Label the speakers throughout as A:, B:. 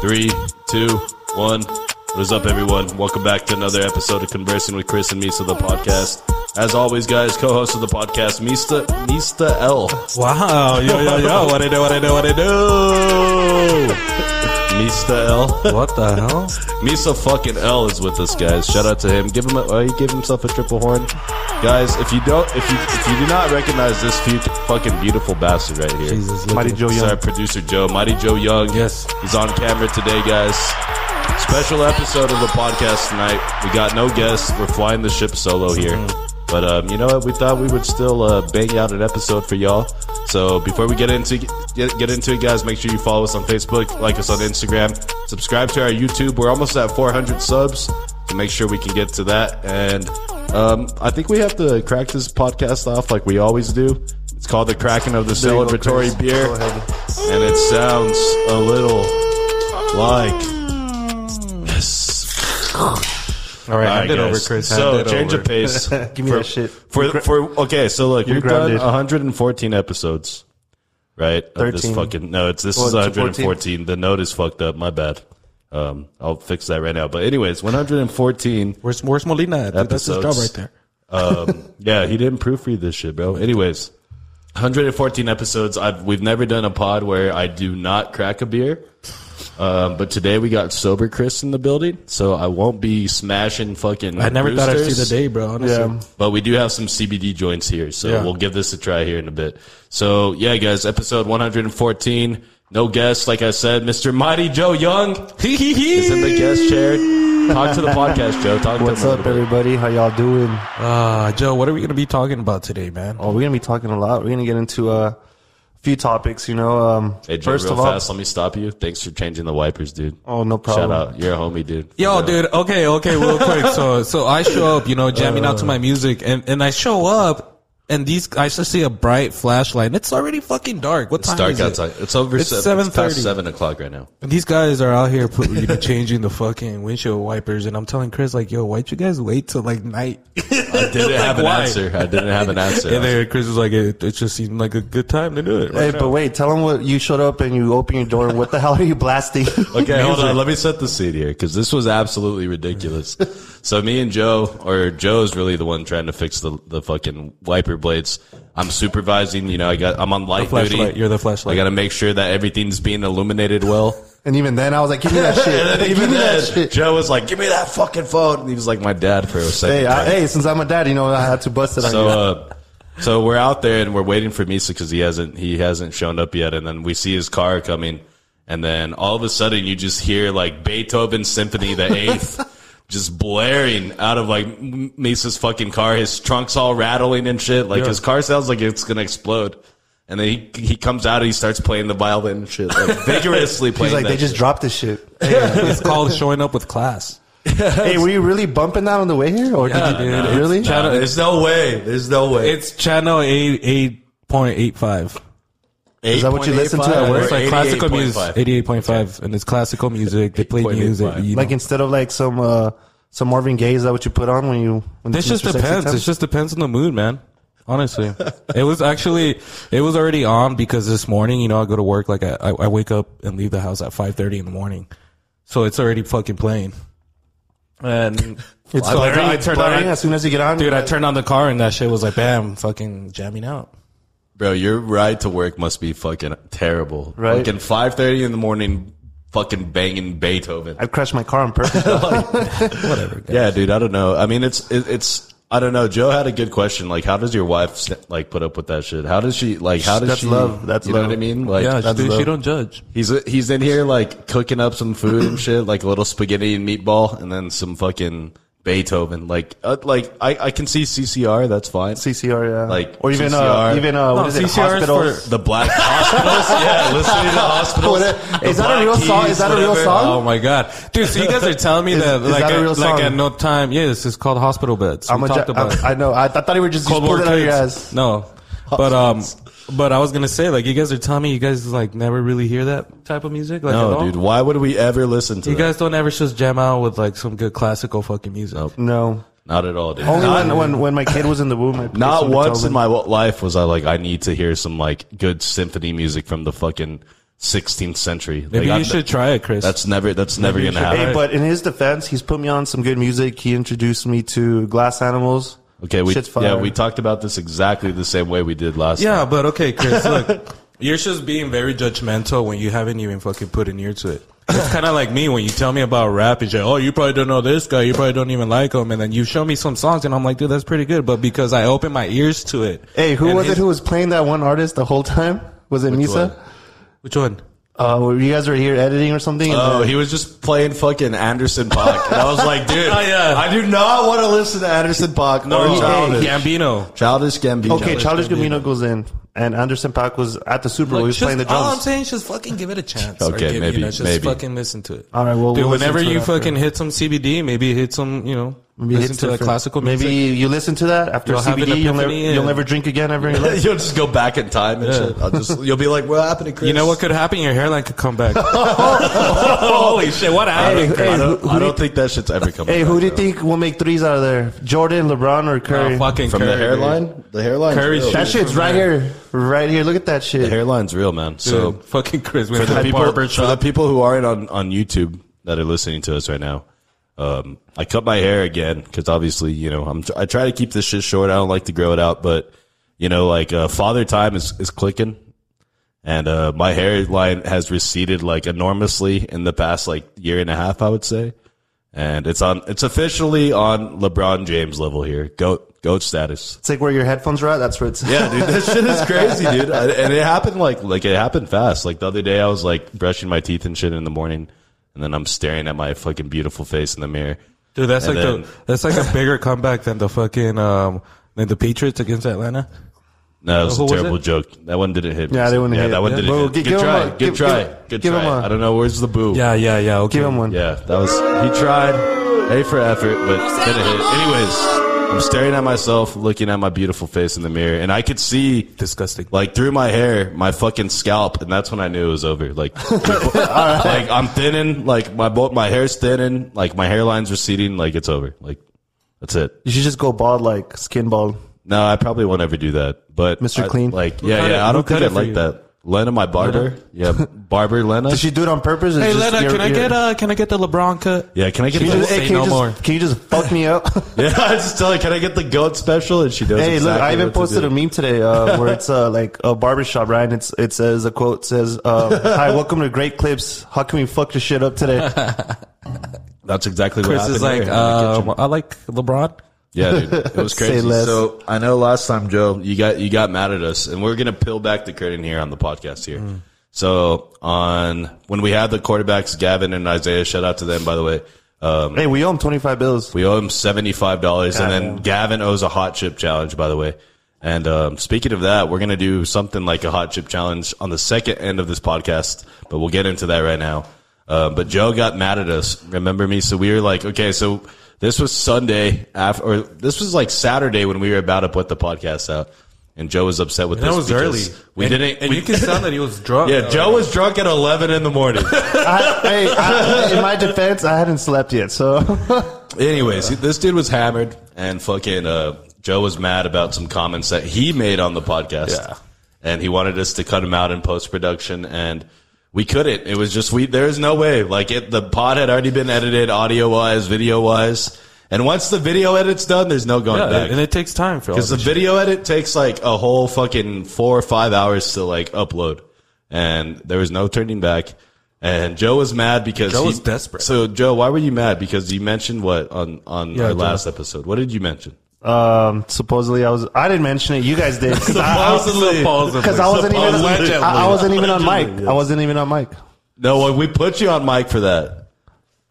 A: Three, two, one. What is up, everyone? Welcome back to another episode of Conversing with Chris and Misa, the podcast. As always, guys, co-host of the podcast, Mista Mista L.
B: Wow, yo, yo, yo, what I do, what I do, what I do.
A: Mista L.
B: What the hell?
A: Misa fucking L is with us, guys. Shout out to him. Give him. A, oh, he gave himself a triple horn, guys. If you don't, if you if you do not recognize this few, fucking beautiful bastard right here,
B: Jesus, look
C: Mighty
B: at-
C: Joe
A: This is our
C: Young.
A: producer Joe, Mighty Joe Young.
B: Yes.
A: he's on camera today, guys. Special episode of the podcast tonight. We got no guests. We're flying the ship solo here.
C: Mm-hmm.
A: But um, you know what? We thought we would still uh, bang out an episode for y'all. So before we get into get, get into it, guys, make sure you follow us on Facebook, like us on Instagram, subscribe to our YouTube. We're almost at 400 subs. So make sure we can get to that. And um, I think we have to crack this podcast off like we always do. It's called the cracking of the
C: you go,
A: celebratory
C: Chris.
A: beer
C: Go ahead.
A: and it sounds a little like yes.
B: All right,
A: All right,
B: hand it over,
A: guys.
B: Chris. hand
A: So
B: it
A: change
B: over.
A: of pace.
C: Give me
A: for,
C: that shit.
A: For, for okay, so look,
C: You're
A: we've
C: grounded.
A: done 114 episodes, right? Of this
C: 13.
A: fucking no, it's this is
C: Well, it's
A: 114.
C: 14.
A: The note is fucked up. My bad. Um, I'll fix that right now. But anyways, 114
B: Where's, where's Molina at? Dude, that's his job
A: Episodes.
B: right there.
A: um, yeah, he didn't proofread this shit, bro. Anyways, 114 episodes. I've we've never done a pod where I do not crack a beer. Um, but today we got sober Chris in the building, so I won't be smashing fucking.
B: I never thought I'd see
A: Brewsters.
B: the day, bro. Honestly.
C: Yeah.
A: But we do have some CBD joints here, so
B: Yeah.
A: we'll give this a try here in a bit. So yeah, guys, episode 114. No guests, like I said, Mr. Mighty Joe Young is in the guest chair. Talk to the podcast, Joe. Talk
C: What's
A: to him a little
C: up,
A: bit.
C: everybody? How y'all doing?
B: Uh, Joe, what are we going to be talking about today, man?
C: Oh, we're gonna be talking a lot. We're gonna get into uh, a few topics. You know, um,
A: Hey, Joe,
C: first
A: real
C: of all,
A: fast, let me stop you. Thanks for changing the wipers, dude.
C: oh no
A: Shout
C: problem.
A: out. You're a homie, dude.
B: Yo,
A: For real.
B: dude. Okay, okay, real quick. So, so I show up, you know, jamming out to my music, and and I show up, and these I just see a bright flashlight, and it's already fucking dark. What
A: It's
B: time
A: dark
B: is it?
A: outside. It's over
B: It's
A: seven. It's past
B: 7:30.
A: 7 o'clock right now.
B: These guys are out here put, you know, changing the fucking windshield wipers, and I'm telling Chris like, "Yo, why'd you guys wait till like night?"
A: I didn't have an
B: why?
A: answer. I didn't have an answer.
B: and then Chris was like, "It, it just seemed like a good time to do it."
C: Hey, but wait, tell them what you showed up and you open your door. What the hell are you blasting?
A: Okay, hold on. Let me set the scene here because this was absolutely ridiculous. so me and Joe, or Joe's really the one trying to fix the, the fucking wiper blades. I'm supervising. You know, I got I'm on light
B: flashlight.
A: duty.
B: You're the
A: I
B: flashlight.
A: got to make sure that everything's being illuminated well.
C: and even then, I was like, give me that
A: And then
C: shit. give
A: even
C: me that
A: then,
C: shit.
A: Joe was like, "Give me that fucking phone." And he was like, "My dad for a second.
C: Hey, I, hey, since I'm a dad, you know, I had to bust it on
A: So,
C: you.
A: uh, so we're out there and we're waiting for Misa because he hasn't he hasn't shown up yet. And then we see his car coming, and then all of a sudden you just hear like Beethoven Symphony the Eighth just blaring out of like M- Misa's fucking car. His trunk's all rattling and shit. Like his car sounds like it's gonna explode. And then he he comes out and he starts playing the violin and shit, like vigorously playing.
C: He's like,
A: that
C: they
A: shit.
C: just dropped this shit.
B: it's called showing up with class.
C: hey, were you really bumping that on the way here, or
B: Yeah,
C: did you
B: dude, it's-
C: really?
B: Shout
A: Nah,
B: out-
A: there's no way. There's no way.
B: It's channel eight eight point eight five.
A: is
C: that what you listen to at work?
B: It's like classical music. Eighty eight point five, and it's classical music. They play
A: 8.85.
B: music. you know.
C: Like instead of like some uh some Marvin Gaye, is that what you put on when you? When
B: This
C: it's
B: just
C: Mr. Sexy
B: depends.
C: time?
B: It just depends on the mood, man. Honestly, it was actually it was already on because this morning, you know, I go to work like I, I I wake up and leave the house at five thirty in the morning, so it's already fucking playing. And
C: It's
B: I,
C: blaring,
B: I turned
C: blaring
B: on,
C: as soon as you get on.
B: dude, I turned on the car and that shit was like, bam, fucking jamming out.
A: Bro, your ride to work must be fucking terrible.
C: Right.
A: Fucking five thirty in the morning, fucking banging Beethoven.
C: I crashed my car on purpose.
B: Whatever. guys.
A: Yeah, dude. I don't know. I mean, it's it, it's. I don't know. Joe had a good question. Like, how does your wife like put up with that shit? How does she like? How does
C: That's
A: she?
C: love. That's
A: you know
C: love.
A: what I mean. Like,
B: Yeah,
A: that's
B: dude,
A: love.
B: she don't judge.
A: He's he's in here like cooking up some food and shit, like a little spaghetti and meatball, and then some fucking Beethoven. Like, uh, like I I can see CCR. That's fine.
C: CCR, yeah.
A: Like,
C: or even
A: CCR.
C: uh, even uh,
B: No,
C: what is it?
B: CCR is
C: Hospitals.
A: The black hospitals, yeah, listening to hospitals.
C: What-
A: The
C: is that a
A: Black
C: real song?
A: Keys,
C: Is that a real
A: whatever.
C: song?
B: Oh my god, dude! So you guys are telling me
C: Is-
B: that
C: is
B: like
C: that a
B: at-
C: real
B: like
C: song?
B: at no time? Yes, it's called hospital beds.
C: I'm
B: we
C: a
B: talked
C: ja-
B: about. it.
C: I, I know. I, I thought we were just, just
B: Cold War
C: pulling it out of your
B: kids.
C: ass. Oh.
B: No, but um, but I was gonna say like you guys are telling me you guys like never really hear that type of music. Like, at
A: No,
B: all?
A: dude. Why would we ever listen to
B: You
A: that?
B: guys don't ever just jam out with like some good classical fucking music.
C: No,
A: Not at all, dude.
C: only
A: not
C: when, when when my kid was in the womb. I played
A: not
C: some
A: once
C: Beethoven.
A: in my wa- life was I like, I need to hear some like good symphony music from the fucking 16th century. like,
B: Maybe you
A: I-
B: should try it, Chris.
A: That's never. That's never
B: you
A: gonna
B: should-
A: happen.
B: Alright.
C: Hey, but in his defense, he's put me on some good music. He introduced me to Glass Animals.
A: Okay, we
C: Shit's
A: yeah
C: fire.
A: we talked about this exactly the same way we did last.
B: yeah,
A: time.
B: but okay, Chris. Look, you're just being very judgmental when you haven't even fucking put an ear to it. It's kind of like me when you tell me about rap. It's like, oh, you probably don't know this guy. You probably don't even like him. And then you show me some songs, and I'm like, dude, that's pretty good. But because I open my ears to it.
C: Hey, who
B: and
C: was
B: his-
C: it who was playing that one artist the whole time? Was it Misa?
B: Which one?
C: Uh, were you guys were here editing or something? and
A: Oh,
C: then-
A: he was just playing fucking Anderson Paak. And I was like, dude,
B: Oh, yeah.
A: I do not want to listen to Anderson Paak.
C: he-
A: No,
C: Oh, hey,
A: childish.
C: he-
B: Oh, Gambino.
A: childish Gambino.
C: okay, Childish
B: Gambino.
C: Gambino goes in, and Anderson Paak was at the Super Bowl.
B: Like,
C: he was
B: just-
C: playing the
B: All I'm
C: drums.
B: saying is just fucking give it a chance.
A: Okay,
B: Or give-
A: maybe,
B: you know, just
A: maybe.
B: fucking listen to it.
C: All right, well,
B: Dude,
C: we'll listen
B: whenever
C: to it
B: you
C: after.
B: fucking hit some CBD, maybe hit some, you know,
C: Maybe
B: listen
C: it's
B: to that
C: different.
B: classical music.
C: Maybe you listen to that after
B: You'll have an
C: CBD. You'll never,
B: epiphany and-
C: you'll never drink again ever in your life.
A: You'll just go back in time and
B: Yeah.
A: shit. I'll just, you'll be like, what happened to Chris?
B: You know what could happen? Your hairline could come back. Holy shit! What happened?
A: I
C: Hey, who-
A: don't,
C: who
A: I
C: do
A: don't think that shit's ever coming.
C: Hey, who
A: back,
C: do you
A: though.
C: think will make threes out of there? Jordan, LeBron, or Curry?
B: Oh, fucking
A: From
B: Curry,
A: the
B: dude.
A: hairline, the hairline.
B: Curry's
A: real.
C: that shit's right here, right here. Look at that
A: The
C: shit.
A: hairline's real, man.
B: Dude,
A: So
B: fucking Chris. We're
A: for the
B: at
A: people,
B: barber
A: for the
B: shop.
A: people who aren't on, on YouTube that are listening to us right now, um, I cut my hair again because obviously, you know, I'm I try to keep this shit short. I don't like to grow it out, but you know, like uh, father time is is clicking, and uh, my hairline has receded like enormously in the past like year and a half, I would say, and it's on it's officially on LeBron James level here, goat goat status.
C: It's like where your headphones are at. That's where it's.
A: Yeah, dude, that shit is crazy, dude. I, and it happened like like it happened fast. Like the other day, I was like brushing my teeth and shit in the morning, and then I'm staring at my fucking beautiful face in the mirror.
B: Dude, that's
A: And
B: like
A: then-
B: the that's like a bigger comeback than the fucking um than the Patriots against Atlanta.
A: No, it was
B: Who
A: a
B: was
A: terrible
B: it?
A: joke. That one didn't hit. me.
C: Yeah, that one
A: yeah,
C: hit.
A: That one
C: Yeah.
A: didn't
C: Bro,
A: hit.
C: gi-
A: Good
C: give him
A: try.
C: a-
A: good
C: give-
A: try.
C: give-
A: good
C: give him
A: try.
C: a-
A: I don't know where's the boo.
B: Yeah, yeah, yeah. Okay.
C: Give him one.
A: Yeah, that was he tried. A for effort, but didn't hit. Anyways, I'm staring at myself, looking at my beautiful face in the mirror, and I could see
B: Disgusting.
A: like through my hair, my fucking scalp, and that's when I knew it was over. Like, like I'm thinning, like my bo- my hair's thinning, like my hairline's receding, like it's over. Like that's it.
C: You should just go bald, like skin bald.
A: No, I probably won't ever do that. But
C: Mr.
A: I-
C: Clean?
A: like
B: cut
A: yeah,
B: it-
A: yeah, I
B: who
A: don't think
B: cut it
A: I
B: for
A: like
B: you?
A: that. Lena, my barber, yeah, barber Lena.
C: Did she do it on purpose? or
B: Hey,
C: just
B: Lena,
C: your-
B: can I
C: your-
B: get uh can I get the LeBron cut?
A: yeah, can I get
C: Can you
A: the
C: just, hey,
B: Say
C: can,
B: no
C: you
B: more.
C: just, can you just fuck me up?
A: yeah? I just tell her, can I get the goat special? And she does.
C: hey, look,
A: exactly
C: I even
A: what to
C: posted
A: do.
C: a meme today uh, where it's uh, like a barbershop, right? And it's, it says, a quote says, uh, Hi, welcome to Great Clips. How can we fuck this shit up today?
A: That's exactly what
B: Chris
A: happened
B: is like,
A: here in the kitchen.
B: um, I like LeBron.
A: Yeah, dude, it was
C: Say
A: crazy.
C: less.
A: So I know last time, Joe, you got you got mad at us, and we're gonna peel back the curtain here on the podcast here.
C: Mm.
A: So on when we had the quarterbacks, Gavin and Isaiah, shout out to them by the way. Um,
C: hey, we owe him 25 bills.
A: we owe him seventy five dollars, and then
C: Goddamn.
A: Gavin owes a hot chip challenge by the way. And um, speaking of that, we're gonna do something like a hot chip challenge on the second end of this podcast, but we'll get into that right now. Uh, but Joe got mad at us. Remember me? So we were like, okay, so this was Sunday after, or this was like Saturday when we were about to put the podcast out, and Joe was upset with
B: And that
A: this
B: was early.
A: because We
B: And-
A: didn't.
B: And
A: we-
B: you can sound that he was drunk.
A: yeah, Joe was drunk at eleven in the morning.
C: I, hey, I, in my defense, I hadn't slept yet, so.
A: Anyways, this dude was hammered, and fucking uh, Joe was mad about some comments that he made on the podcast.
B: Yeah.
A: And he wanted us to cut him out in post production, and we couldn't. It was just we. There is no way. Like it, the pod had already been edited, audio wise, video wise, and once the video edit's done, there's no going
B: Yeah,
A: back.
B: and it takes time for all
A: Because the
B: this.
A: video edit takes like a whole fucking four or five hours to like upload, and there was no turning back. And Joe was mad because
B: Joe
A: he-
B: was desperate.
A: So Joe, why were you mad? Because you mentioned what on on
B: Yeah,
A: our
B: Joe.
A: last episode. What did you mention?
C: Um, supposedly I was. I didn't mention it. You guys did. Because I,
A: Supposedly.
C: because I wasn't even.
A: Supposedly.
C: I, I wasn't even on mic.
A: Allegedly, yes.
C: I wasn't even on mic.
A: No, we put you on mic for that.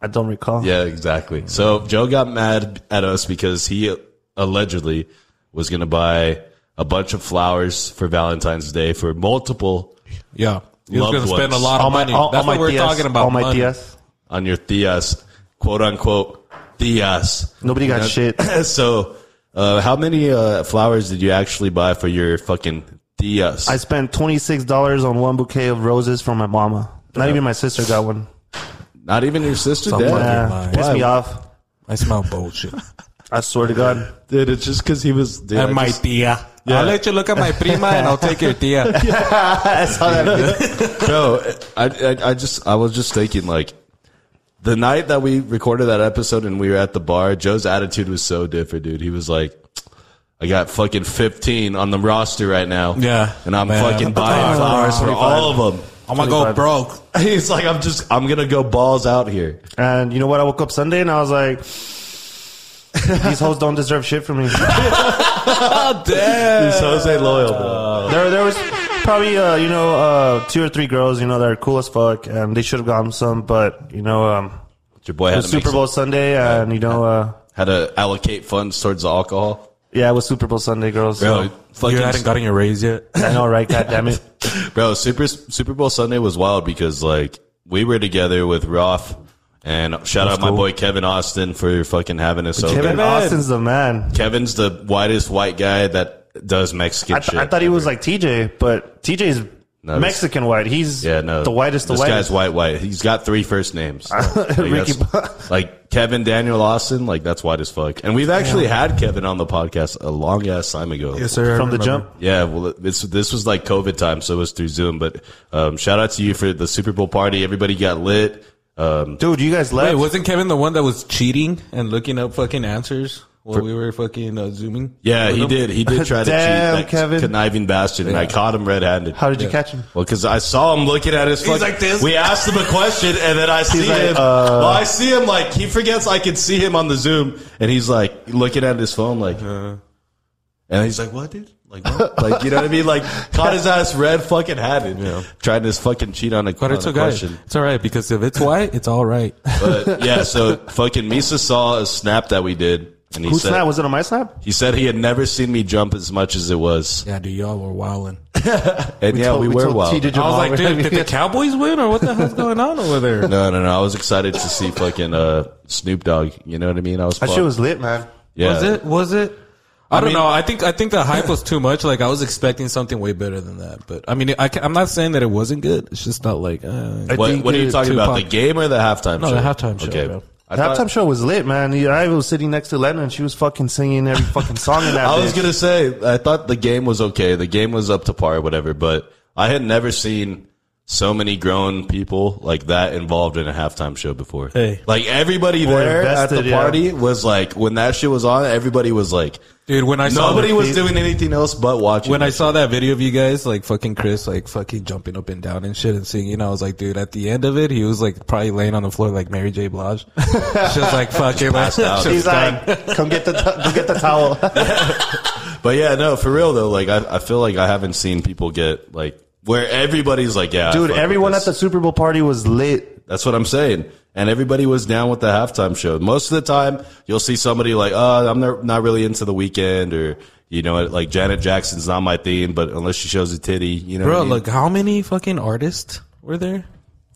C: I don't recall.
A: Yeah, exactly. So Joe got mad at us because he allegedly was going to buy a bunch of flowers for Valentine's Day for multiple
B: Yeah. He
A: Loved
B: was going to spend a
A: ones.
B: lot of
C: All my,
B: money.
C: all,
B: That's
C: all my
B: what we're
C: tias,
B: talking about.
C: All my
B: money.
C: tias.
A: on your theas, quote unquote theas.
C: Nobody got shit.
A: so, uh, how many uh, flowers did you actually buy for your fucking theas?
C: I spent twenty six dollars on one bouquet of roses for my mama. Not even my sister got one.
A: Not even your sister,
B: Someone-
A: Dad.
B: You're
C: Yeah,
B: lying.
C: pissed me
A: Why?
C: off.
B: I smell bullshit.
C: I swear to God.
A: Dude, it's just because he was. Dude, I
B: and my
A: just-
B: tia. I'll let you look at my prima and I'll take your tia.
C: I saw that video.
A: No, I, I I just I was just thinking like the night that we recorded that episode and we were at the bar, Joe's attitude was so different, dude. He was like, "I got fucking 15 on the roster right now,
B: Yeah.
A: and I'm
B: Man.
A: fucking buying flowers for all of them."
B: I'm gonna go broke.
A: He's like, "I'm just I'm gonna go balls out here."
C: And you know what? I woke up Sunday and I was like, these hoes don't deserve shit from me.
B: Oh, damn.
A: He's Jose loyal, bro.
C: There, there was probably uh, you know uh, two or three girls you know that are cool as fuck, and they should have gotten some, but you know um,
A: Your boy
C: it
A: had
C: was
A: to, make
C: Super Bowl Sunday, and you know uh,
A: some- had to allocate funds towards the alcohol.
C: yeah, it was Super Bowl Sunday, girls.
A: Bro,
B: You
A: fucking
B: hadn't gotten your raise yet.
C: I know, right? God damn it!
A: Bro, Super Super Bowl Sunday was wild because like we were together with Roth and shout out my boy Kevin Austin for fucking having us over.
C: Kevin Austin's the man.
A: Kevin's the whitest white guy that does Mexican
C: I, th-
A: shit.
C: I thought he was like TJ, but TJ's
A: No, this-
C: Mexican white. He's
A: yeah, no,
C: the whitest. The
A: This guy's
C: whitest.
A: white, white. He's got three first names. Like,
C: Ricky
A: that's- like Kevin Daniel Austin, like that's white as fuck. And we've actually had Kevin on the podcast a long ass time ago.
B: sir.
C: from the jump.
A: Yeah, well, this this was like COVID time, so it was through Zoom. But um, shout out to you for the Super Bowl party. Everybody got lit. Um,
C: Dude, you guys
B: Wait,
C: left.
B: wasn't Kevin the one that was cheating and looking up fucking answers while we were fucking uh, zooming?
A: yeah, he did. He did try to
C: Damn,
A: cheat, that
C: Kevin.
A: conniving bastard, and I caught him red-handed.
C: How did you catch him?
A: Well, because I saw him looking at his. fuck-
B: like this.
A: We asked him a question, and then I see
C: like, uh,
A: him. well, I see him like he forgets I can see him on the Zoom, and he's like looking at his phone, like,
B: Uh-huh.
A: and he's like, "What, dude? Like, what? like you know what I mean? Like, caught his ass red, fucking handed, trying to fucking cheat on a,
B: But
A: on
B: it's
A: a
B: okay.
A: question."
B: It's all right because if it's white, it's all right.
A: But yeah, so fucking Misa saw a snap that we did, and he
C: Who
A: said
C: snap? Was it on my snap?
A: he said he had never seen me jump as much as it was,
B: yeah, dude, y'all were wilding.
A: and yeah,
C: told-
A: we, were
C: told
A: wild.
C: TJ
B: I was like,
C: Jamal,
B: dude, did the Cowboys win or what the hell's going on over there?
A: No, no, no. I was excited to see fucking uh, Snoop Dogg. You know what I mean? I was.
C: that
A: pumped.
C: shit was lit, man.
A: yeah.
B: Was it? Was it? I, don't
A: mean-
B: know. I think I think the hype was too much. Like I was expecting something way better than that. But I mean, I, am not saying that it wasn't good. It's just not like. Uh,
A: What,
C: think
A: what are you
C: it-
A: talking about?
B: Tupac-
A: The game or the halftime
B: No,
A: show?
B: the halftime show, bro.
A: I,
C: The
A: thought-
C: halftime show was lit, man. I was sitting next to Lena and she was fucking singing every fucking song in that.
A: I was
C: bitch.
A: gonna say I thought the game was okay. The game was up to par, whatever. But I had never seen so many grown people like that involved in a halftime show before.
B: Hey.
A: Like everybody there at
C: invested,
A: the
C: yeah.
A: party was like when that shit was on, everybody was like
B: dude, when I saw
A: nobody
B: the-
A: was doing anything else but watching.
B: when I saw that video of you guys, like fucking Chris, like fucking jumping up and down and shit and singing, I was like, dude, at the end of it, he was like probably laying on the floor like Mary J. Blige. She was like, fucking, like,
A: passed out.
B: just
C: He's like, come get the t- come get the towel.
A: But yeah, no, for real though, like I, I feel like I haven't seen people get like where everybody's like, yeah, I fuck
C: Dude,
A: with
C: everyone
A: this.
C: at the Super Bowl party was lit.
A: That's what I'm saying. And everybody was down with the halftime show. Most of the time, you'll see somebody like, "Uh, I'm not, not really into the weekend," or you know, like Janet Jackson's not my theme. But unless she shows a titty, you know, what I
B: Bro,
A: mean?
B: look, how many fucking artists were there?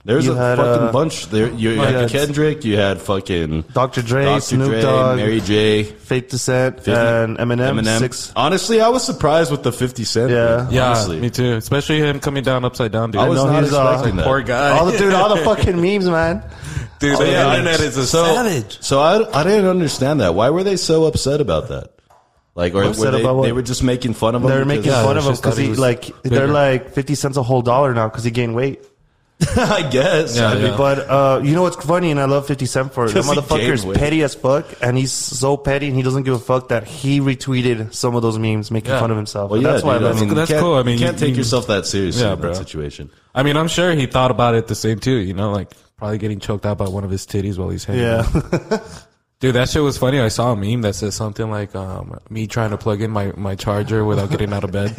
A: there's
C: you
A: a
C: had,
A: fucking
C: uh,
A: bunch. There, you, you
C: yeah,
A: had
C: it's-
A: Kendrick, you had fucking
C: Dr. Dre,
A: Dr.
C: Snoop
A: Dre,
C: Dogg,
A: Mary J,
C: Fake Descent,
A: 50
C: and Eminem, Six.
A: Honestly, I was surprised with the 50 Cent.
C: Yeah.
A: thing,
B: Yeah,
A: honestly.
B: me too. Especially him coming down upside down, dude.
A: I was
C: know
A: not
C: he's, uh,
A: expecting that.
B: poor guy.
C: All the dude, all the fucking memes, man.
B: dude,
A: Oh,
B: the
A: yeah,
B: internet
A: like,
B: is a
A: so,
B: savage.
A: So I, I didn't understand that. Why were they so upset about that? Like, or were
C: Upset
A: they,
C: about what?
A: they were just making fun of him.
C: They were
A: because-
C: making fun of
B: they
C: him
B: just thought
C: because
B: he
C: he
B: was
C: like they're
B: bigger.
C: like fifty cents a whole dollar now because he gained weight.
A: I guess.
B: Yeah,
A: I mean,
B: yeah.
C: But uh, you know what's funny, and I love Fifty Cent for it. The
A: 'Cause he gained
C: motherfucker's
A: weight.
C: petty as fuck, and he's so petty, and he doesn't give a fuck that he retweeted some of those memes making
B: Yeah.
C: fun of himself.
A: Well,
C: And
A: yeah,
C: that's why
A: dude,
C: I love
A: I mean,
C: him.
A: you
B: That's
A: can't-
B: cool. I mean,
A: you can't
B: you-
A: take yourself that seriously
B: Yeah,
A: in
B: bro.
A: that situation.
B: I mean, I'm sure he thought about it the same too, you know, like probably getting choked out by one of his titties while he's hanging. out.
C: Yeah,
B: Dude, that shit was funny. I saw a meme that said something like, um, me trying to plug in my, my charger without getting out of bed.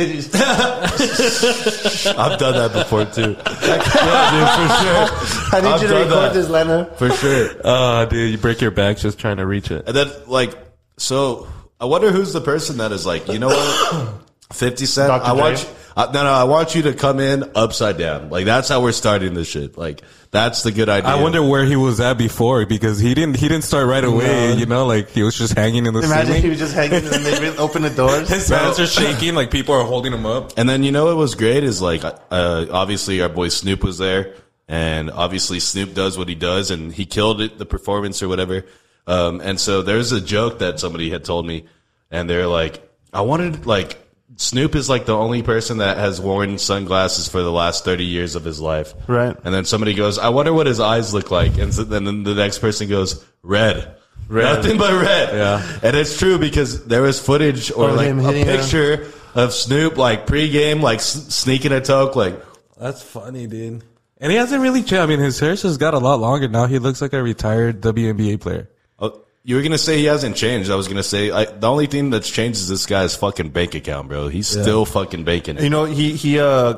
A: I've done that before too. yeah, dude, for sure,
C: I need
A: I've
C: you to
A: done
C: record
A: that.
C: this, Lena.
A: for sure.
B: Uh, dude, you break your back just trying to reach it.
A: And then, like, so I wonder who's the person that is like, you know what? 50 Cent,
C: Dr.
A: I want
C: Dre?
A: you, I, no, no, I want you to come in upside down. Like, that's how we're starting this shit. Like, that's the good idea.
B: I wonder where he was at before because he didn't, he didn't start right away, you know, like he was just hanging in the
C: Imagine
B: ceiling.
C: he was just hanging and they didn't open the doors.
B: His hands are shaking, like people are holding him up.
A: And then you know what was great is like uh, obviously our boy Snoop was there, and obviously Snoop does what he does, and he killed it the performance or whatever. Um, and so there's a joke that somebody had told me, and they're like, I wanted like Snoop is like the only person that has worn sunglasses for the last 30 years of his life.
C: Right.
A: And then somebody goes, I wonder what his eyes look like. And so then then the next person goes, red. Nothing but red.
B: Yeah.
A: And it's true because there was footage or
C: Of
A: like
C: him
A: a
C: hitting her.
A: picture of Snoop like pregame, like s- sneaking a toke, like,
B: That's funny, dude. And he hasn't really changed. I mean, his hair's just got a lot longer now. He looks like a retired WNBA player.
A: oh, you were going to say he hasn't changed. I was going to say I, the only thing that's changed is this guy's fucking bank account, bro. He's still fucking banking
C: You
A: it.
C: know, he he uh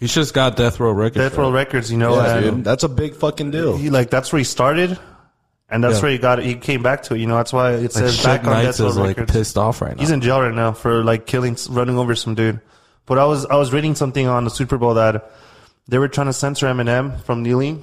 B: He's just got death row records.
C: Death Row Records. You know,
A: Yeah,
C: and
A: dude. That's a big fucking deal.
C: he like that's where he started, and that's
B: Yeah.
C: where he got it. He came back to it. You know, that's why it
B: Like,
C: says back
B: Suge
C: on
B: Knights
C: Death Row
B: is like
C: Records.
B: pissed off right now.
C: He's in jail right now for like killing, running over some dude. But I was I was reading something on the Super Bowl that they were trying to censor Eminem from kneeling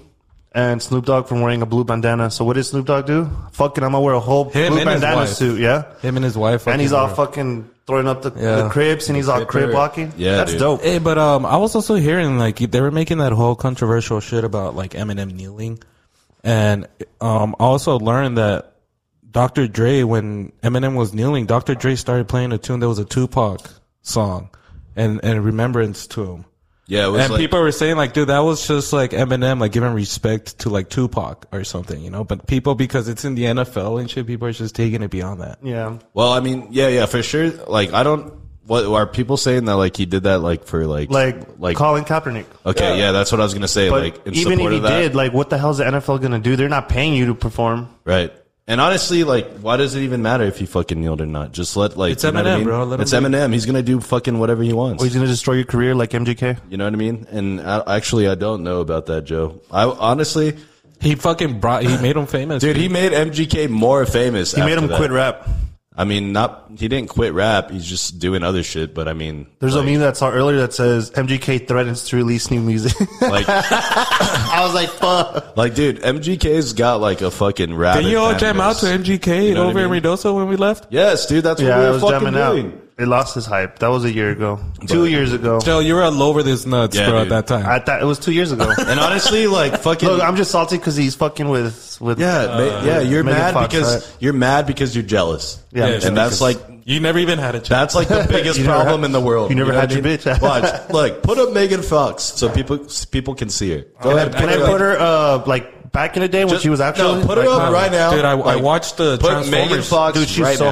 C: and Snoop Dogg from wearing a blue bandana. So what did Snoop Dogg do? Fucking, I'm gonna wear a whole
B: Him
C: blue
B: and his
C: bandana
B: wife.
C: suit. Yeah,
B: Him and his wife.
C: and he's
B: fucking
C: all
B: were-
C: fucking throwing up the, the
B: Yeah.
C: cribs and he's all crib
A: crib.
C: walking.
A: Yeah,
C: that's
A: dude.
C: dope.
B: Hey, but um, I was also hearing like they were making that whole controversial shit about like Eminem kneeling, and um, I also learned that Dr. Dre, when Eminem was kneeling, Dr. Dre started playing a tune that was a Tupac song, and and remembrance to him.
A: Yeah. It was
B: And
A: like,
B: people were saying like, dude, that was just like Eminem, like giving respect to like Tupac or something, you know. But people, because it's in the NFL and shit, people are just taking it beyond that.
C: Yeah,
A: Well, I mean, yeah, yeah, for sure. Like, I don't. What are people saying that like he did that like for like
C: like like Colin Kaepernick.
A: okay, yeah. that's what I was gonna say.
C: But
A: like, in
C: even
A: support
C: if he
A: of that,
C: did, like, what the hell is the NFL going to do? They're not paying you to perform.
A: right? And honestly, like, why does it even matter if he fucking kneeled or not? Just let like
B: It's
A: you know what I
B: Eminem,
A: mean?
B: bro. Let him
A: it's
B: do it.
A: Eminem. He's gonna do fucking whatever he wants.
C: Or he's going to destroy your career like MGK.
A: You know what I mean? And I, actually, I don't know about that, Joe. I honestly,
B: He fucking brought, he made him famous,
A: dude, he made MGK more famous.
C: He made him quit rap.
A: I mean, not he didn't quit rap. He's just doing other shit. But I mean,
C: There's a meme that I saw earlier that says MGK threatens to release new music.
A: like,
C: I was like, fuck.
A: like, dude, MGK's got like a fucking rap.
B: Did you all jam out to MGK
A: know what
B: over
A: I
B: in
A: mean?
B: Mendoza when we left?
A: Yes, dude, that's
C: Yeah,
A: what
C: I
A: we were
C: was
A: fucking
C: jamming out.
A: doing.
C: It lost his hype. That was a year ago. Two years ago.
B: Joe, you were all over this nuts,
A: Yeah,
B: bro,
A: dude.
B: at that time.
C: I thought it was two years ago.
A: And honestly, like fucking,
C: Look, I'm just salty because he's fucking with with.
A: yeah, ma- yeah, you're
C: Uh, Megan
A: mad
C: Fox,
A: because
C: right?
A: you're mad because you're jealous.
C: Yeah,
B: Yeah,
A: and that's like
B: you never even had a chance.
A: that's like the biggest
C: You never
A: problem
C: had-
A: in the world.
C: you never
A: know
C: had
A: what I
C: your
A: mean?
C: bitch.
A: Watch, look, put up Megan Fox so people people can see her. Go ahead,
C: Can I
A: up.
C: put her uh like back in the day when
A: Just-
C: she was actually?
A: no, put her
C: like,
A: up right now,
B: Dude, I, I
A: Like,
B: watched the
A: Put Megan
B: Transformers.
A: Fox,
C: Dude, she's
A: right
C: so
A: now.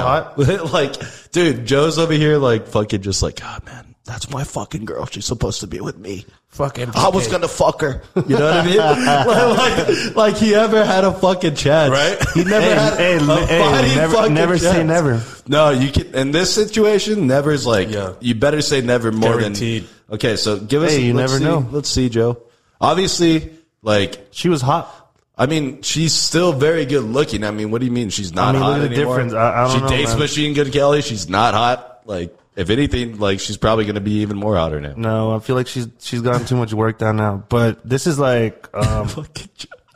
C: hot.
A: like, dude, Joe's over here, like, fucking, just like, ah, man, that's my fucking girl. She's supposed to be with me.
B: Fucking
A: I was gonna fuck her. You know what I mean? like, like, like he ever had a fucking chance,
B: Right?
A: He never
C: Hey,
A: had
C: hey,
A: a
C: le- hey,
A: mighty
C: never-
A: fucking
C: never say
A: chance.
C: never.
A: No, you can. In this situation, never's like
B: Yeah.
A: you better say never more
B: Guaranteed.
A: than okay. So give us.
C: Hey, you
A: let's
C: never
A: see,
C: know.
A: Let's see, Joe. Obviously, like
C: She was hot.
A: I mean, she's still very good looking. I mean, what do you mean she's not
C: I mean,
A: hot
C: look at the
A: anymore?
C: difference. I- I don't
A: she
C: know,
A: dates
C: man.
A: Machine Gun Kelly. She's not hot. Like, if anything, like she's probably going to be even more hotter now.
C: No, I feel like she's she's gotten too much work down now. But this is like um,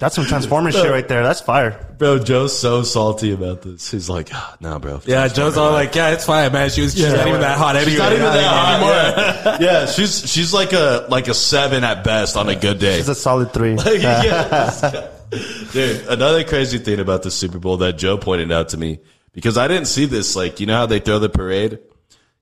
C: that's some Transformers shit right there. That's fire.
A: bro, Joe's so salty about this. He's like, ah, no, bro.
B: Yeah, Joe's "Ah, all like, yeah, it's fine, man. She was, she's not even that hot anyway.
A: She's not even that hot.
B: anymore.
A: Yeah. yeah, she's she's like a like a seven at best on a good day.
C: It's a solid three.
A: Yeah. Dude, another crazy thing about the Super Bowl that Joe pointed out to me because I didn't see this. Like, you know how they throw the parade?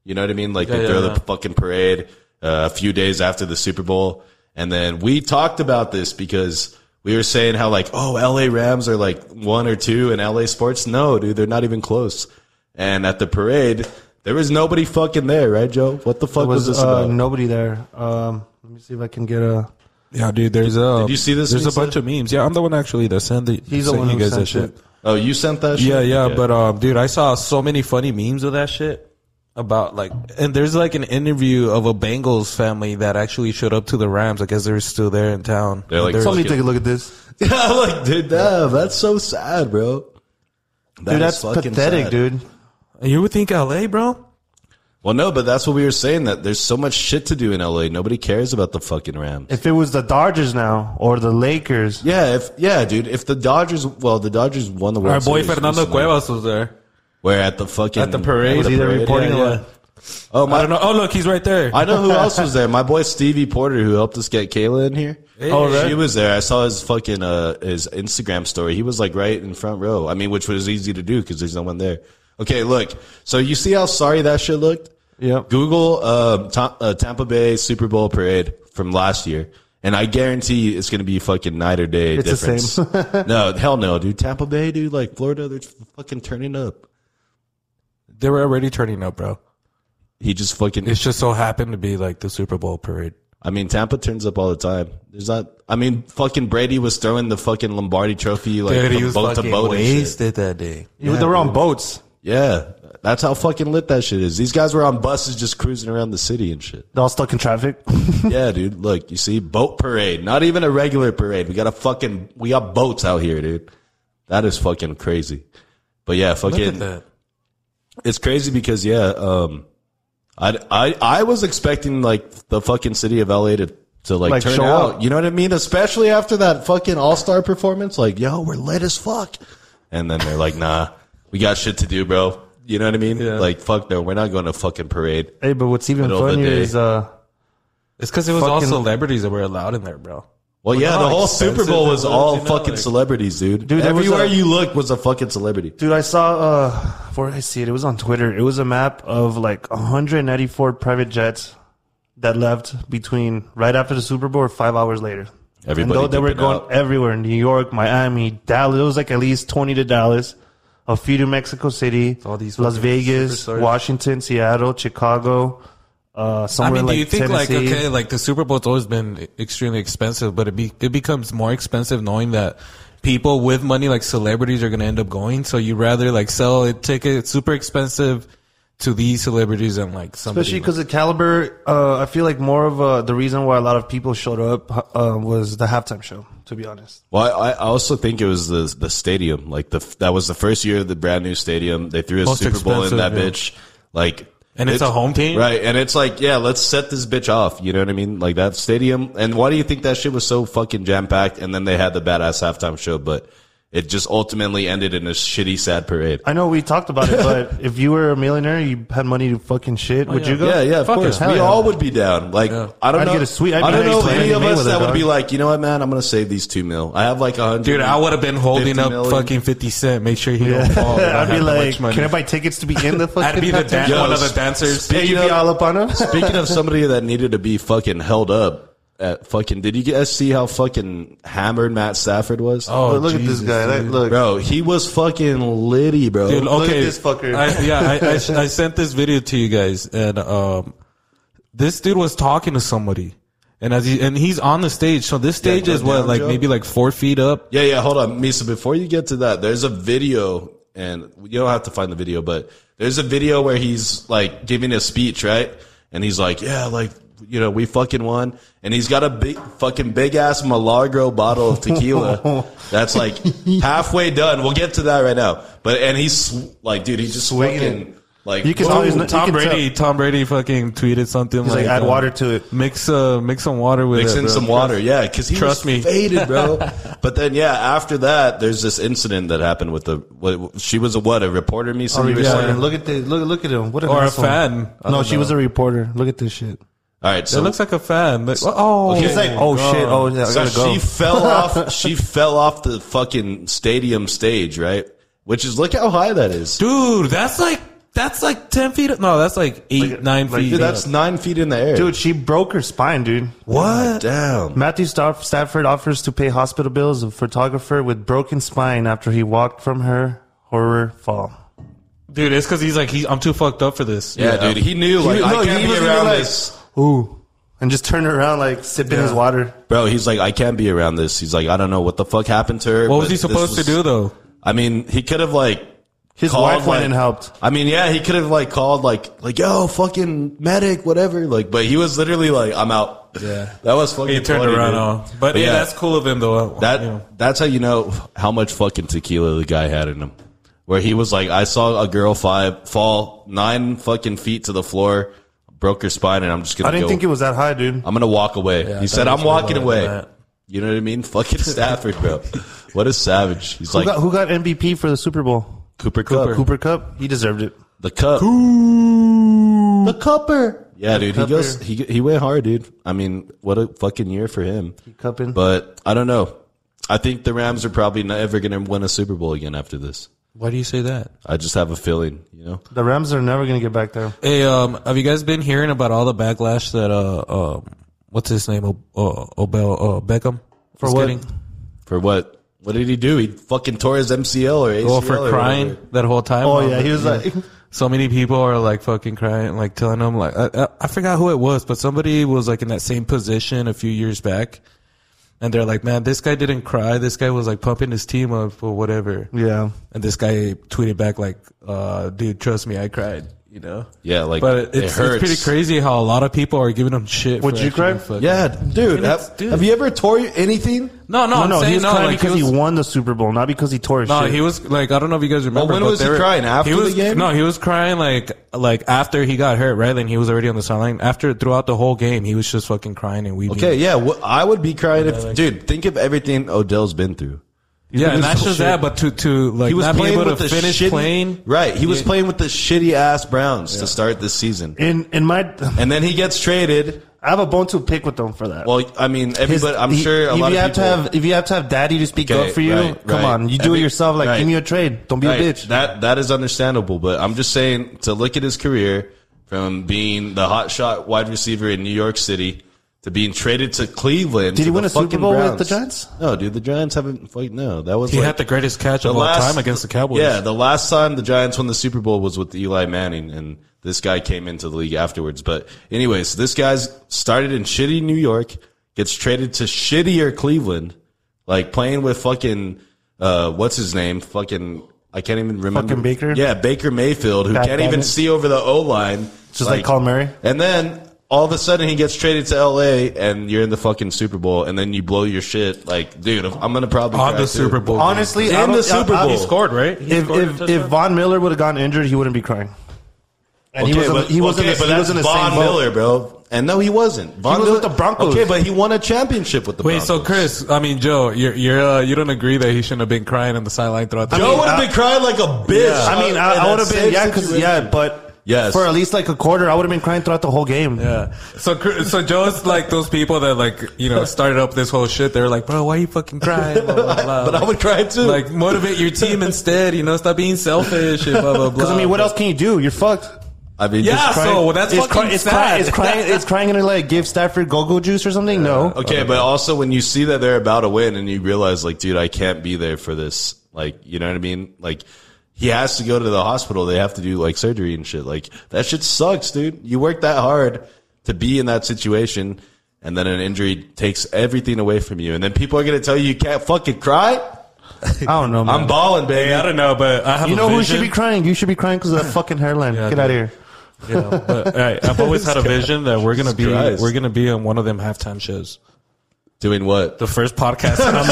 A: You know what I mean? Like, they
B: yeah,
A: throw the
B: yeah.
A: fucking parade uh, a few days after the Super Bowl. And then we talked about this because we were saying how, like, oh, LA Rams are like one or two in LA sports. No, dude, they're not even close. And at the parade, there was nobody fucking there, right, Joe? What the fuck
C: There
A: was,
C: was
A: this
C: uh,
A: about?
C: nobody there. Um, let me see if I can get a.
B: Yeah, dude, there's a.
A: you see this,
B: There's
A: Lisa?
B: a bunch of memes. Yeah, I'm the one actually that sent the.
C: He's the
B: sent
C: one
B: you
C: who
B: guys
C: sent
B: that shit.
C: it.
A: oh, you sent that shit?
B: Yeah, yeah,
A: Okay.
B: but um, dude, I saw so many funny memes of that shit about like, and there's like an interview of a Bengals family that actually showed up to the Rams. I guess they were still there in town.
A: They're like,
B: And
A: Look
C: Somebody
A: at-
C: take a look at this.
A: Yeah, I'm like, dude, damn, that's so sad, bro. That
C: Dude,
A: is
C: that's
A: fucking
C: pathetic,
A: sad.
C: dude.
B: you would think L.A., bro.
A: Well, no, but that's what we were saying. That there's so much shit to do in LA. Nobody cares about the fucking Rams.
C: If it was the Dodgers now or the Lakers,
A: yeah, if yeah, dude. If the Dodgers, well, the Dodgers won the World
B: Our boy
A: Series
B: Fernando
A: recently.
B: Cuevas was there.
A: We're at the fucking
B: At the parade.
C: was
A: the
C: either
A: parade,
C: reporting
A: yeah,
C: or
A: yeah. Oh my!
B: I
A: I,
B: don't know. Oh, look, he's right there.
A: know who else was there. My boy Stevie Porter, who helped us get Kayla in here.
B: Oh,
A: She
B: really?
A: was there. I saw his fucking uh, his Instagram story. He was like right in front row. I mean, which was easy to do because there's no one there. Okay, look. So you see how sorry that shit looked?
C: Yep.
A: Google um, Ta- uh, Tampa Bay Super Bowl parade from last year, and I guarantee it's going to be fucking night or day
C: It's the
A: difference. no, hell no, dude. Tampa Bay, dude, like Florida, they're fucking turning up.
B: They were already turning up, bro.
A: He just fucking.
B: It's just so happened to be like the Super Bowl parade.
A: I mean, Tampa turns up all the time. There's not. I mean, fucking Brady was throwing the fucking Lombardi Trophy like
B: Dude, he
A: from
B: was
A: boat to
B: fucking
A: boat. And shit.
B: wasted that day.
C: Even they're on boats.
A: Yeah, that's how fucking lit that shit is. These guys were on buses just cruising around the city and shit.
C: They're all stuck in traffic.
A: yeah, dude. Look, you see, boat parade. Not even a regular parade. We got a fucking. We got boats out here, dude. That is fucking crazy. But yeah,
B: Look at
A: fucking.
B: that.
A: It's crazy because yeah, um, I I I was expecting like the fucking city of LA to to like,
C: Like,
A: turn
C: show
A: out.
C: up.
A: You know what I mean? Especially after that fucking all star performance. Like, yo, we're lit as fuck. And then they're like, nah, we got shit to do, bro. You know what I mean?
B: Yeah.
A: Like, fuck no, we're not going to fucking parade.
C: hey, but what's even
A: Middle of the
C: funnier
A: day.
C: is uh,
B: It's because it was all
C: Fucking-
B: celebrities that were allowed in there, bro.
A: Well, yeah,
B: not
A: the whole
B: expensive
A: Super Bowl
B: and
A: was
B: was,
A: all
B: you know,
A: fucking
B: like-
A: celebrities, dude.
C: Dude, there was
A: Everywhere
C: a-
A: you looked was a fucking celebrity.
C: dude, I saw uh, where did I see it? It was on Twitter. It was a map of like 194 private jets that left between right after the Super Bowl, or five hours later.
A: Everybody
C: and though they were
A: dipping
C: going
A: out.
C: everywhere, New York, Miami, Dallas. It was like at least 20 to Dallas, a few to Mexico City,
B: all these
C: Las
B: fucking
C: Vegas,
B: superstars.
C: Washington, Seattle, Chicago. Uh,
B: I
C: somewhere
B: mean,
C: like
B: do you think
C: Tennessee.
B: like okay, like the Super Bowl's always been extremely expensive, but it be, it becomes more expensive knowing that people with money, like celebrities, are going to end up going. So you rather like sell a ticket super expensive to these celebrities and like somebody.
C: especially because the caliber uh, i feel like more of uh, the reason why a lot of people showed up uh, was the halftime show to be honest
A: Well, I, I also think it was the the stadium. Like the that was the first year of the brand new stadium. They threw a
B: Most
A: Super Bowl in
B: expensive,
A: that
B: yeah.
A: bitch. Like,
B: And it's a home team?
A: right? And it's like, yeah, let's set this bitch off. You know what I mean? Like that stadium. And why do you think that shit was so fucking jam packed? And then they had the badass halftime show, but it just ultimately ended in a shitty, sad parade.
C: i know we talked about it but if you were a millionaire you had money to fucking shit would
B: yeah.
C: you go
A: Yeah, yeah, of
B: Fuck
A: course.
B: yeah.
A: We
C: Hell yeah.
A: all would be down. Like I don't
C: I'd
A: know.
C: get a sweet- I'd
A: I
C: be
A: don't
C: ready
A: know
C: for
A: any
C: Andy
A: of us
C: Mayweather,
A: that would
C: dog.
A: be like, you know what, man? I'm gonna save these two mil. I have like a hundred.
B: Dude, I would have been holding
A: 50
B: up
A: million.
B: fucking 50 Cent, make sure he don't fall. if I
C: i'd
B: had
C: be
B: that
C: like
B: much money.
C: can i buy tickets to be in the fucking
B: I'd be the
C: halftime
B: dan-
C: show?"
A: Yo,
B: one of the
A: s-
B: dancers.
C: Hey,
A: speaking
C: you'd
A: of-
C: be all up on him
A: Speaking of somebody that needed to be fucking held up at fucking, did you guys see how fucking hammered Matt Stafford was?
B: Oh,
C: look at this
B: Jesus,
C: guy That-
B: dude.
C: look
A: bro, he was fucking litty, bro.
B: Dude,
C: Look at
B: okay.
C: this fucker.
B: I, yeah, I, I, sh- I sent this video to you guys, and um, this dude was talking to somebody, and as he, and he's on the stage. So this stage
A: go
B: is what,
A: down,
B: like
A: Joe.
B: maybe like four feet up.
A: yeah, yeah. Hold on, Misa. Before you get to that, there's a video, and you don't have to find the video, but there's a video where he's like giving a speech, right? And he's like, yeah, like. You know, we fucking won, and he's got a big, fucking big ass Milagro bottle of tequila that's like halfway done. We'll get to that right now. But and he's sw- like, dude, he's just
C: Swinging it.
A: fucking like
C: You can
A: whoa.
C: tell he's not-
B: Tom
C: you can
B: Brady, Tom Brady, fucking tweeted something
C: He's
B: like,
C: like, add
B: um,
C: water to it
B: Mix uh, mix some water with
A: Mix
B: it,
A: in
B: bro.
A: some water, yeah, because he
B: Trust
A: was
B: me.
A: faded, bro. but then, yeah, after that, there's this incident that happened with the. What, she was a what? A reporter, me?
C: Oh,
A: So you were
C: yeah.
A: saying?
C: Look at this. Look, look at him. What an
B: Or a
C: asshole.
B: fan. I
C: No,
B: don't
C: she
B: know.
C: was a reporter. Look at this shit.
A: All right,
B: It
A: so
B: looks like a fan. Like, oh,
A: Okay. He's like,
C: Oh shit. Oh, yeah, I
A: so
C: gotta go.
A: she fell off. She fell off the fucking stadium stage, right? Which is look how high that is,
B: dude, that's like that's like ten feet. up- No, that's like eight, nine
C: like,
B: feet.
A: dude. That's nine feet in the air,
C: Dude, she broke her spine, dude.
A: What? Damn.
C: Matthew Staff- Stafford offers to pay hospital bills of photographer with broken spine after he walked from her horror fall.
B: dude, it's because he's like, he, I'm too fucked up for this.
A: Yeah, dude. He knew like I
C: look,
A: can't
C: he
A: be
C: was even
A: around
C: like-
A: this.
C: Ooh. And just turned around like sipping his water.
A: Bro, he's like, I can't be around this. He's like, I don't know what the fuck happened to her.
B: What
A: but
B: was he
A: this
B: supposed
A: was-
B: to do though?
A: I mean, he could have like
C: His
A: called,
C: wife went
A: like-
C: and helped.
A: I mean, yeah, he could have like called like like yo, fucking medic, whatever. Like, but he was literally like, I'm out.
B: Yeah.
A: that was fucking.
B: He turned
A: funny,
B: around
A: dude.
B: on. But, yeah, that's cool of him though.
A: that
B: You know.
A: that's how you know how much fucking tequila the guy had in him. Where he was like, I saw a girl five fall nine fucking feet to the floor, broke her spine, and I'm just gonna.
C: I didn't
A: go,
C: think it was that high, dude.
A: I'm gonna walk away.
B: I
A: he
B: thought
A: said,
B: it
A: I'm
B: was way lower
A: walking
B: than
A: away.
B: that.
A: You know what I mean? Fucking Stafford, bro. what a savage. He's
C: Who
A: like
C: got, who got MVP for the Super Bowl? Uh,
A: Cooper Cup.
C: Cooper Cup. He deserved it.
A: The cup. The cupper. Yeah, dude. He
C: cupper.
A: goes. He he went hard, dude. I mean, what a fucking year for him.
C: Cupping.
A: Mm-hmm. But I don't know. I think the Rams are probably never going to win a Super Bowl again after this.
B: Why do you say that?
A: I just have a feeling, you know.
C: The Rams are never going to get back there.
B: Hey, um, have you guys been hearing about all the backlash that uh, um, what's his name, O- uh, Obel uh, Beckham
C: For
B: is
C: what?
B: getting?
A: For what? What did he do? He fucking tore his MCL or ACL
B: Well,
A: or
B: Oh, for crying
A: whatever.
B: that whole time.
C: Oh
B: Um,
C: yeah, he was like,
B: so many people are like fucking crying, like telling him like I, I, I forgot who it was, but somebody was like in that same position a few years back, and they're like, man, this guy didn't cry. This guy was like pumping his team up or whatever,
C: yeah.
B: and this guy tweeted back like, uh, dude, trust me, I cried. You know.
A: Yeah, like
B: But it's,
A: it
B: it's
A: hurts.
B: pretty crazy how a lot of people are giving him shit.
C: Would
B: for
C: you
B: actually
C: cry?
B: fucking-
A: Yeah, dude.
B: it's-
A: Have,
B: dude.
A: have you ever tore anything?
B: No, no,
C: No,
B: I'm
C: no,
B: saying
C: he was
B: no,
C: crying
B: like,
C: because
B: he
C: he,
B: was,
C: won the Super Bowl, not because he tore his
B: No,
C: shit.
B: he was like I don't know if you guys remember.
A: when
B: but
A: was
B: they
A: he
B: were-
A: crying? After
B: he was,
A: the game?
B: No, he was crying like like after he got hurt, right? And he was already on the sideline. After throughout the whole game, he was just fucking crying and weeping.
A: Okay, yeah. Well, I would be crying if, dude. Think of everything Odell's been through.
B: yeah, and not
A: so
B: just
A: shit.
B: that, but to to like
A: He was
B: not be
A: playing
B: able to
A: with the
B: finish
A: shitty,
B: playing.
A: Right, he was playing with the shitty ass Browns to start this season,
C: in in my,
A: and then he gets traded.
C: I have a bone to pick with them for that.
A: Well, I mean,
C: His-
A: everybody. I'm
C: he-
A: sure a
C: if
A: lot
C: you
A: of
C: have
A: people.
C: to have if you have to have daddy to speak
A: Okay,
C: up for you,
A: right,
C: come
A: right.
C: on, you do
A: Every-
C: it yourself. Like,
A: right.
C: give me a trade. Don't be
A: Right.
C: a bitch.
A: That that is understandable, but I'm just saying to look at his career from being the hot shot wide receiver in New York City to being traded to Cleveland.
C: Did
A: to
C: he
A: the
C: win a Super
A: fucking
C: Bowl with
A: Browns.
C: the Giants?
A: No, dude, the Giants haven't. Like, no, that was
B: He
A: like
B: had the greatest catch of all time against the Cowboys.
A: Yeah, the last time the Giants won the Super Bowl was with Eli Manning, and this guy came into the league afterwards. But anyways, this guy's started in shitty New York, gets traded to shittier Cleveland, like playing with fucking uh, what's his name? Fucking I can't even remember.
C: Fucking Baker?
A: Yeah, Baker Mayfield, who
C: Pat
A: can't even
C: Bennett.
A: see over the O line.
C: Just like Colin Murray?
A: And then all of a sudden he gets traded to LA, and you're in the fucking Super Bowl, and then you blow your shit. Like, dude, I'm gonna probably
B: on
A: cry
B: the
A: too.
B: Super Bowl.
C: Honestly,
A: In
C: I don't-
A: the Super
C: I- I-
A: Bowl.
B: he scored right. He
C: if
B: scored a
C: if,
B: touchdown.
C: if Von Miller would have gotten injured, he wouldn't be crying. And he was in- he was in
A: okay,
C: the-
A: but
C: he was in the
A: that's Von
C: same boat.
A: Miller, bro. And no, he wasn't. Von
C: was
A: Miller-
C: with the Broncos.
A: Okay, but he won a championship with the Broncos.
B: Wait, so Chris, I mean Joe, you're you're uh, you don't agree that he shouldn't have been crying on the sideline throughout the
A: Joe
B: game?
A: would have
C: I-
A: been crying like a bitch.
C: I mean,
A: in
C: I,
A: that
C: I would have
A: same
C: been yeah, 'cause-
A: situation.
C: yeah, but
A: Yes.
C: for at least like a quarter, I would have been crying throughout the whole game.
B: Yeah. So Cr- so Joe's like those people that like you know started up this whole shit. They're like, bro, why you fucking crying? Blah, blah, blah.
A: but I would cry too.
B: like motivate your team instead. You know, stop being selfish. And blah blah blah.
C: Because I mean, what else can you do? You're fucked.
A: I mean,
B: Yeah.
A: just-
B: So, well, that's
C: it's
B: fucking
C: it's
B: sad.
C: Crying, it's crying. It's crying gonna like give Stafford go-go juice or something. No.
A: okay, but also when you see that they're about to win, and you realize, like, dude, I can't be there for this. Like, you know what I mean? Like. He has to go to the hospital. They have to do like surgery and shit. Like that shit sucks, dude. You work that hard to be in that situation and then an injury takes everything away from you. And then people are going to tell you you can't fucking cry.
C: I don't know, man.
A: I'm balling, baby.
B: I don't know, but I have
C: you
B: a
C: know who
B: vision,
C: should be crying? You should be crying because of that fucking hairline.
B: Yeah,
C: Get
B: dude.
C: out of here.
B: you know, but, all right, I've always had a vision that we're gonna be
A: Christ.
B: we're gonna be on one of them halftime shows.
A: Doing what?
B: The first podcast. that I'm-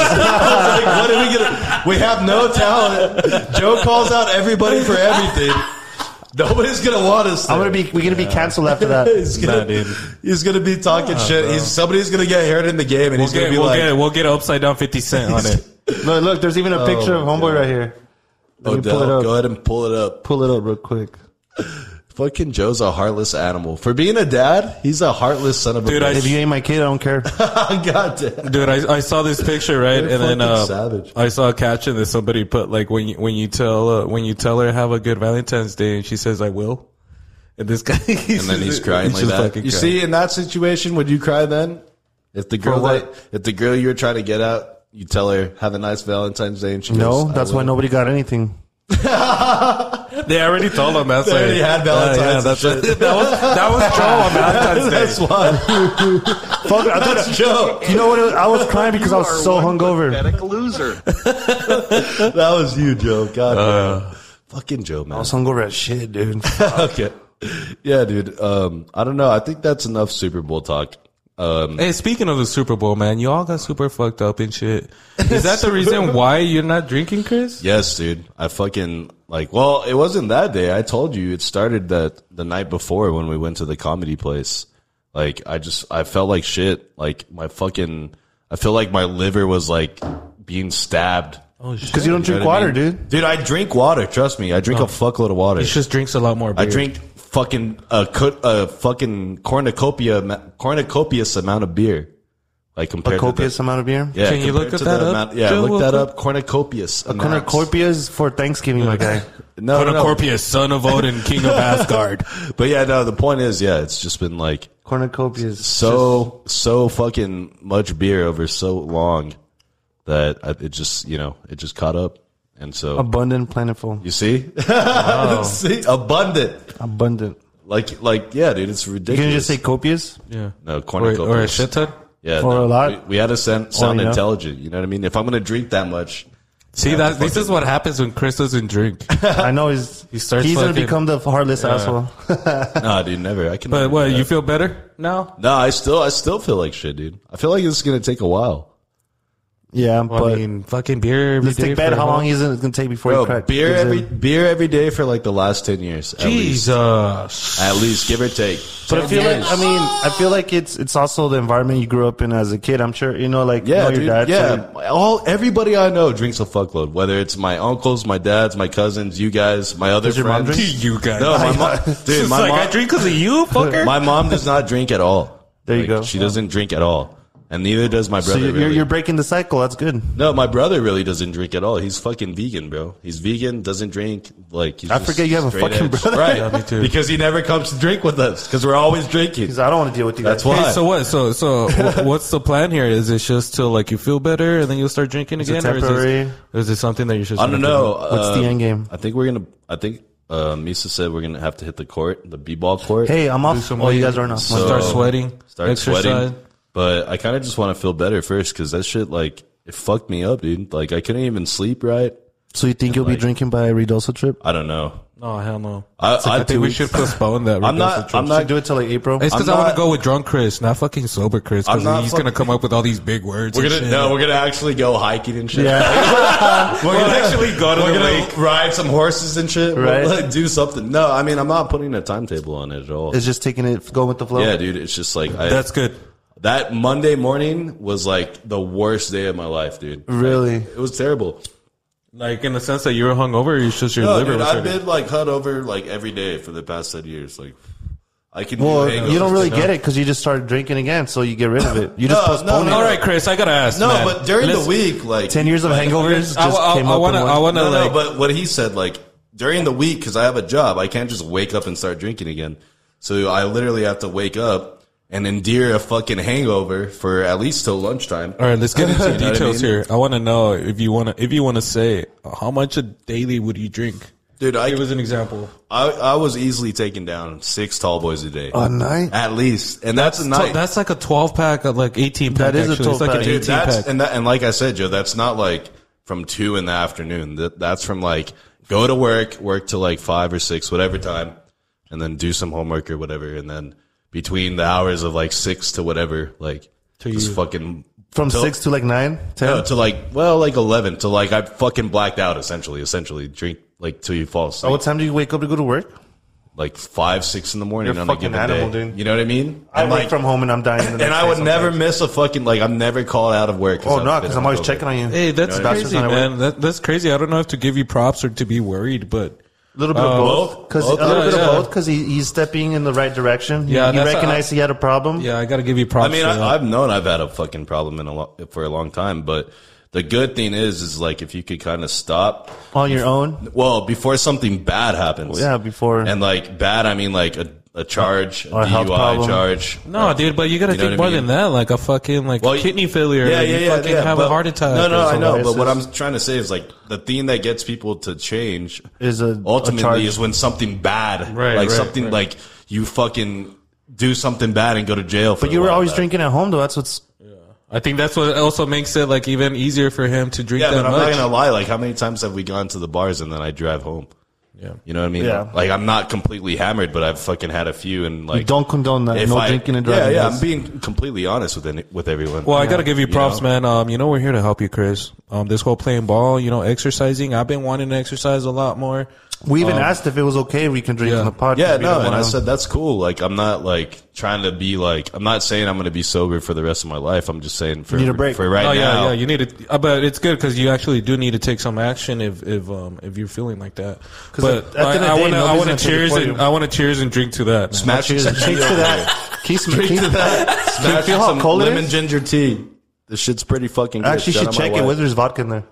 A: like, what are we gonna? We have no talent. Joe calls out everybody for everything. Nobody's gonna want us.
C: I'm gonna
A: there.
C: be. We're gonna be canceled after that.
A: He's gonna,
B: Nah, dude.
A: he's gonna be talking shit. He's, somebody's gonna get hurt in the game, and
B: we'll
A: he's gonna
B: get
A: be
B: we'll
A: like,
B: get we'll get upside down fifty cent on it.
C: look, look. There's even a picture of homeboy right here. Let me
A: "Odell,
B: Oh,
C: pull it up.
A: go ahead and pull it up."
C: Pull it up real quick.
A: Fucking Joe's a heartless animal. For being a dad, he's a heartless son of a
B: Dude, I-
A: bitch.
C: If you ain't my kid, I don't care.
A: God damn.
B: Dude, I, I saw this picture right,
A: They're
B: and then
A: fucking
B: uh,
A: savage.
B: I saw a caption that somebody put like when you when you tell uh, when you tell her have a good Valentine's Day, and she says I will, and this guy he's
A: And then he's crying like
B: just
A: that. You
B: fucking crying.
A: see, in that situation, would you cry then? If the girl
C: what?
A: that, if the girl you were trying to get out, you tell her have a nice Valentine's Day, and she
C: No,
A: goes, "I
C: that's why
A: will."
C: nobody got anything.
B: they already told him that's
A: They already
B: like-
A: had
B: Uh,
A: Valentine's
B: yeah,
A: and
B: that's
A: shit.
B: that was that was Joe on Valentine's Day.
A: That's why.
C: Fuck, I thought-
A: That's Joe.
C: You know what? I was crying because I was so hungover.
D: Pathetic loser.
A: That was you, Joe. God
B: Uh,
A: damn. Fucking Joe, man.
C: I was hungover as shit, dude.
A: okay. Yeah, dude. Um, I don't know. I think that's enough Super Bowl talk. Um,
B: Hey, speaking of the Super Bowl, man, you all got super fucked up and shit. Is that the reason why you're not drinking, Chris?
A: yes, dude. I fucking like. Well, it wasn't that day. I told you it started that the night before when we went to the comedy place. Like, I just I felt like shit. Like my fucking. I feel like my liver was like being stabbed.
B: Oh shit!
C: Because you don't
A: You know
C: drink
A: what I
C: water,
A: mean?
C: dude.
A: Dude, Oh. I drink water. Trust me, I drink a fuckload of water.
B: He just drinks a lot more.
A: I
B: Beer.
A: drink fucking a co- a fucking cornucopia cornucopious amount of beer. Like
C: A
A: compared
C: copious
A: to
C: amount of beer.
A: the, yeah,
B: Can you
A: compared
B: look
A: to
B: that
A: the
B: up,
A: amount- yeah,
B: Joe,
A: look
B: real
A: that
B: quick?
A: up. Cornucopious.
C: A cornucopia is for Thanksgiving, my guy.
A: No, no, no.
B: Cornucopius, son of Odin, king of Asgard.
A: But yeah, no. The point is, yeah, it's just been like
C: Cornucopia is
A: so so fucking much beer over so long that I, it just you know it just caught up, and so
C: abundant, plentiful,
A: you see, see abundant,
C: abundant.
A: like like yeah, dude, it's ridiculous.
C: You can just say copious.
B: Yeah.
A: no
B: Or,
A: cornucopious
B: or a shit ton?
A: Yeah,
C: For a lot?
A: We, we had to sound, sound
C: you know?
A: intelligent. You know what I mean? If I'm gonna drink that much,
B: See, that, this is what happens when Chris doesn't drink.
C: I know he's
B: He starts
C: he's gonna
B: fucking-
C: become the heartless asshole.
A: nah, dude, never. I can.
B: But
A: never
B: what,
A: do that.
B: you feel better now?
A: No, I still I still feel like shit, dude. I feel like this is gonna take a while.
C: Yeah,
B: I
C: but
B: mean, fucking beer every
C: let's
B: day.
C: take bet
B: for
C: how
B: a
C: long is it gonna take before he
A: Bro,
C: cracks?
A: beer every beer every day for like the last ten years, at least,
B: Jesus.
A: at least give or take.
C: But I feel like I mean I feel like it's it's also the environment you grew up in as a kid. I'm sure you know like you
A: Yeah,
C: know
A: dude,
C: your dad. so
A: yeah. All everybody I know drinks a fuckload. Whether it's my uncles, my dads, my cousins, you guys, my other
C: Does your mom
A: friends.
C: drink?
B: You guys.
A: No, my mom, dude,
B: It's
A: my
B: like,
A: mom.
B: I drink because of you, fucker.
A: My mom does not drink at all.
C: There you
A: Like,
C: go.
A: She doesn't drink at all, and neither does my
C: So
A: brother.
C: you're, you're,
A: really.
C: you're breaking the cycle. That's good.
A: No, my brother really doesn't drink at all. He's fucking vegan, bro. He's vegan, doesn't drink. Like he's
C: I
A: just
C: forget you have a
A: straight
C: fucking brother.
A: right?
B: Yeah, me too.
A: Because he never comes to drink with us because we're always drinking.
C: Because I don't want to deal with you.
A: That's
C: guys.
A: why.
B: Hey, so what? So so wh- what's the plan here? Is it just till like you feel better and then you'll start drinking
C: it
B: again, Or,
C: temporary?
B: is it, is it something that you should?
A: I don't know. What's
C: the end game?
A: I think we're gonna. I think uh, Misa said we're gonna have to hit the court, the b-ball court.
C: Hey, I'm off.
B: some
C: Oh, you
B: weight.
C: guys aren't off.
A: So-
B: Start sweating.
A: start
B: exercise.
A: sweating. But I kind of just want to feel better first because that shit like it fucked me up, dude. Like I couldn't even sleep right.
C: so you think you'll be drinking by a Redosa trip?
A: I don't know.
B: No, Oh, hell no.
A: I,
B: I,
A: I
B: think we should postpone that.
A: Uh, I'm
B: reversal
A: not.
B: trip.
A: I'm not.
C: do it till like April.
B: It's because
A: I'm
B: I want
A: not-
B: to go with drunk Chris, not fucking sober Chris,
A: I'm not
B: because he's
A: fuck-
B: gonna come up with all these big words.
A: We're
B: and
A: gonna
B: shit.
A: no. We're gonna actually go hiking and shit.
C: yeah,
A: We're gonna actually go to
B: the
A: gonna
B: lake.
A: ride some horses and shit. We'll,
C: Right.
A: like, do something. No, I mean I'm not putting a timetable on it at all.
C: it's just taking it, going with the flow.
A: yeah, dude. It's just like I,
B: That's good.
A: that Monday morning was like the worst day of my life, dude.
C: Really?
A: It was terrible.
B: Like in the sense that you were hungover, it's just your
A: No,
B: liver
A: dude,
B: was
A: I've
B: hurting.
A: been like hung over like every day for the past ten years. Like I can.
C: Well,
A: do hangovers.
C: you don't really get it because you just started drinking again, so you get rid of it. You just
A: No,
C: postpone
A: no,
C: it.
A: no.
B: All right, Chris, I gotta ask.
A: No,
B: man.
A: but during
B: Let's-
A: the week, like
C: Ten years of hangovers just
B: I, I,
C: came
B: I
C: up.
B: wanna,
C: in one-
B: I wanna,
A: No, no,
B: like,
A: but what he said, like during the week, because I have a job, I can't just wake up and start drinking again. So I literally have to wake up and endure a fucking hangover for at least till lunchtime.
B: All right, let's get into
A: You know what I
B: details
A: mean?
B: here. I want to know if you want to if you want to say how much a daily would you drink?
A: Dude, I,
B: Give us an example.
A: I I was easily taking down six tall boys a day,
C: a night.
A: at least, and that's, a night.
B: that's like a twelve pack, of like eighteen pack.
C: That is a
B: actually. It's
C: 12
B: like
C: pack.
B: an
A: Dude,
B: eighteen
A: that's-
B: pack.
A: and that, and like I said, Joe, that's not like from two in the afternoon. That that's from like go to work, work till like five or six, whatever time, and then do some homework or whatever, and then between the hours of like six to whatever, like just fucking
C: From
A: till-
C: six to like nine, ten.
A: no, to like well, like eleven to like I fucking blacked out essentially. Essentially, drink like till you fall asleep,
C: What time do you wake up to go to work?
A: like five, six in the morning.
C: Oh. You're
A: on a
C: fucking
A: given
C: animal,
A: day.
C: dude.
A: You know what I mean?
C: I
A: And,
C: work from home and I'm dying. The next
A: and I
C: day
A: would never
C: sometimes.
A: miss a fucking like I'm never called out of work.
C: Oh
A: I've
C: no,
A: been
C: because I'm always
A: hungover.
C: checking on you.
B: Hey, that's
C: You know,
B: crazy,
C: not at work.
B: man. That, that's crazy. I don't know if to give you props or to be worried, but
C: A little bit of both,
A: Uh, both?
C: because a
A: Both?
C: little
B: Yeah,
C: bit of
B: yeah.
C: both, because he, he's stepping in the right direction.
B: Yeah,
C: Yeah, he,
B: that's-
C: recognized he had a problem.
B: yeah, I got to give you props.
A: I mean,
B: for that.
A: I, I've known I've had a fucking problem in a lo- for a long time, but the good thing is, is like if you could kind of stop,
C: on your own.
A: well, before something bad happens.
C: Yeah, before
A: And like bad, I mean like a, a charge, a
C: Or a health
A: DUI
C: problem.
A: charge.
B: no, dude, but you got to
A: You know
B: think
A: what I
B: more
A: mean?
B: than that. Like a fucking like
A: Well,
B: kidney failure.
A: Yeah,
B: or you
A: yeah, yeah.
B: fucking
A: yeah,
B: have
A: but-
B: a heart attack.
A: No,
B: or
A: no, I
B: something.
A: know. But what
C: Psoriasis.
A: I'm trying to say is like the thing that gets people to change
C: Is a- a charge.
A: ultimately is when something bad,
B: Right,
A: Like
B: right,
A: something
B: right.
A: like you fucking do something bad and go to jail. For
C: But you were always drinking at home, though. That's what's
B: I think that's what also makes it like even easier for him to drink
A: Yeah,
B: that
A: but I'm
B: much.
A: not gonna lie. Like, how many times have we gone to the bars and then I drive home?
B: Yeah.
A: you know what I mean.
C: Yeah.
A: like I'm not completely hammered, but I've fucking had a few and like
C: don't condone that.
A: if
C: No
A: I-
C: drinking and driving.
A: Yeah, yeah.
C: guys.
A: I'm being completely honest with any, with everyone.
B: Well, I gotta give you
A: You
B: props,
A: know?
B: man. Um, you know we're here to help you, Chris. Um, this whole playing ball, you know, exercising. I've been wanting to exercise a lot more.
C: we even asked if it was okay we can drink
B: yeah.
C: on the podcast.
A: um, yeah,
C: We
A: no.
C: don't
A: And I
C: wanna-
A: said that's cool. Like I'm not like trying to be like I'm not saying I'm gonna be sober for the rest of my life. I'm just saying for
C: need a break.
A: for right
B: oh yeah,
A: now.
B: yeah. You need to, uh, but it's good because you actually do need to take some action if if um if you're feeling like that. But
C: at the end of the
B: I
C: day,
B: want to I
C: nobody's
B: want
C: gonna
B: to
C: take it
B: cheers
C: for
B: and
C: you.
B: I want to cheers and drink to that. man.
A: Smash
C: Cheers-
A: cheers
C: cheers to
A: to
C: that.
A: that.
C: Keith Smith.
A: Drink to that. Smash
C: feel how
A: some
C: cold it
A: lemon
C: is?
A: ginger tea. This shit's pretty fucking good.
C: I actually
A: Shout
C: should
A: out my
C: check it
A: wife.
C: whether there's vodka in there.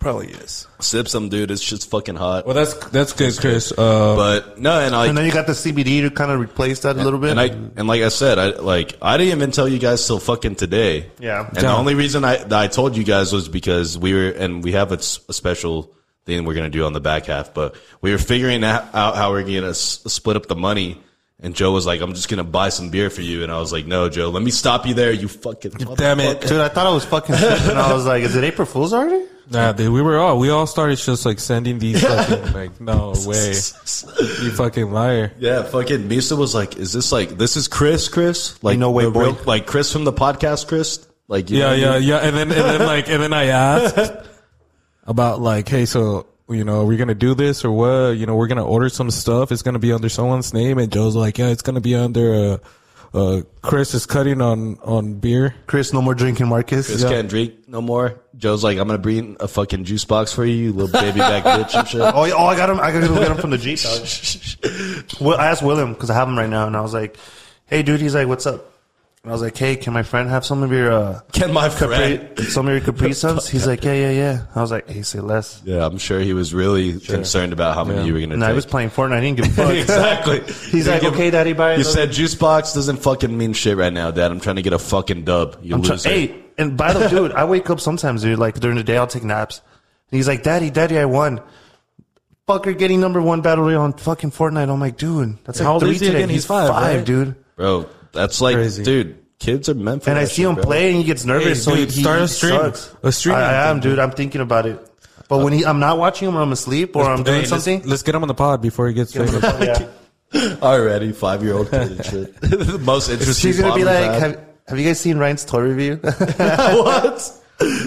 D: Probably is.
A: Sip some, dude. This shit's fucking hot.
B: Well, that's that's good, Chris. Uh,
A: But no, and
C: And
A: I
C: then you got the CBD to kind of replace that a little bit.
A: and I and like I said, I like I didn't even tell you guys till fucking today.
C: Yeah.
A: And the only reason I that I told you guys was because we were and we have a, s- a special thing we're gonna do on the back half, but we were figuring out out how we're gonna s- split up the money. And Joe was like, "I'm just gonna buy some beer for you," and I was like, "No, Joe, let me stop you there. You fucking
B: damn it,
C: Dude, I thought I was fucking sick, and I was like, "Is it April Fool's already?"
B: nah, dude, we were all we all started just like sending these fucking like no way, you fucking liar.
A: Yeah, fucking Misa was like, "Is this like this is Chris? Chris? Like
C: no way,
A: the
C: boy.
A: like Chris from the podcast, Chris? Like you know
B: Yeah,
A: what I
B: yeah,
A: mean?
B: yeah. And then and then like and then I asked about like, hey, so you know, are we gonna do this or what? You know, we're gonna order some stuff. It's gonna be under someone's name. And Joe's like, yeah, it's gonna be under. Uh, uh, Chris is cutting on on beer.
C: Chris, no more drinking, Marcus.
A: Chris can't drink no more. Joe's like, I'm gonna bring a fucking juice box for you, you little baby back bitch and shit.
C: Oh, yeah, oh, I got him. I got to go get him from the Jeep. dog. Well, I asked William because I have him right now, and I was like, "Hey, dude." He's like, "What's up?" And I was like, "Hey, can my friend have some of your uh,
A: Can my
C: Capri,
A: friend?
C: some of your Capri Suns?" He's like, "Yeah, yeah, yeah." I was like, "Hey, say less."
A: Yeah, I'm sure he was really concerned about how many you were gonna
C: And I
A: take.
C: was playing Fortnite. I didn't give a fuck.
A: exactly.
C: He's
A: You
C: like,
A: give-
C: "Okay, daddy, bye."
A: You said juice box doesn't fucking mean shit right now, Dad. I'm trying to get a fucking dub. You
C: I'm try-
A: loser.
C: "Hey," and by the dude, I wake up sometimes, dude. Like during the day, I'll take naps. And he's like, "Daddy, daddy, I won." Fucker getting number one battle royale on fucking Fortnite. I'm like, dude, that's like
B: How old
C: three
B: is he
C: today.
B: again?
C: He's,
B: He's five, right?
C: dude.
A: bro. That's like,
B: Crazy.
A: dude. Kids are meant for
C: And I
A: that
C: see
A: shit,
C: him
A: bro.
C: play, and he gets nervous.
B: Hey,
C: so
B: dude,
C: he,
B: start a
C: he
B: stream.
C: Sucks.
B: A stream,
C: I, I
B: I
C: am, dude. I'm thinking about it. But when he, I'm not watching him, or I'm asleep, or I'm doing
B: Hey, let's-
C: something.
B: Let's, get him on the pod before he gets famous.
C: yeah.
A: already. Five year old kid and shit. the most interesting.
C: She's gonna be
A: problem we've
C: like,
A: had.
C: have, "Have you guys seen Ryan's toy review?"
A: what?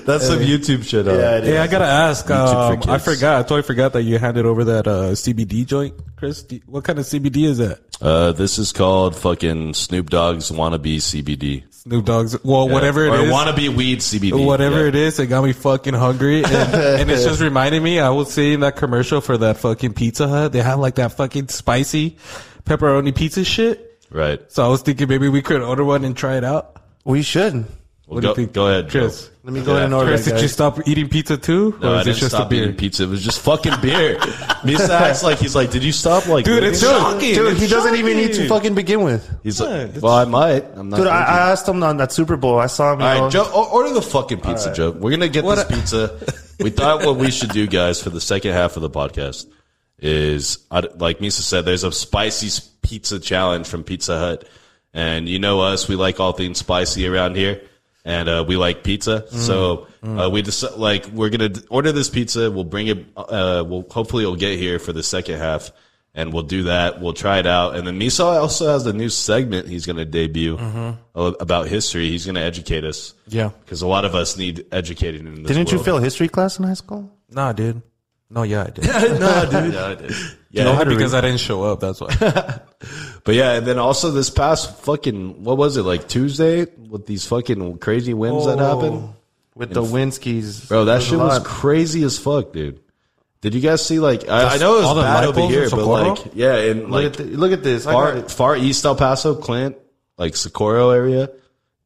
A: That's some YouTube shit. huh?
C: Yeah, it
B: Hey, I gotta ask.
A: YouTube
B: Um,
A: for
B: I
A: kids.
B: forgot. I totally forgot that you handed over that uh, CBD joint, Chris. do you- What kind of CBD is that?
A: Uh, this is called fucking Snoop Dogg's wannabe CBD.
B: Snoop Dogg's. Well, whatever it
A: or
B: is,
A: wannabe weed CBD.
B: whatever it is, it got me fucking hungry, and, and it's just reminding me. I was seeing that commercial for that fucking Pizza Hut. They have like that fucking spicy pepperoni pizza shit.
A: Right.
B: So I was thinking maybe we could order one and try it out.
C: we should.
A: Well,
B: What do
A: go,
B: you think?
A: go ahead,
B: Chris?
A: Joe.
C: Let me go ahead and order
B: Chris,
C: that,
B: did you
C: guys.
B: stop eating pizza too,
A: No, I
B: or is it
A: didn't
B: just a
A: stop
B: beer?
A: eating pizza. It was just fucking beer. Misa acts like he's like, did you stop? Like,
B: Dude,
A: eating
B: it's
A: it?"
B: shocking.
C: Dude,
B: It's
C: he doesn't even need to
B: shocking.
C: fucking begin with.
A: He's like, well, I might. I'm not.
C: Dude, I,
A: drinking.
C: I asked him on that Super Bowl. I saw him. you
A: All
C: know,
A: right, Joe, o- order the fucking pizza, Joe. We're gonna get this pizza. we thought what we should do, guys, for the second half of the podcast is, I d- like Misa said, there's a spicy s- pizza challenge from Pizza Hut, and you know us, we like all things spicy around here, and uh, we like pizza, so Uh, we just like we're gonna d- order this pizza. We'll bring it. Uh, we'll hopefully it'll get here for the second half. And we'll do that. We'll try it out. And then Misa also has a new segment he's going to debut uh, about history. He's going to educate us.
B: Yeah.
A: Because a lot of us need educating in this
C: Didn't you
A: world.
C: fail history class in high school?
B: Nah, dude. No, yeah, I did.
A: no, dude. yeah, I did. Yeah.
B: Only because I didn't show up. That's why.
A: But yeah, and then also this past fucking, what was it, like Tuesday with these fucking crazy winds that
B: Oh.
A: happened?
C: with the Winskis.
A: Bro, that
C: There's a
A: shit was
C: lot.
A: crazy as fuck, dude. Did you guys see, like, I, I know it
B: all
A: was
B: the
A: bad
B: light
A: over
B: bulbs
A: here,
B: in
A: but
B: Socorro?
A: like, yeah, and
C: Look,
A: like,
C: at, thi- look at this. I got
A: far,
C: it.
A: far east El Paso, Clint, like Socorro area,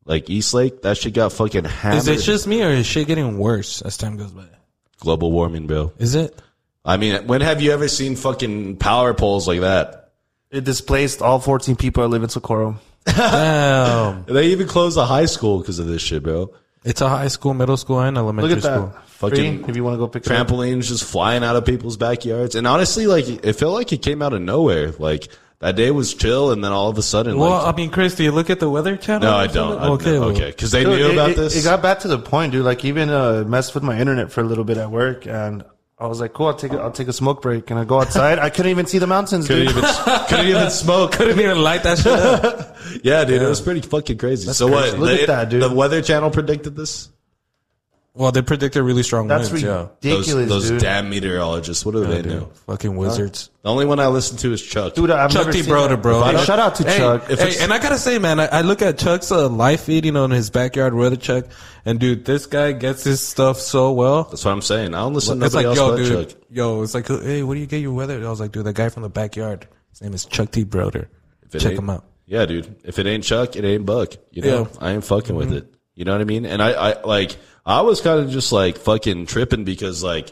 A: like East Lake, that shit got fucking hammered.
B: Is it just me or is shit getting worse as time goes by?
A: Global warming, bro.
B: Is it?
A: I mean, when have you ever seen fucking power poles like that?
C: It displaced all 14 people that live in Socorro.
B: Damn.
A: They even closed the high school because of this shit, bro.
B: it's a high school, middle school, and elementary
C: Look at
B: school.
C: that.
A: Fucking
C: Free, if you want to go pick it up.
A: Trampolines just flying out of people's backyards, and honestly, like it felt like it came out of nowhere. Like that day was chill, and then all of a sudden,
B: Well,
C: uh,
A: like,
B: I mean, Chris, do you look at the weather channel?
A: no,
B: or
A: I don't.
B: something?
A: I okay,
B: well,
A: okay, because they
C: Dude,
A: knew
C: it-
A: about
C: it,
A: this.
C: It got back to the point, dude. Like even uh, messed with my internet for a little bit at work, and I was like, "Cool, I'll take a, I'll take a smoke break." And I go outside. I couldn't even see the mountains,
A: couldn't
C: dude.
A: even, couldn't even smoke.
B: Couldn't even light that shit up.
A: Yeah, dude, it was pretty fucking crazy. so what?
C: Look
A: the,
C: at that, dude.
A: The Weather Channel predicted this.
B: Well, they predicted really strong
C: That's
B: winds. yeah.
A: Those,
C: ridiculous,
A: those
C: dude.
A: damn meteorologists. What do they know?
B: Fucking wizards.
A: The only one I listen to is Chuck.
C: dude, I've
B: Chuck
C: never
B: D.
C: seen
B: Broder,
C: that.
B: bro.
C: Hey,
B: If I-
C: shout out to
B: hey,
C: Chuck.
B: hey, and I gotta say, man, I, I look at Chuck's uh, live feed, you know, in his backyard weather check, and dude, this guy gets his stuff so well.
A: That's what I'm saying. I don't listen to
B: It's
A: nobody
B: like, yo,
A: else but
B: dude,
A: Chuck.
B: yo, it's like, hey, where do you get your weather? I was like, dude, that guy from the backyard. His name is Chuck D. Broder.
A: it
B: Check
A: ain't-
B: him out.
A: Yeah, dude. If it ain't Chuck, it ain't Buck. You know,
B: Yeah. Mm-hmm.
A: I ain't fucking with it. You know what I mean? And I, I like, I was kind of just like fucking tripping because like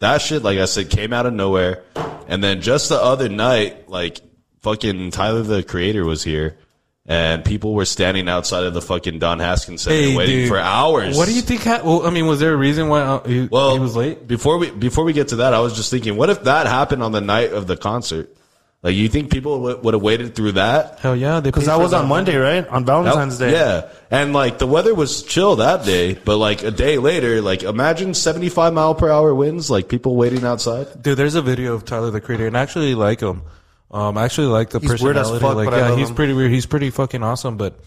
A: that shit, like I said, came out of nowhere. And then just the other night, like fucking Tyler the Creator was here. And people were standing outside of the fucking Don Haskins Center
B: Hey,
A: waiting
B: dude.
A: for hours.
B: What do you think? Ha- well, I mean, was there a reason why uh, he,
A: Well,
B: he was late?
A: Before we before we get to that, I was just thinking, what if that happened on the night of the concert? Like, you think people w- would have waited through that?
B: Hell yeah, they
C: Because that was on Monday, right? On Valentine's Day.
A: Yeah. And like the weather was chill that day, but like a day later, like imagine 75 mile per hour winds, like people waiting outside.
B: Dude, there's a video of Tyler the Creator, and I actually like him. Um, I actually like the
C: He's weird as
B: personality.
C: fuck,
B: like,
C: but I
B: yeah,
C: love
B: he's
C: him.
B: pretty weird. He's pretty fucking awesome. But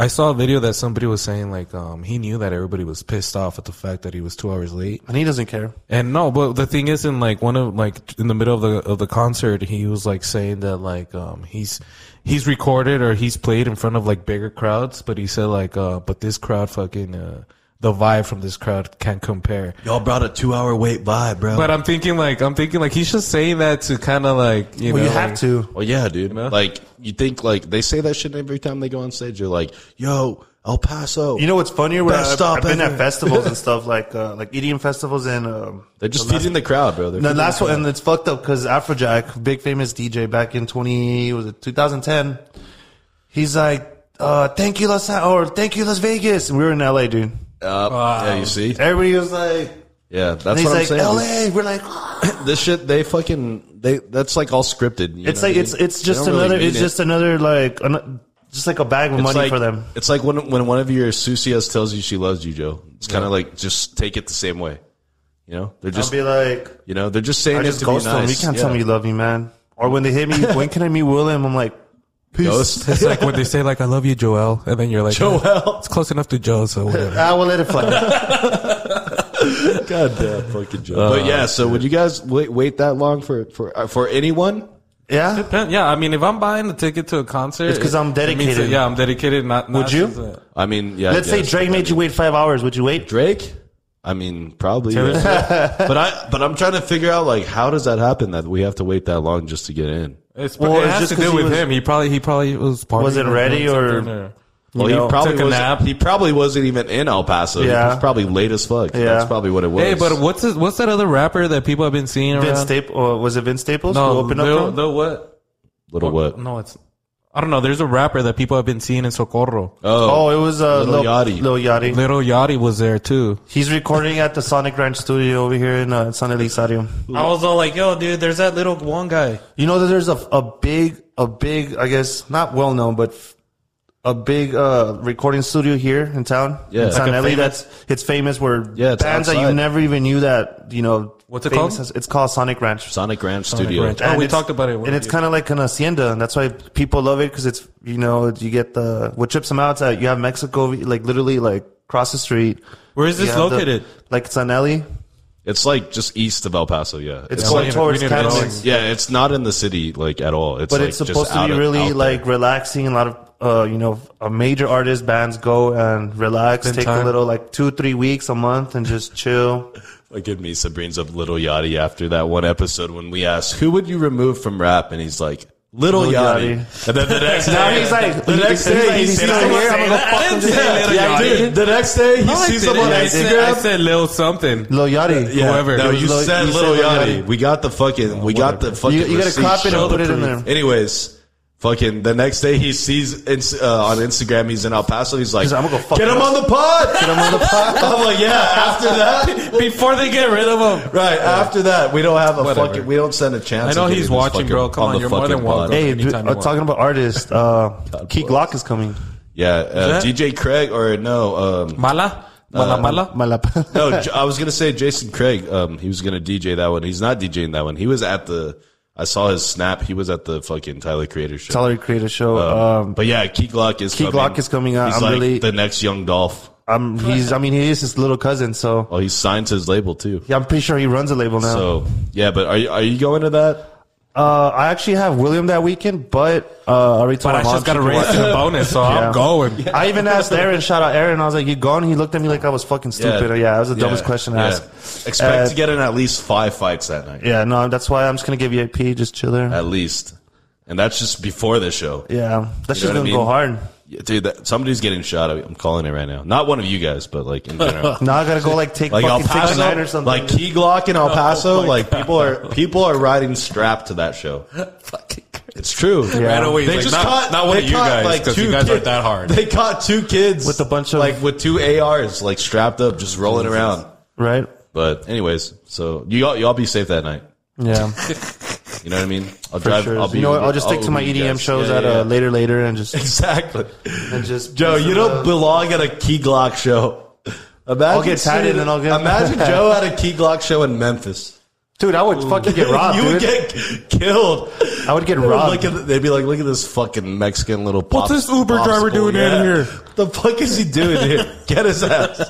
B: I saw a video that somebody was saying like um, he knew that everybody was pissed off at the fact that he was two hours late.
C: And he doesn't care.
B: And no, but the thing is, in like one of like in the middle of the of the concert, he was like saying that like um he's he's recorded or he's played in front of like bigger crowds, but he said like uh but this crowd fucking uh the vibe from this crowd can't compare.
A: Y'all brought a two hour wait vibe, bro.
B: But I'm thinking like I'm thinking like he's just saying that to kind of like you
C: Well,
B: know
C: you have
B: like-
C: to.
A: well, Oh, yeah, dude. Like you think like they say that shit every time they go on stage. You're like, yo, El Paso.
C: You know what's funnier? Where
A: Best
C: I've,
A: stop
C: I've been
A: ever.
C: at festivals and stuff like uh, like EDM festivals and um,
A: they're just
C: the last-
A: feeding the crowd, bro. They're
C: The
A: feeding
C: last
A: the
C: one,
A: crowd.
C: and it's fucked up because Afrojack, big famous DJ back in 20, was it 2010? He's like, uh, thank you Los, or thank you Las Vegas. And we were in LA, dude.
A: Uh, Yeah, you see?
C: Everybody was like,
A: Yeah, that's what
C: and he's
A: I'm
C: like,
A: saying.
C: LA. We're like, "Ah."
A: This shit, they fucking, they, that's like all scripted. you
C: it's
A: know
C: like,
A: what I
C: it's,
A: mean?
C: it's
A: They
C: just
A: don't really
C: another,
A: mean
C: it's
A: it.
C: just another like, an, just like a bag of
A: It's
C: money
A: like-
C: for them.
A: It's like when when one of your sucias tells you she loves you, Joe. It's kind of like just take it the same way. You know, they're
C: I'll
A: just
C: be like,
A: you know they're just saying
C: I
A: it
C: just
A: to be
C: ghost them. You
A: nice.
C: can't tell
A: Yeah.
C: me you love me, man. Or when they hit me, when can I meet William? I'm like, peace.
A: ghost.
B: It's like when they say like I love you, Joel, and then you're like
A: Joel.
B: "Eh, It's close enough to Joe, so whatever.
C: I will Ah, let it fly.
A: God damn, fucking Joe. but yeah, so would you guys wait wait that long for for uh, for anyone?
C: yeah.
B: yeah, I mean, if I'm buying a ticket to a concert,
C: It's 'cause I'm
B: it means
C: dedicated.
B: that- yeah, I'm dedicated. Not, not
C: Would you?
B: just, uh,
A: I mean, yeah. I
C: Let's say
A: guess.
C: Drake made you wait five hours. Would you wait?
A: Drake. I mean, probably.
B: Taylor
A: yeah. but I but I'm trying to figure out like how does that happen that we have to wait that long just to get in?
B: It's,
C: Well,
B: it
C: it's
B: has
C: just
B: to
C: 'cause
B: do
C: he
B: with
C: was-
B: him. He probably he probably was partying
C: Wasn't
B: doing
C: ready or-
B: something
A: Well,
C: You know,
A: he probably
B: took a
A: wasn't-
B: nap.
A: He probably wasn't even in El Paso. Yeah. He
C: Yeah.
A: was probably late as fuck.
C: Yeah.
A: That's probably what it was.
B: Hey, but what's this, what's that other rapper that people have been seeing around?
C: Vince Staples uh, was it Vince Staples
B: no,
C: who opened
B: Lil-
C: up? for him?
B: Lil what?
A: little what?
B: No, it's I don't know. There's a rapper that people have been seeing in Socorro.
A: Oh,
C: Oh, it was uh,
A: Lil
C: Lil
A: Yachty.
C: Yachty. Lil Yachty.
B: Little Yachty was there too.
C: He's recording at the Sonic Ranch Studio over here in uh, San Elizario.
B: I was all like, "Yo, dude, there's that little one guy."
C: You know that there's a a big a big I guess not well known but f- a big uh, recording studio here in town.
A: Yeah.
C: in San
B: Like a
C: Eli.
B: famous-
C: That's it's famous where
A: Yeah, it's
C: bands that you
A: outside.
C: never even knew that you know.
B: What's it
C: famous
B: called?
C: as- It's called Sonic Ranch.
A: Sonic Ranch Studio.
B: Ranch. Oh,
C: And
B: we
C: it's-
B: talked about it.
C: and it's kind of like an hacienda, and that's why people love it because it's you know you get the what trips them out is that you have Mexico like literally like cross the street.
B: Where is this
C: You have the-
B: located?
C: like Sanelli.
A: It's like just east of El Paso. Yeah,
C: It's
A: yeah.
B: we
C: going
B: need to-
C: towards
B: we need to go.
C: Catamounts,
A: yeah, it's not in the city like at all. It's
C: but
A: like,
C: it's
A: just
C: supposed to
A: out
C: be
A: of-
C: really
A: out
C: like relaxing. A lot of uh, you know uh, major artist bands go and relax,
B: Spend
C: take
B: time.
C: a little like two three weeks a month and just chill.
A: there. like give me Sabrine's of Little Yachty after that one episode when we asked who would you remove from rap and he's like Little,
C: Lil
A: Yachty. and then the next
C: Now
A: day
C: he's like-
A: the next
C: he's like,
A: day he
C: he's
A: sees
C: like,
A: someone-
C: "Yeah, I'm gonna fuck with this
B: Little
A: yeah,
B: Yachty.
A: dude, the next day he
B: No, I
A: sees
B: didn't.
A: someone on
B: I said, I
A: Instagram.
B: said Lil something.
C: Lil Yachty,
A: Yeah,
B: whoever.
A: No,
B: It
A: you
C: was Lil-
A: said
C: you said
A: Little
C: Lil
A: Yachty.
C: Yachty.
A: We got the fucking. We got the fucking.
C: You- you gotta
A: receipt,
C: clap it and
A: show
C: put
A: the
C: it in
A: proof.
C: there.
A: Anyways, fucking. The next day he sees ins- uh, on Instagram he's in El Paso. He's like,
C: He's like, "I'm gonna go fuck
A: get him
C: with
A: on the pod. Get him on the pod. I'm like, yeah. After that,
B: Before they get rid of him.
A: right after that, we don't have a
B: Whatever.
A: fucking. We don't send a chance.
B: I know
A: of getting
B: he's
A: this
B: watching,
A: fucking-
B: bro. Come on,
A: the
B: you're more
A: fucking
B: than welcome.
A: pod.
C: Hey, dude,
B: Anytime you
C: uh,
B: want.
C: talking about artists, uh, Key Glock is coming.
A: Yeah, uh,
B: that-
A: DJ Craig or no, um,
B: Mala?
C: Uh,
B: Mala Mala?
C: Malapa.
A: no. J- I was gonna say Jason Craig. Um, he was gonna DJ that one. He's not DJing that one. He was at the. I saw his snap. He was at the fucking Tyler Creator show.
C: Tyler create a show.
B: Oh.
C: um,
A: but yeah, Key Glock is
C: Key
A: coming.
C: Glock is coming out.
A: He's
C: I'm
A: like
C: really-
A: the next young Dolph.
C: um, he's, I mean, he is his little cousin, so
A: Oh, he's signed to his label too.
C: yeah, I'm pretty sure he runs a label now.
A: So yeah, but are you are you going to that?
C: Uh, I actually have William that weekend, but uh, I already told my
B: I
C: mom
B: just got a
C: she could
B: raise and a bonus, so
C: Yeah.
B: I'm going.
C: watch. I even asked Aaron, shout out Aaron. I was like, "You gone?" He looked at me like I was fucking stupid. Yeah, that was the dumbest
A: Yeah.
C: question to
A: Yeah.
C: ask.
A: Expect
C: Uh,
A: to get in at least five fights that night.
C: E
A: Uh,
C: Yeah, no, that's why I'm just gonna give you a P. Just chill there.
A: At least. and that's just before the show.
C: Yeah, that's
A: You
C: just
A: know
C: gonna
A: what I
C: go
A: mean?
C: hard.
A: Yeah, dude, that, somebody's getting shot. I- I'm calling it right now. Not one of you guys, but like in general.
C: Now I gotta go like take
A: Like El
C: fucking six nine or
A: Paso,
C: something. Oh
A: like Key Glock in El Paso, like people are people are riding strapped to that show.
B: Fucking
A: It's true.
B: Right away,
A: They
B: he's
A: just
B: like, not,
A: caught
B: not one
A: they
B: of you
A: caught,
B: guys
A: like,
B: because
A: two
B: you guys
A: kid-
B: aren't that hard.
A: They caught two kids
C: With a bunch of-
A: like with two ARs like strapped up, just rolling around.
C: right?
A: But anyways, so you all y'all be safe that night.
C: Yeah,
A: You know what I mean? I'll drive.
C: sure.
A: I'll be
C: you know what?
A: Uber-
C: I'll just stick to my
A: Uber you
C: EDM
A: guys.
C: shows
A: Yeah,
C: at
A: yeah,
C: uh,
A: yeah.
C: later, later, and just
A: exactly.
C: and just
A: Joe, you don't belong at a Key Glock show. Imagine
C: I'll get tatted
A: sitting-
C: and I'll get-
A: imagine Joe at a Key Glock show in Memphis.
C: dude. I would fucking get robbed,
A: you
C: dude.
A: would get killed.
C: I would get
A: They would
C: robbed.
A: look at the- they'd be like, "Look at this fucking Mexican little." Pops,
B: this Uber driver doing in here?
A: The fuck is he doing here? Get his ass!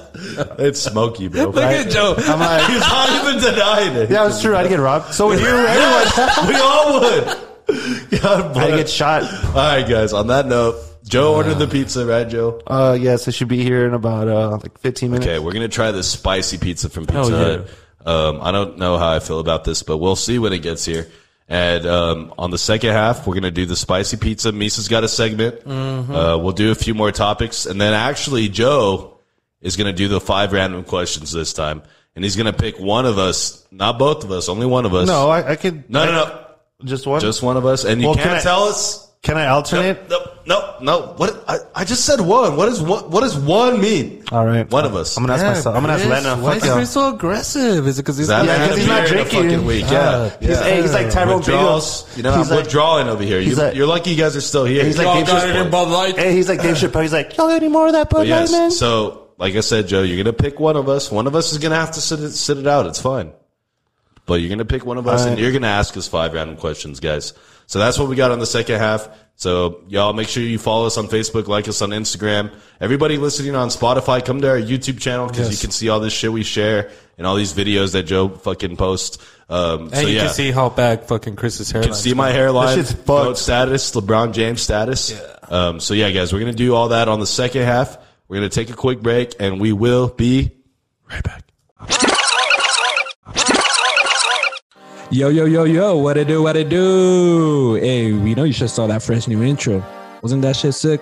A: It's Smokey, bro.
B: Look at Joe.
C: I'm like,
A: He's not even denying it.
C: yeah, it's true. I'd get robbed. So would you? Everyone.
A: we all would. God
C: I'd
A: bless.
C: get shot.
A: All right, guys. On that note, Joe ordered the pizza, right, Joe?
C: Uh, yes, I should be here in about uh like 15 minutes.
A: Okay, we're gonna try this spicy pizza from Pizza
B: Hell
A: Hut. Um, I don't know how I feel about this, but we'll see when it gets here. And um, on the second half, we're gonna do the spicy pizza. Misa's got a segment.
C: Mm-hmm.
A: Uh, we'll do a few more topics, and then actually Joe is gonna do the five random questions this time, and he's gonna pick one of us, not both of us, only one of us.
C: No, I, I could.
A: no, no, no,
C: Just one.
A: just one of us, and you
C: Well,
A: can't
C: can I-
A: tell us.
C: Can I alternate?
A: No, no, no. What I, I just said one. What is one? What does one mean?
C: All right.
A: One of us.
C: I'm gonna ask myself. I'm gonna ask Lena.
B: Why
C: Fuck
B: is
C: y'all.
B: Chris so aggressive? Is it because he's
A: That
C: Yeah,
A: man
C: 'cause
A: had
C: he's
A: a
C: not
A: beer in a
C: drinking. Uh,
A: fucking week. Yeah,
B: Ah,
A: yeah.
C: He's, hey, he's like Tyrone
A: Withdrawals.
C: Biggles.
A: You know,
C: he's
A: I'm
C: like,
A: withdrawing over here. You,
C: he's like-
A: you're lucky you guys are still here.
C: He's like Y'all Dave got Chappelle. hey, he's like Dave Chappelle. He's like, y'all any more of that Bud
A: But
C: Light, man?
A: yes. So, like I said, Joe, you're gonna pick one of us. One of us is gonna have to sit it, sit it out. It's fine. But you're gonna pick one of us, and
C: Alright.
A: you're gonna ask us five random questions, guys. So that's what we got on the second half. So y'all make sure you follow us on Facebook, like us on Instagram. Everybody listening on Spotify, come to our YouTube channel because
B: Yes.
A: you can see all this shit we share and all these videos that Joe fucking posts. Um, so
B: And you
A: yeah,
B: can see how bad fucking Chris's hairline.
A: can see my hairline.
C: That shit's
A: goat
C: fucked.
A: status, LeBron James status. Um, so yeah, guys, we're gonna do all that on the second half. We're gonna take a quick break, and we will be right back.
D: Yo, yo, yo, yo, what it do, what it do? Hey, we know you just saw that fresh new intro. Wasn't that shit sick?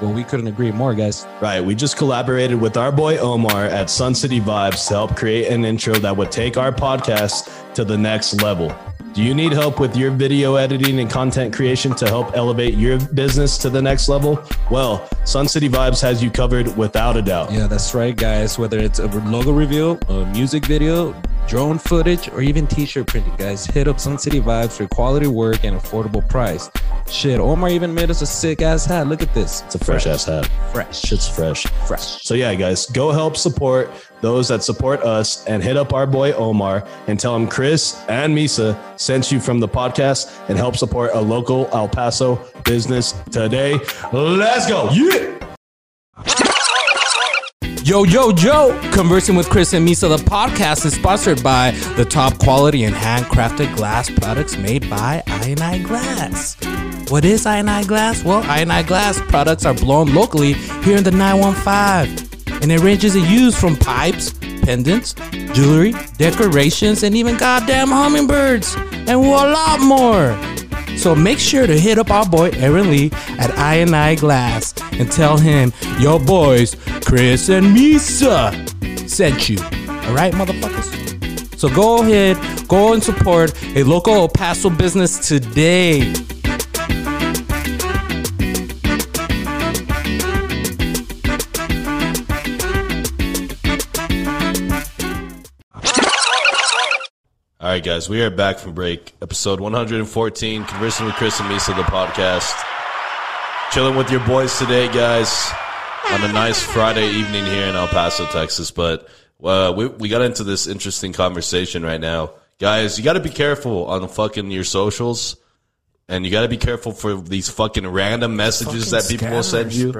D: Well, we couldn't agree more, guys.
A: Right, we just collaborated with our boy Omar at Sun City Vibes to help create an intro that would take our podcast to the next level. Do you need help with your video editing and content creation to help elevate your business to the next level? Well, Sun City Vibes has you covered without a doubt.
D: Yeah, that's right, guys. Whether it's a logo reveal, a music video, drone footage, or even t-shirt printing, guys, hit up Sun City Vibes for quality work and affordable price. Shit, Omar even made us a sick ass hat. Look at this.
E: It's a fresh ass hat.
D: Fresh.
E: Shit's fresh.
D: fresh.
E: So yeah, guys, go help support those that support us and hit up our boy Omar and tell him Chris and Misa sent you from the podcast and help support a local El Paso business today. Let's go. Yeah.
D: Yo, yo, yo! Conversing with Chris and Misa, the podcast is sponsored by the top quality and handcrafted glass products made by INI Glass. What is INI Glass? Well, INI Glass products are blown locally here in the 915, and it ranges in use from pipes, pendants, jewelry, decorations, and even goddamn hummingbirds, and a lot more. So make sure to hit up our boy Aaron Lee at INI Glass and tell him your boys, Chris and Misa, sent you. All right, motherfuckers? So go ahead, go and support a local El Paso business today.
A: All right, guys, we are back from break. Episode 114, conversing with Chris and Misa, the podcast. Chilling with your boys today, guys, on a nice Friday evening here in El Paso, Texas. But uh, we, we got into this interesting conversation right now. Guys, you got to be careful on fucking your socials. And you got to be careful for these fucking random messages that people will send you.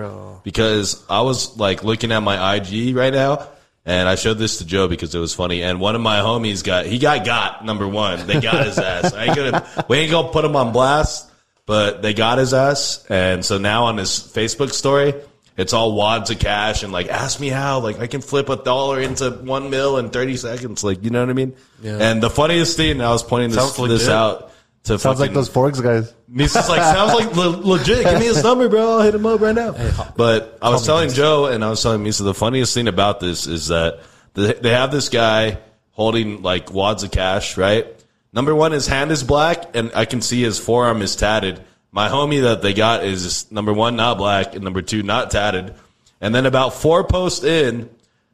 A: Because I was like looking at my IG right now, and I showed this to Joe because it was funny. And one of my homies got he got got number one. They got his ass. I ain't gonna we ain't gonna put him on blast, but they got his ass. And so now on his Facebook story, it's all wads of cash and like ask me how like I can flip a dollar into one mil in thirty seconds. Like you know what I mean? Yeah. And the funniest thing I was pointing this,
C: Sounds
A: this
C: legit.
A: out
F: to
C: Sounds like
F: fucking-
C: those Forks guys.
F: Misa's like, sounds like le- legit. Give me his number, bro. I'll hit him up right now. But I was telling Joe and I was telling Misa, the funniest thing about this is that the- they have this guy holding like wads of cash, right? Number one, his hand is black and I can see his forearm is tatted. My homie that they got is number one, not black and number two, not tatted. And then about four posts in,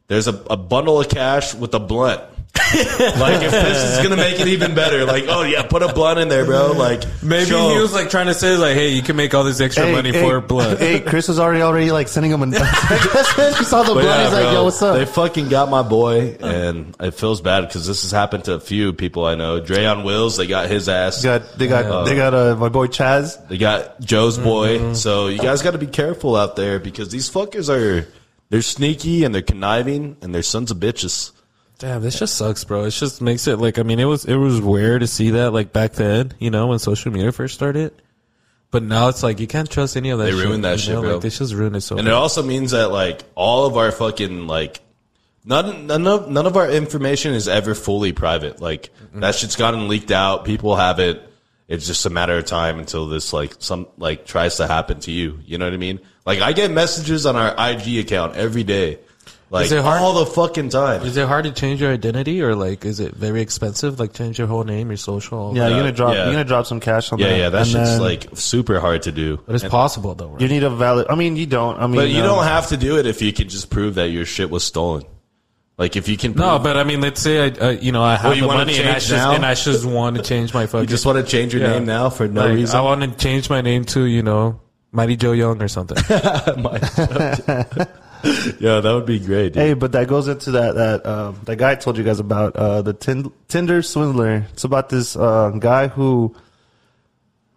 F: there's a, a bundle of cash with a blunt. like if this is gonna make it even better, like oh yeah, put a blunt in there, bro. Like
B: Maybe
F: show.
B: he was like trying to say like, hey, you can make all this extra money for blood.
C: Hey, Chris was already already like sending him. A, he saw the
F: But
C: blood. he's like,
F: bro,
C: "Yo, what's
F: They
C: up?"
F: fucking got my boy, and it feels bad because this has happened to a few people I know. Drayon Wills, they got his ass.
C: They got they got they got uh, my boy Chaz.
F: They got Joe's boy. So you guys got to be careful out there because these fuckers are they're sneaky and they're conniving and they're sons of bitches.
B: Damn, this just sucks, bro. It just makes it like I mean, it was it was rare to see that like back then, you know, when social media first started. But now it's like you can't trust any of that.
F: They
B: shit,
F: ruined that
B: you
F: shit,
B: know?
F: bro.
B: Like, they just ruined it so.
F: And uh, it also means that like all of our fucking like none none of none of our information is ever fully private. Like
B: Mm-hmm.
F: that shit's gotten leaked out. People have it. It's just a matter of time until this like some like tries to happen to you. You know what I mean? Like I get messages on our IG account every day. Like
B: Is it hard-
F: all the fucking time.
B: Is it hard to change your identity, or like, is it very expensive? Like, change your whole name, your social.
C: Yeah, you're gonna drop
F: yeah.
C: you're gonna drop some cash on
F: Yeah,
C: that.
F: yeah, that
C: And
F: shit's
C: then
F: like super hard to do.
B: but it's possible though. Right?
C: you need a valid. I mean, you don't. I mean,
F: But you
C: uh,
F: don't have to do it if you can just prove that your shit was stolen. Like if you can prove
B: No, but I mean, let's say I, uh, you know, I have
F: Well, you
B: the
F: wanna
B: money and I,
F: change
B: just,
F: now?
B: and I just want to change my fucking.
F: you just want to change your
B: Yeah.
F: name now for no
B: Like,
F: reason.
B: I want to change my name to you know Mighty Joe Young or something.
F: yeah, that would be great. Dude.
C: Hey, but that goes into that that um, that guy I told you guys about uh, the tin- Tinder swindler. It's about this uh, guy who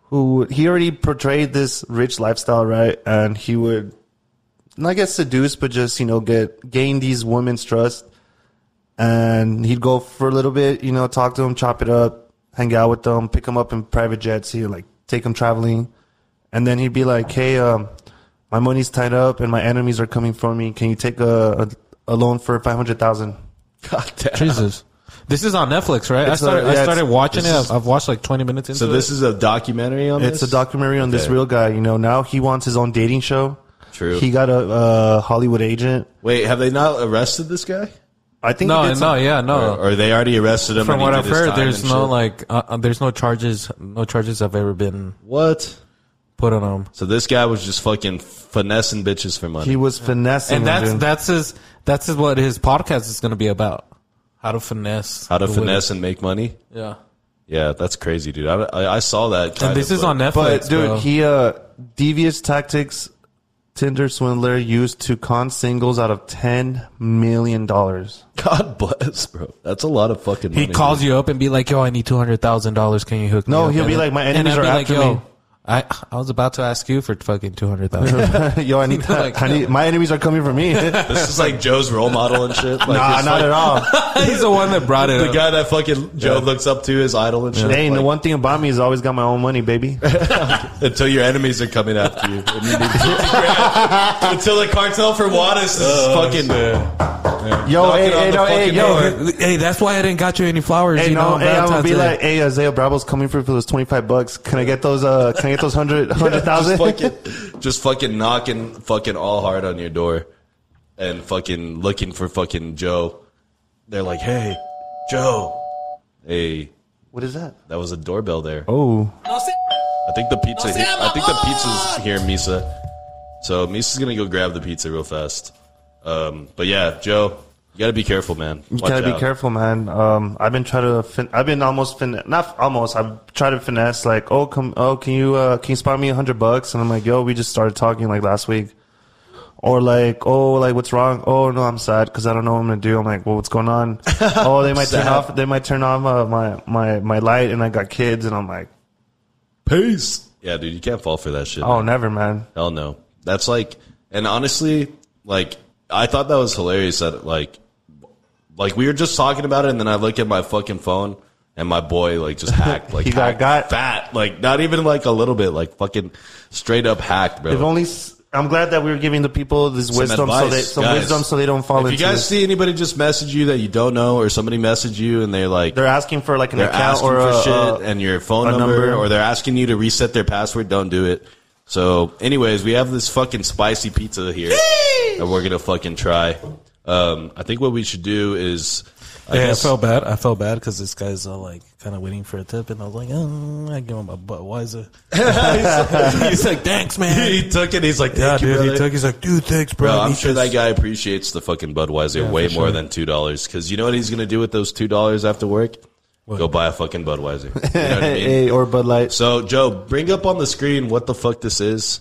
C: who he already portrayed this rich lifestyle, right? And he would not get seduced, but just you know get gain these women's trust, and he'd go for a little bit, you know, talk to them, chop it up, hang out with them, pick them up in private jets, he like take them traveling, and then he'd be like, hey, um, my money's tied up and my enemies are coming for me. Can you take a a, a loan for five hundred thousand?
F: God damn.
B: Jesus, this is on Netflix, right? I
C: It's a-
B: started.
C: yeah,
B: I
C: it's-
B: started watching it.
C: this
B: I've, I've watched like twenty minutes into
F: So
B: it.
F: this is a documentary on
C: It's
F: this?
C: a documentary on this
F: Okay.
C: real guy. You know, now he wants his own dating show.
F: True.
C: He got a, uh Hollywood agent.
F: Wait, have they not arrested this guy?
C: I think he
B: no,
C: did some-
B: no, yeah, no.
F: Or, or they already arrested him?
B: From
F: and he
B: what
F: did
B: I've
F: his
B: heard,
F: time
B: there's
F: and
B: no
F: shit?
B: like, uh, uh, there's no charges. No charges have ever been
F: what?
B: put on him.
F: So this guy was just fucking finessing bitches for money.
C: He was finessing.
B: and
C: them,
B: that's
C: dude.
B: that's his that's his, what his podcast is going to be about how to finesse
F: How to
B: the women.
F: finesse and make money?
B: yeah
F: Yeah, that's crazy, dude. I, I, I saw that. kind
B: and this
F: of,
B: is
F: but-
B: on Netflix
C: But dude,
B: bro.
C: he uh devious tactics Tinder swindler used to con singles out of ten million dollars.
F: God bless, bro. That's a lot of fucking
B: he
F: money.
B: calls you up and be like yo I need two hundred thousand dollars can you hook me
C: No,
B: up?
C: he'll
B: And
C: be
B: then-
C: like, "My
B: and I'd
C: enemies are
B: be like,
C: after
B: yo,
C: me."
B: I I was about to ask you for fucking two hundred thousand
C: Yo, I need,
B: Like,
C: I need my enemies are coming for me. nah,
F: This is like Joe's role model and shit. Like,
C: not
F: it's
C: at
F: like
C: all.
B: he's the one that brought it
F: The
B: up.
F: guy that fucking Joe looks up to is idol and shit.
C: Hey, and the
F: Like,
C: one thing about me is I always got my own money, baby.
F: Until your enemies are coming after you. And you need until the cartel for Juarez is
A: Oh,
F: fucking.
C: Yo,
F: Knock
C: Oh, hey,
F: it on
C: hey,
F: the
C: no, hey,
F: fucking
C: yo,
F: door.
B: hey that's why I didn't got you any flowers
C: hey,
B: you know eh?
C: no,
B: on
C: hey, I'm gonna
B: Valentine's
C: be
B: Day.
C: like, hey, Isaiah Bravo's coming for those twenty five bucks. Can I get those? Uh, can I get those hundred hundred thousand?
F: Just fucking, just fucking knocking fucking all hard on your door and fucking looking for fucking Joe. They're like, hey, Joe. Hey,
C: What is that?
F: that was a doorbell there.
C: Oh,
F: I think the pizza. hit- I think the pizza's here, Misa. So Misa's gonna go grab the pizza real fast. Um, but yeah, Joe, you gotta be careful, man.
C: you gotta be careful, man. Um, I've been trying to, fin- I've been almost fin, not f- almost. I've tried to finesse, like, oh, come, oh, can you, uh, can you spot me hundred bucks? And I'm like, yo, we just started talking like last week. Or like, oh, like what's wrong? Oh no, I'm sad because I don't know what I'm gonna do. I'm like, well, what's going on? oh, they might turn off, they might turn off uh, my my my light, and I got kids, and I'm like,
F: Peace. Yeah, dude, you can't fall for that shit.
C: oh, never, man.
F: Hell no. That's like, and honestly, like, I thought that was hilarious that, like, like we were just talking about it, and then I look at my fucking phone, and my boy, like, just hacked. Like,
C: He got
F: hacked
C: got.
F: fat. Like, not even like a little bit, like, fucking straight up hacked, bro.
C: If only s- I'm glad that we were giving the people this wisdom, so they
F: advice,
C: some
F: guys.
C: wisdom, so they don't fall
F: If you
C: into.
F: guys
C: this.
F: see anybody just message you that you don't know, or somebody message you and they're like,
C: they're asking for like an
F: they're
C: account
F: asking
C: or
F: for
C: a,
F: shit
C: a-
F: and your phone
C: a
F: number,
C: number.
F: or they're asking you to reset their password, don't do it. So, anyways, we have this fucking spicy pizza here that we're gonna fucking try. Um, I think what we should do is, I
B: yeah, I
F: guess,
B: felt bad. I felt bad because this guy's all like kind of waiting for a tip, and I was like, oh, I give him a Budweiser. he's like, thanks, man.
F: he took it. He's like,
B: Yeah,
F: "Thank you,
B: dude.
F: brother."
B: He took. He's like, dude, thanks, bro.
F: Bro,
B: I
F: I'm
B: need
F: sure
B: this."
F: that guy appreciates the fucking Budweiser way more than two dollars. Because you know what he's gonna do with those two dollars after work? Go buy a fucking Budweiser. You know what I mean?
C: Hey, or Bud Light.
F: So, Joe, bring up on the screen what the fuck this is.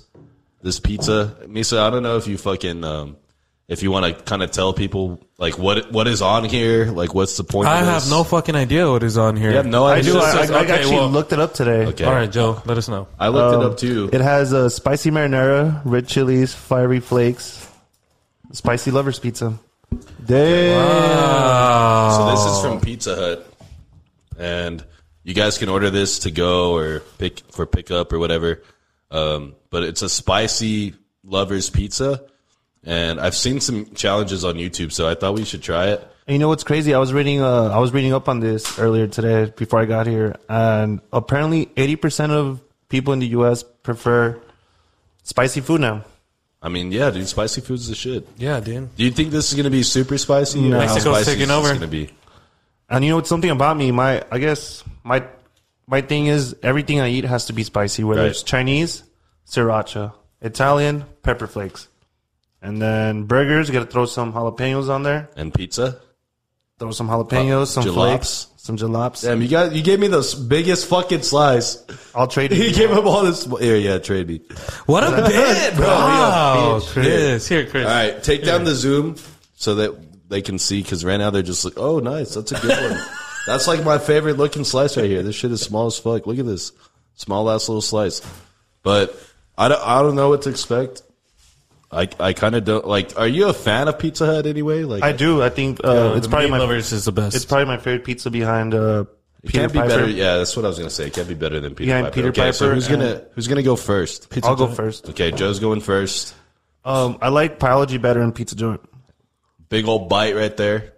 F: This pizza, Misa. I don't know if you fucking um, if you want to kind of tell people like what what is on here, like what's the point?
B: I
F: of
B: have
F: this?
B: no fucking idea what is on here.
F: You have no
C: I
F: idea.
C: do. I,
B: says-
C: I, I
B: okay,
C: actually
B: well-
C: looked it up today.
F: okay,
B: All right, Joe, let us know.
F: I looked it
C: Um,
F: up too.
C: It has a spicy marinara, red chilies, fiery flakes, spicy lovers pizza.
F: so this is
B: uh,
F: from Pizza Hut, and you guys can order this to go or pick for pickup or whatever. Um, but it's a spicy lovers pizza, and I've seen some challenges on YouTube, so I thought we should try it.
C: And you know what's crazy? I was reading. Uh, I was reading up on this earlier today before I got here, and apparently, eighty percent of people in the U.S. prefer spicy food now.
F: I mean, yeah, dude, spicy food's the shit.
B: Yeah, dude.
F: Do you think this is going to be super spicy? or how
B: Mexico's
F: spicy
B: taking
F: is
B: over.
F: It's going to be.
C: And you know what's something about me? My, I guess my my thing is everything I eat has to be spicy, whether
F: Right.
C: it's Chinese, sriracha, Italian, pepper flakes, and then burgers. You got to throw some jalapenos on there.
F: And pizza.
C: Throw some jalapenos, some
F: Uh, jalops.
C: flakes, some jalaps.
F: Damn, you got you gave me the biggest fucking slice.
C: I'll trade
F: He
C: it.
F: gave him all this. Here, yeah, trade me.
B: What a bit, bro. Wow,
C: bitch.
B: Chris. Here, Chris.
F: All right, take down the zoom so that they can see. Because right now they're just like, oh, nice, that's a good one. That's like my favorite looking slice right here. This shit is small as fuck. Look at this small ass little slice. But I don't, I don't know what to expect. I I kind of don't like. Are you a fan of Pizza Hut anyway? Like
C: I do. I think uh, it's probably my
B: lovers is the best.
C: it's probably my favorite pizza behind uh,
F: It
C: Peter
F: can't be
C: Piper.
F: better. Yeah, that's what I was gonna say. It can't be better than Peter
C: Yeah,
F: Piper.
C: Peter
F: okay, so
C: Piper
F: who's gonna who's gonna go first?
C: I'll go first.
F: Okay, Joe's going first.
C: Um, I like biology better in Pizza Joint.
F: Big old bite right there.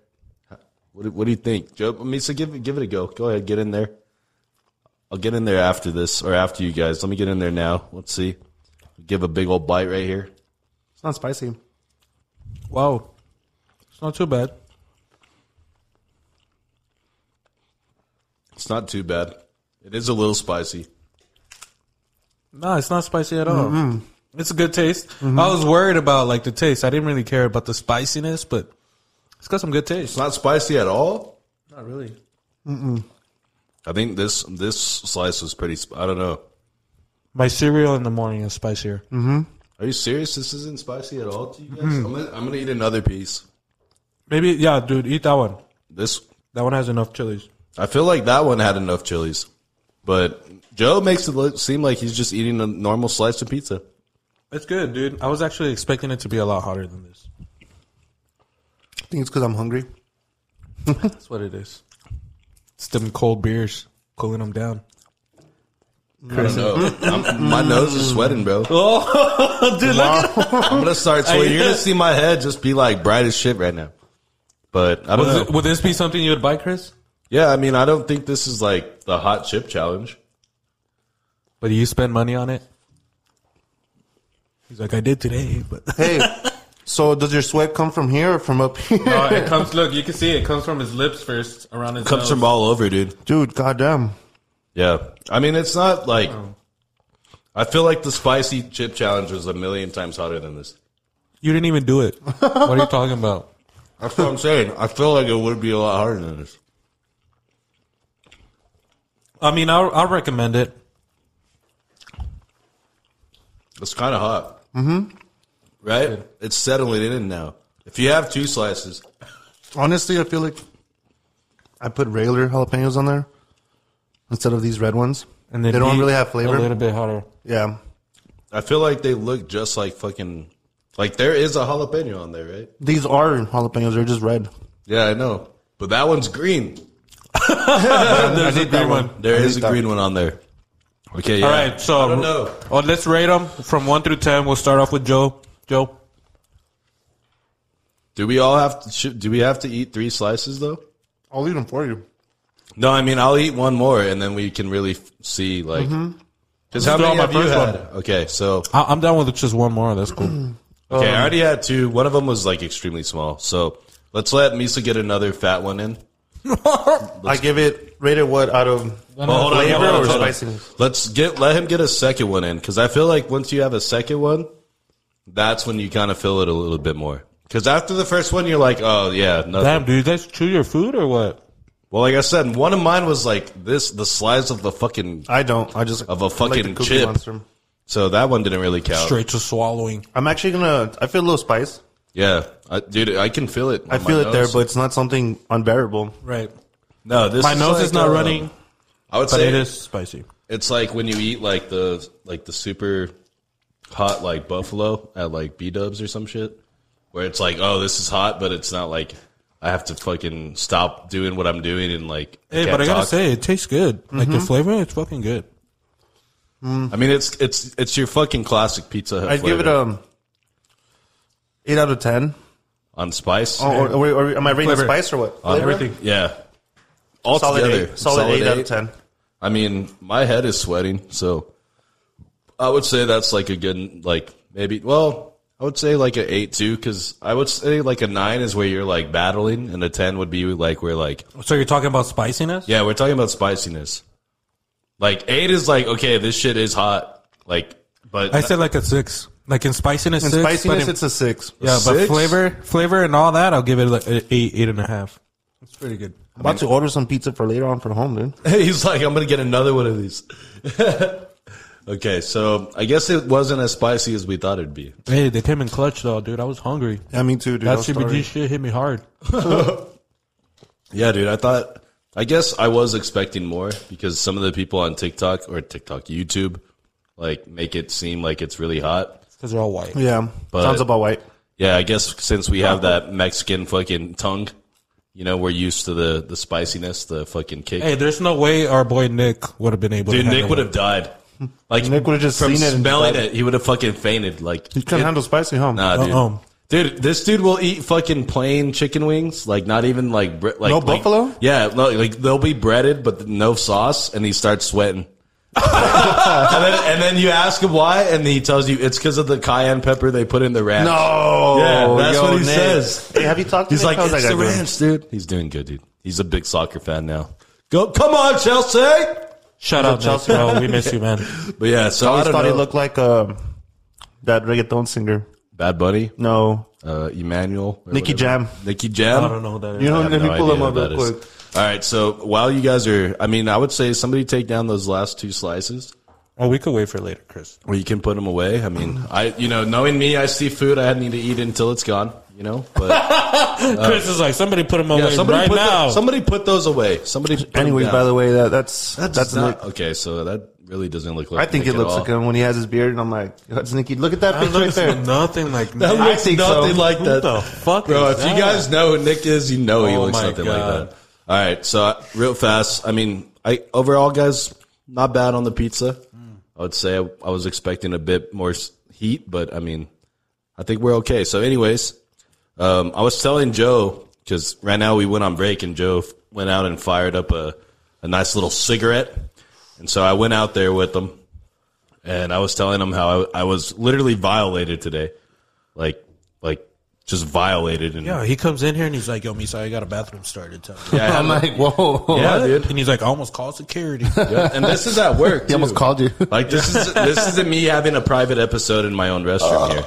F: What do, what do you think, Joe? I mean, so give it- give it a go. Go ahead, get in there. I'll get in there after this or after you guys. Let me get in there now. Let's see. Give a big old bite right here.
C: It's not spicy.
B: wow. It's not too bad.
F: It's not too bad. It is a little spicy.
B: No, it's not spicy at all. It's a good taste. I was worried about like the taste. I didn't really care about the spiciness, but it's got some good taste.
F: It's not spicy at all.
B: Not really.
F: I think this this slice was pretty. sp- I don't know.
B: My cereal in the morning is spicier.
F: Are you serious? This isn't spicy at all to you guys. I'm, gonna, I'm gonna eat another piece.
B: Maybe yeah, dude, eat that one.
F: This
B: That one has enough chilies.
F: I feel like that one had enough chilies, but Joe makes it look, seem like he's just eating a normal slice of pizza.
B: It's good, dude. I was actually expecting it to be a lot hotter than this.
C: I think it's because I'm hungry.
B: That's what it is. It's them cold beers cooling them down.
F: I don't know. I'm- my nose is sweating, bro.
B: Oh, dude, look at
F: I'm gonna start sweating. You're gonna see my head just be like bright as shit right now. But I don't know.
B: Would this be something you would buy, Chris?
F: yeah, I mean, I don't think this is like the hot chip challenge.
B: But you spend money on it. He's like, I did today, but
C: Hey, so does your sweat come from here or from up here?
B: No, Oh, it comes. Look, you can see it comes from his lips first, around his.
F: Comes
B: nose.
F: from all over, dude.
C: Dude, goddamn.
F: Yeah, I mean, it's not like. I feel like the spicy chip challenge was a million times hotter than this.
B: You didn't even do it. what are you talking about?
F: That's what I'm saying. I feel like it would be a lot harder than this.
B: I mean, I'll, I'll recommend it.
F: It's kind of hot. Mm-hmm. Right? It's settling in now. If you have two slices,
C: Honestly, I feel like I put regular jalapenos on there instead of these red ones. And they
B: then
C: don't
B: eat
C: really have flavor.
B: A little bit hotter.
C: yeah.
F: I feel like they look just like fucking. Like there is a jalapeno on there, right?
C: These are jalapenos. They're just red.
F: Yeah, I know. But that one's green.
B: There's a green one.
F: There is a
C: that
F: green one on there. Okay, yeah.
B: All right, so
F: I don't know.
B: Oh, let's rate them from one through ten. We'll start off with Joe. Joe,
F: Do we all have to? Should, do we have to eat three slices though?
C: I'll eat them for you.
F: No, I mean I'll eat one more, and then we can really f- see like. Because how
B: do
F: many
B: all my
F: have you
B: first
F: had? Okay, so
B: I- I'm down with just one more. That's cool.
F: okay,
C: Um,
F: I already had two. One of them was like extremely small, so let's let Misa get another fat one in.
C: I give it rated what out of
F: Well, hold on, hold
C: flavor
F: on,
C: or
F: hold on.
C: spiciness?
F: Let's get let him get a second one in because I feel like once you have a second one, that's when you kind of feel it a little bit more. Because after the first one, you're like, oh yeah, nothing.
B: Damn, do you guys chew your food or what?
F: Well, like I said, one of mine was like this, the size of the fucking.
C: I don't. I just
F: Of a
C: I the
F: fucking
C: cookie
F: chip. So that one didn't really count.
B: Straight to swallowing.
C: I'm actually gonna. I feel a little spice.
F: Yeah, I, dude, I can feel it.
C: I feel it there, but it's not something unbearable.
B: Right.
F: no, this
B: My nose
F: like,
B: is not
F: uh,
B: running,
F: I would
B: but
F: say
B: it is spicy.
F: It's like when you eat like the like the super hot like buffalo at like B Dubs or some shit, where it's like, oh, this is hot, but it's not like I have to fucking stop doing what I'm doing and like.
B: Hey, but
F: can't
B: I gotta
F: talk.
B: say, it tastes good. Like the flavor, it's fucking good.
F: I mean, it's it's it's your fucking classic Pizza Hut.
C: I'd give it
F: flavor.
C: um eight out of ten.
F: on spice.
C: Oh, or, or, or am I rating
B: Flavor.
C: spice or what? Flavor?
F: Yeah, all
C: Solid
F: together,
C: eight. Solid, eight, out of ten.
F: I mean, my head is sweating, so I would say that's like a good, like maybe. Well, I would say like an eight too, because I would say like a nine is where you're like battling, and a ten would be like we're like,
B: So you're talking about spiciness?
F: yeah, we're talking about spiciness. Like eight is like okay, this shit is hot, like, but
B: I said like a six. Like in spiciness,
C: In
B: six, but
C: spiciness,
B: in-
C: it's a six.
B: yeah, but
F: six?
B: flavor, flavor, and all that, I'll give it like a eight, eight and a half. It's pretty good.
C: I'm about to order some pizza for later on for home, dude.
F: he's like, I'm gonna get another one of these. okay, so I guess it wasn't as spicy as we thought it'd be.
B: Hey, they came in clutch though, dude. I was hungry.
C: Yeah, me too, dude.
B: That
C: I was
B: CBD
C: starving.
B: shit hit me hard.
F: Yeah, dude. I thought. I guess I was expecting more because some of the people on TikTok or TikTok YouTube like make it seem like it's really hot.
B: Because they're all white.
C: Yeah,
F: But-
C: sounds about white.
F: Yeah, I guess since we have that Mexican fucking tongue, you know, we're used to the the spiciness, the fucking kick.
B: Hey, there's no way our boy Nick would have been able.
F: dude,
B: to
F: Nick
B: handle
F: would have died. Like
C: Nick would've just
F: from
C: seen it and
F: smelling
C: died.
F: it, he would have fucking fainted. Like
C: You can't
F: it- Oh.
C: handle spicy, huh?
F: nah, dude.
B: Uh-uh.
F: Dude, this dude will eat fucking plain chicken wings, like not even like bre- like
C: No
F: like-
C: buffalo?
F: Yeah, no, like they'll be breaded, but no sauce, and he starts sweating. and, then, and then you ask him why, and he tells you it's because of the cayenne pepper they put in the ranch.
C: No,
F: Yeah, that's what he
C: Nick.
F: says.
C: Hey, have you talked to
F: he's
C: Nick?
F: like
C: How's that
F: it's
C: guy
F: the
C: doing?
F: ranch, dude. He's doing good, dude. He's a big soccer fan now. Go, come on, Chelsea!
B: Shout out, Nick.
C: Chelsea?
B: Bro, we miss you, man.
F: But yeah, so I,
C: I always
F: don't
C: thought
F: know.
C: he looked like um, that reggaeton singer.
F: Bad Bunny,
C: No,
F: uh, Emmanuel, or
C: Nikki Jam.
F: Nikki Jam.
B: I don't know that.
C: You know,
F: I have
C: let me
F: no
C: pull
F: idea
C: him up
F: who
C: real
F: that is.
C: quick.
F: All right, so while you guys are, I mean, I would say somebody take down those last two slices,
B: oh, we could wait for later, Chris.
F: or you can put them away. I mean, I, you know, knowing me, I see food, I need to eat it until it's gone. You know, but
B: Chris is like, somebody put him away
F: yeah, somebody
B: right
F: put the-
B: now.
F: somebody put those away. Somebody. Put 'em
C: Anyways,
F: down.
C: by the way, that that's that's,
F: that's,
C: Nick.
F: not okay. So that really doesn't look like.
C: I think
F: Nick
C: it
F: at
C: looks
F: all.
C: like him when he has his beard, and I'm like, that's Nikki. Look at that
B: That
C: picture right
B: looks
C: there.
B: nothing like
F: That
B: Nick.
F: looks
C: think so.
F: nothing like
B: Who
F: that.
B: the fuck
F: bro?
B: is
F: if
B: that?
F: you guys know who Nick is, you know he
B: Oh
F: looks
B: my
F: nothing
B: God.
F: like that. All right, so uh, real fast. I mean, I overall, guys, not bad on the pizza. I would say I, I was expecting a bit more s- heat, but I mean, I think we're okay. So, anyways, um, I was telling Joe because right now we went on break, and Joe f- went out and fired up a a nice little cigarette, and so I went out there with him, and I was telling him how I, I was literally violated today like like just violated and
B: Yeah, he comes in here and he's like, "Yo, Misa, I got a bathroom started." Tell me.
F: Yeah, I had-
G: I'm like, whoa.
F: yeah, dude.
B: And he's like, "I almost called security."
F: Yeah, And this is at work.
C: He almost
F: too.
C: called you.
F: Like this is this isn't me having a private episode in my own restroom here.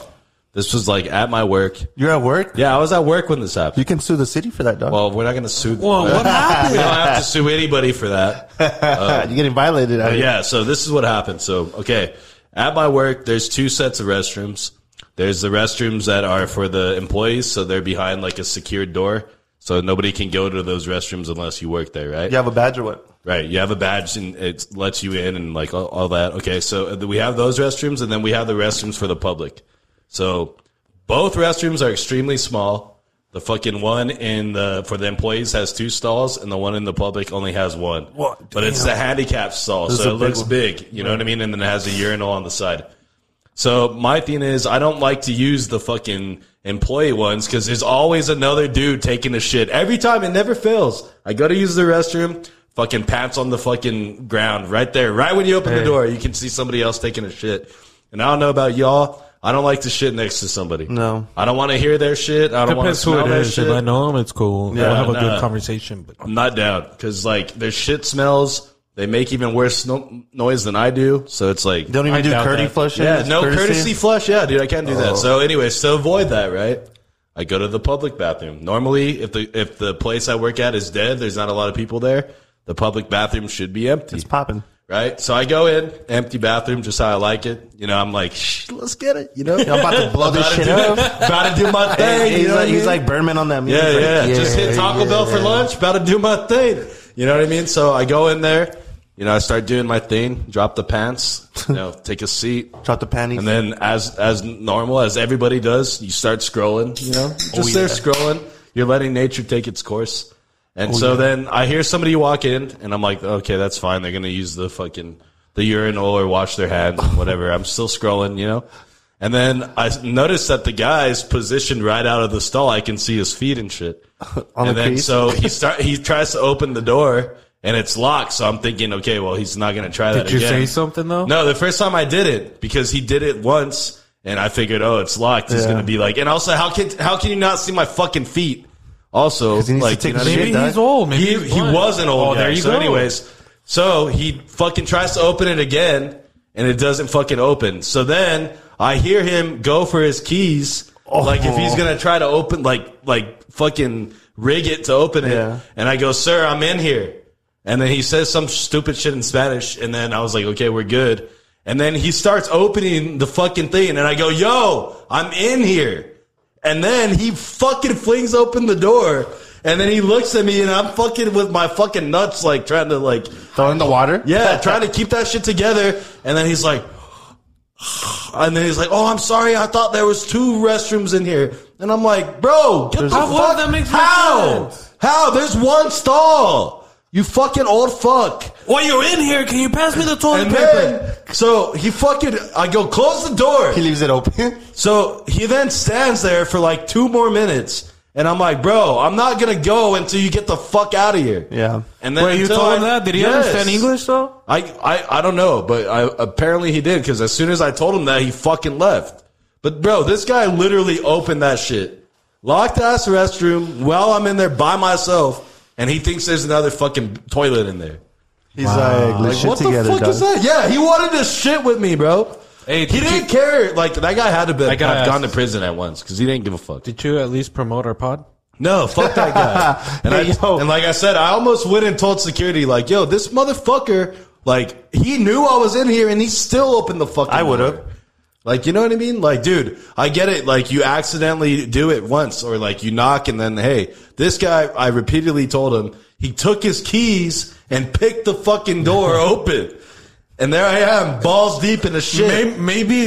F: This was like at my work.
C: You're at work.
F: Yeah, I was at work when this happened.
C: You can sue the city for that, dog.
F: well, we're not gonna sue.
B: Well, what happened?
F: We don't have to sue anybody for that.
C: You're getting violated. Out
F: But
C: here.
F: yeah, so this is what happened. So, okay, at my work, there's two sets of restrooms. There's the restrooms that are for the employees, so they're behind like a secured door, so nobody can go to those restrooms unless you work there, right?
C: You have a badge or what?
F: Right. You have a badge and it lets you in and like all, all that. Okay. So uh, we have those restrooms and then we have the restrooms for the public. So both restrooms are extremely small. The fucking one in the for the employees has two stalls, and the one in the public only has one.
C: What?
F: But it's the handicap stall,
C: This is
F: so
C: a
F: it
C: big
F: looks
C: one.
F: big. You know what I mean? And then it has a urinal on the side. So my thing is, I don't like to use the fucking employee ones because there's always another dude taking a shit every time. It never fails. I go to use the restroom, fucking pants on the fucking ground right there, right when you open the door, you can see somebody else taking a shit. And I don't know about y'all. I don't like to shit next to somebody.
C: No.
F: I don't want to hear their shit. I don't want to
B: Depends who
F: smell
B: it
F: their
B: is.
F: shit.
B: If I know him, it's cool. Yeah,
F: Yeah,
B: we'll have a
F: nah.
B: good conversation. But
F: I'm not down because like their shit smells. They make even worse no- noise than I do. So it's like
C: They don't even
B: I
C: do
B: doubt
C: curdy
B: that.
C: flushing.
F: yeah,
C: It's
F: no courtesy? flush. Yeah, dude, I can't do
C: Oh.
F: that. So, anyway, so avoid that, right? I go to the public bathroom. Normally, if the if the place I work at is dead, there's not a lot of people there. The public bathroom should be empty,
C: It's popping.
F: right? So I go in, empty bathroom, just how I like it. You know, I'm like, Shh, let's get it. You know,
C: I'm about to blow this
F: About to
C: shit
F: do-
C: up.
F: about to do my thing.
C: He's
F: you know what I
C: like, he's
F: mean?
C: like Berman on that. meme.
F: Yeah,
C: He's like,
F: yeah, Just hit Taco
C: yeah,
F: Bell for lunch. About to do my thing. You know what I mean? So I go in there. You know, I start doing my thing. Drop the pants. You know, take a seat.
C: Drop the panties.
F: And then, as as normal as everybody does, you start scrolling. You know,
B: Oh,
F: just there scrolling. You're letting nature take its course. And
B: Oh,
F: so then I hear somebody walk in, and I'm like, okay, that's fine. They're gonna use the fucking the urinal or wash their hands, whatever. I'm still scrolling, you know. And then I s- notice that the guy's positioned right out of the stall. I can see his feet and shit.
C: On
F: and
C: the
F: then
C: crease?
F: so he start he tries to open the door. And it's locked, so I'm thinking, okay, well, he's not gonna try that
B: did you
F: again.
B: say something though?
F: No, the first time I did it because he did it once, and I figured, oh, it's locked. He's
C: Yeah.
F: gonna be like, and also, how can how can you not see my fucking feet? Also,
C: he needs
F: like,
C: to take
F: you
C: the
F: know what I
C: shit
F: mean?
B: Maybe
C: dog.
B: he's old. Maybe
F: he,
B: he's
F: he
B: blind.
F: was an old
B: Oh,
F: guy.
B: there you
F: so
B: go.
F: anyways, so he fucking tries to open it again, and it doesn't fucking open. So then I hear him go for his keys,
C: Oh.
F: like if he's gonna try to open, like like fucking rig it to open it.
C: Yeah.
F: And I go, sir, I'm in here. And then he says some stupid shit in Spanish, and then I was like, okay, we're good. And then he starts opening the fucking thing, and I go, yo, I'm in here. And then he fucking flings open the door. And then he looks at me and I'm fucking with my fucking nuts, like trying to like,
C: throw in the water.
F: yeah, trying to keep that shit together. And then he's like, and then he's like, oh, I'm sorry. I thought there was two restrooms in here. And I'm like, bro, get the
B: How-
F: fuck.
B: that makes no
F: how?
B: sense.
F: How? There's one stall. You fucking old fuck.
B: While you're in here, can you pass me the toilet
F: And
B: paper?
F: then, so he fucking, I go, close the door.
C: He leaves it open.
F: So he then stands there for like two more minutes, and I'm like, bro, I'm not gonna go until you get the fuck out of here.
C: Yeah.
F: And then
B: Wait, you
F: until
B: told
F: I-
B: him that? Did he
F: Yes.
B: understand English though?
F: I, I I don't know, but I apparently he did because as soon as I told him that, he fucking left. But bro, this guy literally opened that shit, locked ass restroom while I'm in there by myself, and he thinks there's another fucking toilet in there.
C: He's like, let's shit
F: What
C: together.
F: the fuck
C: dog.
F: is that? Yeah, he wanted to shit with me, bro.
B: Hey,
F: he
B: did you-
F: didn't care. Like that guy had to be, have
B: gotta ask-
F: gone to prison at once because he didn't give a fuck.
B: Did you at least promote our pod?
F: No, fuck that guy. And,
C: Hey,
F: I,
C: yo.
F: and like I said, I almost went and told security, like, yo, this motherfucker, like, he knew I was in here and he still opened the fucking
C: I would've.
F: door. Like, you know what I mean? Like, dude, I get it. Like, you accidentally do it once or like you knock and then, hey, this guy, I repeatedly told him, he took his keys and picked the fucking door open. And there I am, balls deep in the shit.
B: Maybe,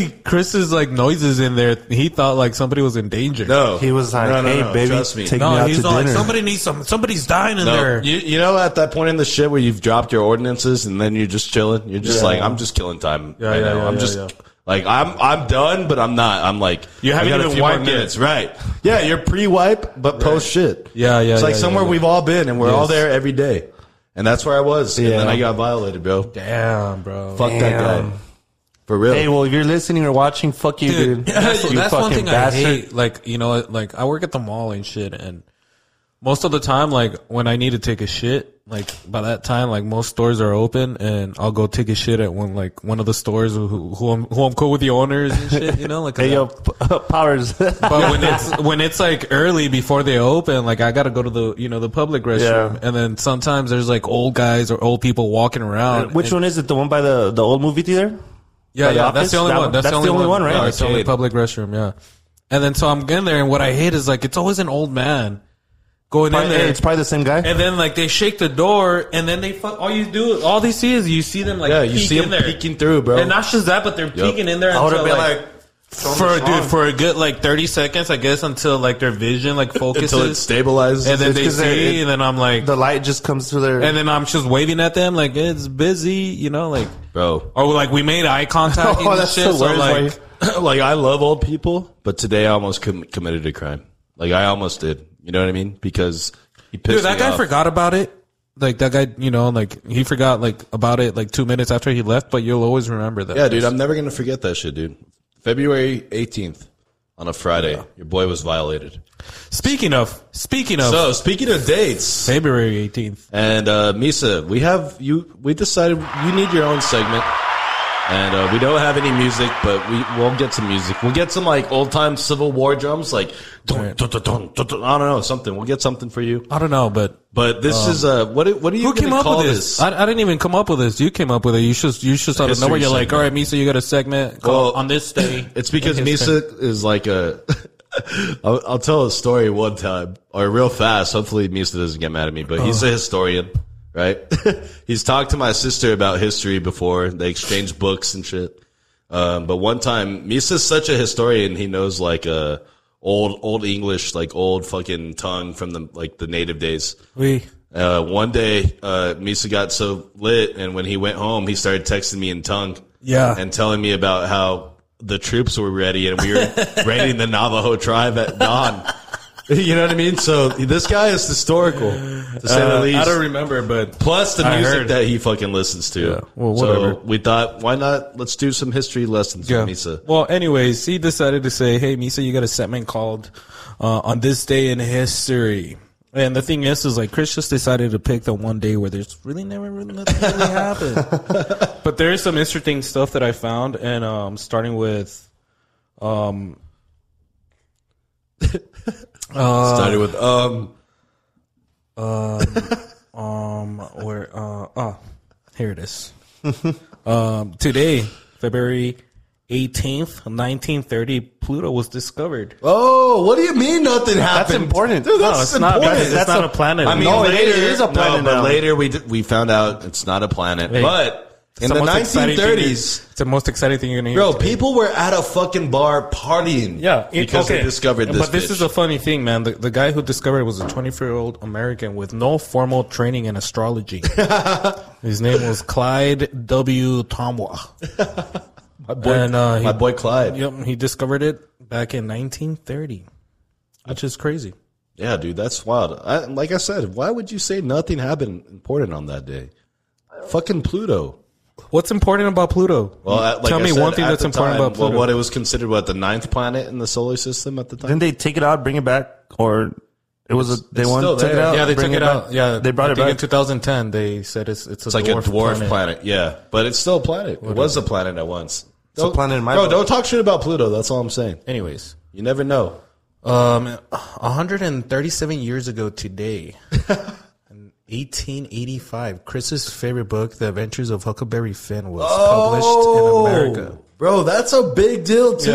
B: maybe Chris's like noises in there. He thought like somebody was in danger.
F: no.
C: He was like,
F: No, no,
C: hey,
F: no,
C: baby,
F: trust me.
C: take me
B: no,
C: out
B: he's
C: to
B: all like
C: dinner.
B: somebody needs some. Somebody's dying in
F: No,
B: there.
F: you, you know at that point in the shit where you've dropped your ordinances and then you're just chilling. You're just
C: Yeah.
F: like, I'm just killing time.
B: Yeah,
F: right
B: yeah,
F: now.
B: yeah,
F: I'm
B: yeah,
F: just
B: yeah.
F: like I'm I'm done, but I'm not. I'm like
B: You
F: I
B: haven't
F: got a
B: even
F: few more
B: wiped yet.
F: minutes, right? Yeah, you're pre-wipe but post shit.
B: Yeah, yeah,
F: It's like
B: yeah,
F: somewhere
B: yeah, yeah.
F: we've all been and we're all
B: Yes.
F: there every day, and that's where I was. And then I got violated, bro.
B: Damn, bro.
F: Fuck that guy. For real.
C: Hey, well, if you're listening or watching, fuck you,
B: dude.
C: dude.
B: That's,
C: you
B: that's one
C: fucking
B: thing
C: bastard.
B: I hate. Like, you know, like I work at the mall and shit, and most of the time, like when I need to take a shit, like by that time, like most stores are open, and I'll go take a shit at one like one of the stores who who I'm, who I'm cool with the owners and shit. You know, like 'cause
C: Hey,
B: I-
C: yo, P- Powers.
B: But when it's when it's like early before they open, like I gotta go to the you know the public restroom,
C: Yeah.
B: and then sometimes there's like old guys or old people walking around.
C: Which
B: and-
C: one is it? The one by the, the old movie theater?
B: Yeah,
C: By the
B: yeah,
C: office?
B: that's the only
C: That
B: one.
C: one-
B: That's, the only, one, right?
C: The
B: That's the only
F: arcade.
B: public restroom. Yeah. And then so I'm in there, and what I hate is like it's always an old man going in
C: Probably-
B: there.
C: it's probably the same guy.
B: and then like they shake the door, and then they fuck. All you do, all they see is you see them like
F: yeah, you
B: peek
F: see
B: in
F: him
B: there.
F: peeking through, bro.
B: and not just that, but they're peeking in there.
C: I would
B: until,
C: have been like,
B: for dude for a good like thirty seconds, I guess, until like their vision like focuses,
F: until it stabilizes.
B: and then
C: It's
B: they
C: 'cause they're-
B: see,
C: it-
B: and then I'm like,
C: The light just comes through their.
B: and then I'm just waving at them like it's busy, you know, like
F: bro.
B: or like we made eye contact.
F: Oh,
B: and
F: that's
B: shit,
F: the
B: so,
F: worst.
B: like,
F: Like, like, I love old people, but today I almost com- committed a crime. Like I almost did. You know what I mean? Because he pissed
B: Dude, that
F: me
B: guy
F: off.
B: forgot about it. Like that guy, you know, like he forgot like about it like two minutes after he left. But you'll always remember that.
F: Yeah, dude, I'm never gonna forget that shit, dude. February 18th on a Friday, your boy was violated.
B: Speaking of, speaking of
F: So speaking of dates,
B: February 18th,
F: and uh, Misa, we have you. We decided you need your own segment, and uh, we don't have any music, but we will get some music. We'll get some like old time Civil War drums, like dun, dun, dun, dun, dun, dun, I don't know something. We'll get something for you.
B: I don't know, but
F: But this is uh, what do- what do you
B: Um, who came
F: gonna
B: up
F: call
B: with this? I, I didn't even come up with this. You came up with it. You just you just out of
F: History
B: nowhere. You're like, all right,
F: segment.
B: Misa, you got a segment called on this day.
F: It's because
B: in history."
F: Misa is like a. I'll, I'll tell a story one time or real fast. Hopefully, Misa doesn't get mad at me, but
B: Uh.
F: he's a historian, right? he's talked to my sister about history before. They exchange books and shit. Um, but one time, Misa's such a historian. He knows like uh, old old English, like old fucking tongue from the like the native days.
B: We
F: Uh, one day, uh, Misa got so lit, and when he went home, he started texting me in tongue.
B: Yeah.
F: And telling me about how the troops were ready and we were raiding the Navajo tribe at dawn. you know what I mean? So this guy is historical, to say the least.
B: Uh, I don't remember, but
F: Plus the
B: I
F: music
B: heard.
F: that he fucking listens to.
B: Yeah. Well, whatever.
F: so we thought, why not? Let's do some history lessons
B: yeah.
F: with Misa.
B: Well, anyways, he decided to say, hey, Misa, you got a segment called uh, on this day in history. And the thing is, is like Chris just decided to pick the one day where there's really never really nothing really happened. but there is some interesting stuff that I found, and um, starting with Uh,
F: Started with um.
B: where uh oh here it is um today february 18th 1930 pluto was discovered
F: Oh, what do you mean nothing happened?
C: important.
F: Dude, that's
B: No, it's not
F: important.
B: because it's
C: That's
B: not
C: a-
B: a, planet
F: I mean,
C: No, it
F: later,
C: is- it is a planet
F: No, but
C: now.
F: later we d- we found out it's not a planet.
B: Hey,
F: but in
B: It's
F: the
B: most exciting thing you-
F: 1930s,
B: it's the most exciting thing you're gonna hear
F: bro, people were at a fucking bar partying.
B: yeah it-
F: because
B: okay.
F: they discovered this.
B: but this
F: bitch.
B: is a funny thing man the, the guy who discovered it was a 24 year old american with no formal training in astrology his name was clyde w tomwa
F: my boy,
B: and, uh, he-
F: my boy Clyde.
B: yep he discovered it back in 1930 which is crazy
F: Yeah, dude, that's wild. I, like I said, why would you say nothing happened important on that day? Fucking Pluto.
B: What's important about Pluto?
F: Well, at- like
B: tell
F: I
B: me
F: said,
B: one thing
F: at
B: that's
F: the
B: important
F: time,
B: about Pluto.
F: Well, what it was considered what the ninth planet in the solar system at the time.
C: Didn't they take it out, bring it back, or it was a, they
F: it's
C: wanted
F: still
C: to take it
F: there.
C: out?
B: yeah, they
C: bring
B: took it
C: back.
B: out. Yeah,
C: they brought
B: I
C: it
B: think
C: back.
B: in 2010. They said it's it's, a
F: It's like
B: dwarf
F: a dwarf planet.
B: planet.
F: Yeah, but it's still a planet. It was a planet at once. It's
C: a planet in my
F: bro.
C: book.
F: Don't talk shit about Pluto. That's all I'm saying.
B: Anyways,
F: You never know.
B: um, 137 years ago today. in 1885, Chris's favorite book, The Adventures of Huckleberry Finn, was published in America.
F: bro, that's a big deal too.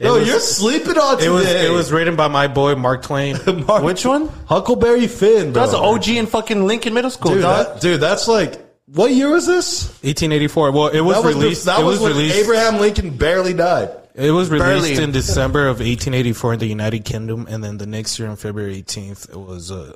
F: No,
B: was-
F: you're sleeping on today.
B: It was it was written by my boy Mark Twain.
F: Mark-
C: Which one?
F: Huckleberry Finn. Bro.
C: That's an OG in fucking Lincoln Middle School.
F: Dude,
C: dog.
F: that- dude, that's like what year was this?
B: 1884. Well, it was,
F: That was the-
B: released.
F: that
B: it
F: was,
B: was,
F: when
B: released.
F: Abraham Lincoln barely died.
B: It was released
C: Barely.
B: in December of 1884 in the United Kingdom, and then the next year on February 18th, it was uh,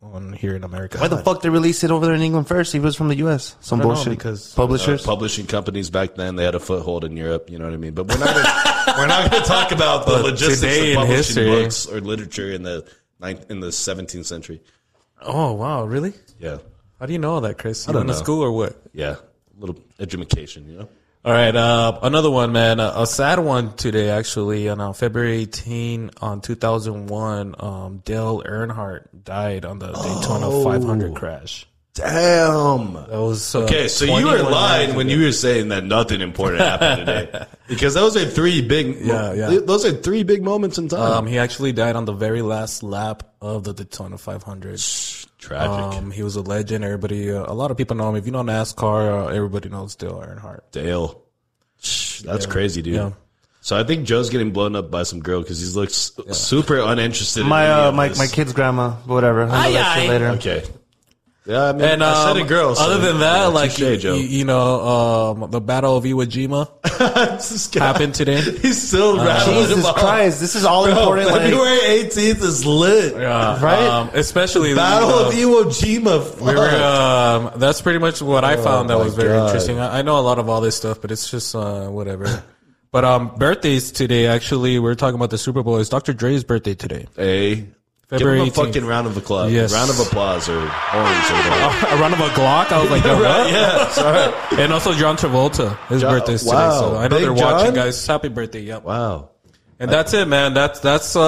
B: on here in America.
C: Why the fuck they released it over there in England first? He was from the U.S. Some
B: don't know,
C: bullshit.
B: because- uh,
C: publishers.
F: Publishing companies back then they had a foothold in Europe. You know what I mean? But we're not gonna, we're not going to talk about the logistics
B: today
F: of
B: in
F: publishing
B: history-
F: books or literature in the ninth, in the 17th century.
B: Oh wow, really?
F: Yeah,
B: How do you know all that, Chris? You
F: don't
B: went to
F: know.
B: school or what?
F: yeah, a little education. You know,
B: All right, uh, another one, man. A, a sad one today, actually. On uh, February 18, on 2001, um, Dale Earnhardt died on the Daytona
F: Oh.
B: 500 crash.
F: damn.
B: That was uh,
F: Okay, so you were
B: 21
F: lying
B: years
F: when
B: ago.
F: you were saying that nothing important happened today, because those are three big,
B: Yeah, yeah.
F: th- those are three big moments in time.
B: Um, he actually died on the very last lap of the Daytona 500.
F: Tragic.
B: Um, he was a legend. Everybody, uh, a lot of people know him. If you know NASCAR, uh, everybody knows Dale Earnhardt.
F: Dale, Shh, that's crazy, dude.
B: Yeah.
F: So I think Joe's getting blown up by some girl because he looks super uninterested. in
C: My
F: any
C: uh,
F: of
C: my
F: this.
C: my kid's grandma, whatever. I'll do that shit later.
F: Okay, Yeah, I mean,
B: And um,
F: I said a girl. so,
B: other than that,
F: uh,
B: like
F: touche,
B: you,
F: Joe.
B: you- you know, um, the Battle of Iwo Jima
F: This guy-
B: happened today.
F: He's
B: Uh,
F: still rattling
C: Jesus
F: about-
C: Christ, this is all
F: Bro,
C: important. like-
F: February 18th is lit.
B: Uh,
C: Right?
B: um, especially
F: Battle
B: uh,
F: of Iwo Jima.
B: We were, um, that's pretty much what I found that
F: Oh my
B: was very
F: God.
B: interesting. I, I know a lot of all this stuff, but it's just uh, whatever. but um, birthdays today, actually, we are talking about the Super Bowl. It's Dr. Dre's birthday today.
F: Hey, give
B: February
F: him a
B: 18th.
F: fucking round of applause.
B: Yes.
F: Round of applause or orange or whatever.
B: A round of a Glock. I was like, "Yo, what?"
F: yeah, sorry.
B: And also John Travolta. His
F: John-
B: birthday is today.
F: wow.
B: So I know
F: Big
B: they're watching,
F: John?
B: guys. Happy birthday. Yep.
F: Wow.
B: And that's it, man. That's, that's, uh,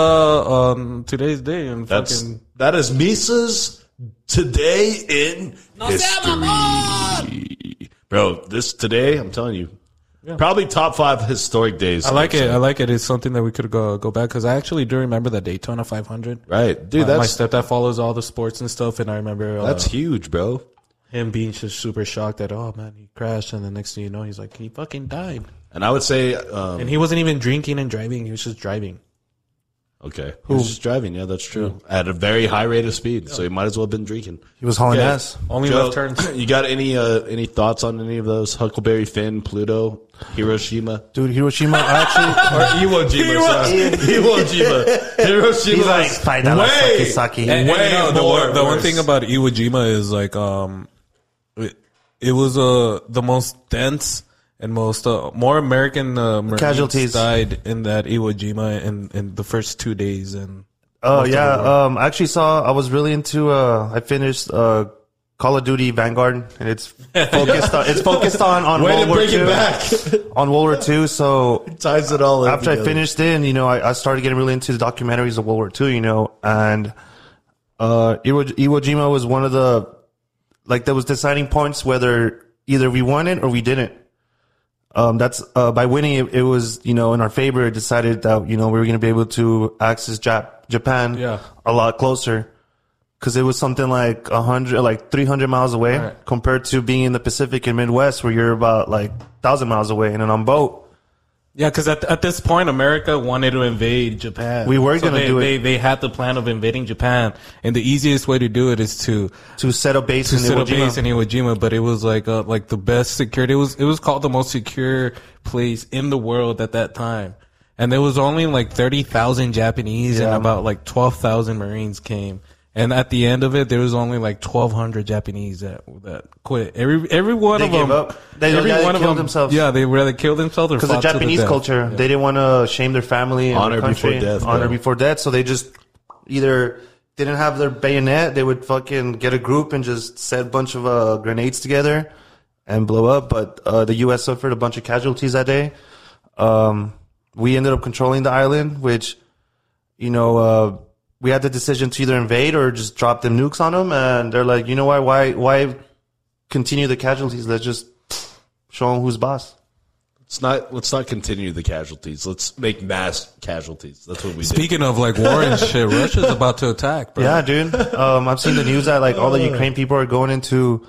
B: um, today's day. And
F: That's
B: fucking.
F: that is Misa's today in history. Bro, this today, I'm telling you. Probably top five historic days.
B: I like it. I like it. It's something that we could go go back because I actually do remember the Daytona 500.
F: Right. Dude,
B: My-
F: that's
B: my stepdad follows all the sports and stuff, and I remember uh,
F: that's huge, bro.
B: him being just super shocked that oh man he crashed, and the next thing you know he's like he fucking died,
F: And I would say um,
B: and he wasn't even drinking and driving; he was just driving.
F: okay. Who's just driving, yeah, that's true. At a very high rate of speed. So he might as well have been drinking.
C: He was hauling
F: Okay.
C: ass.
B: Only
F: Joe,
B: left turns.
F: You got any uh, any thoughts on any of those? Huckleberry Finn, Pluto, Hiroshima,
C: Dude, Hiroshima actually.
F: or Iwo Jima? sorry. Iwo Jima, Hiroshima.
C: He's like,
F: was
C: "Fight that like
F: way,
C: Sakisaki."
F: way
B: And,
C: And-
B: you know, the,
F: more.
B: one, the one
F: worse.
B: thing about Iwo Jima is like um, it, it was uh the most dense and most uh, more American uh, Marines
C: Casualties.
B: died in that Iwo Jima in in the first two days and.
C: Oh yeah, um, I actually saw. I was really into. Uh, I finished uh, Call of Duty Vanguard, and it's focused. on, it's focused on on
F: Way
C: World
F: to
C: War
F: bring
C: II.
F: it back.
C: On World War II, so
F: Ties it all in
C: after I
F: together.
C: finished in, you know, I, I started getting really into the documentaries of World War II, you know, and uh, Iwo, Iwo Jima was one of the like that was deciding points whether either we won it or we didn't. Um, that's uh, by winning it, it was you know in our favor. It decided that you know we were going to be able to access Jap- Japan
B: Yeah.
C: a lot closer because it was something like hundred like three hundred miles away
B: Right.
C: compared to being in the Pacific and Midwest where you're about like thousand miles away and then on boat.
B: Yeah, because at, at this point, America wanted to invade Japan.
C: We were gonna
B: they,
C: do it.
B: They, they had the plan of invading Japan, and the easiest way to do it is to
C: to set up base
B: to
C: in
B: set
C: Iwo
B: a
C: Jima.
B: base in Iwo Jima. But it was like uh, like the best secured. It was it was called the most secure place in the world at that time, and there was only like thirty thousand Japanese and about like twelve thousand Marines came. And at the end of it, there was only like twelve hundred Japanese that that quit. Every every one
C: They
B: of them,
C: gave up. They-
B: every
C: yeah, they
B: one of
C: killed
B: them,
C: themselves.
B: Yeah, they rather killed themselves or
C: because the
B: fought to
C: Japanese
B: death.
C: culture, they didn't want to shame their family, and
F: Honor
C: their
F: before
C: country,
F: death,
C: honor
F: yeah.
C: before death. So they just either didn't have their bayonet, they would fucking get a group and just set a bunch of uh, grenades together and blow up. But uh, the U.S. suffered a bunch of casualties that day. Um, we ended up controlling the island, which you know. Uh, we had the decision to either invade or just drop them nukes on them, and they're like, you know why, why, why continue the casualties? Let's just show them who's boss.
F: Let's not let's not continue the casualties. Let's make mass casualties. That's what we did.
B: Speaking of like war and shit, Russia's about to attack, bro.
C: Yeah, dude. Um, I've seen the news that like all the Ukraine people are going into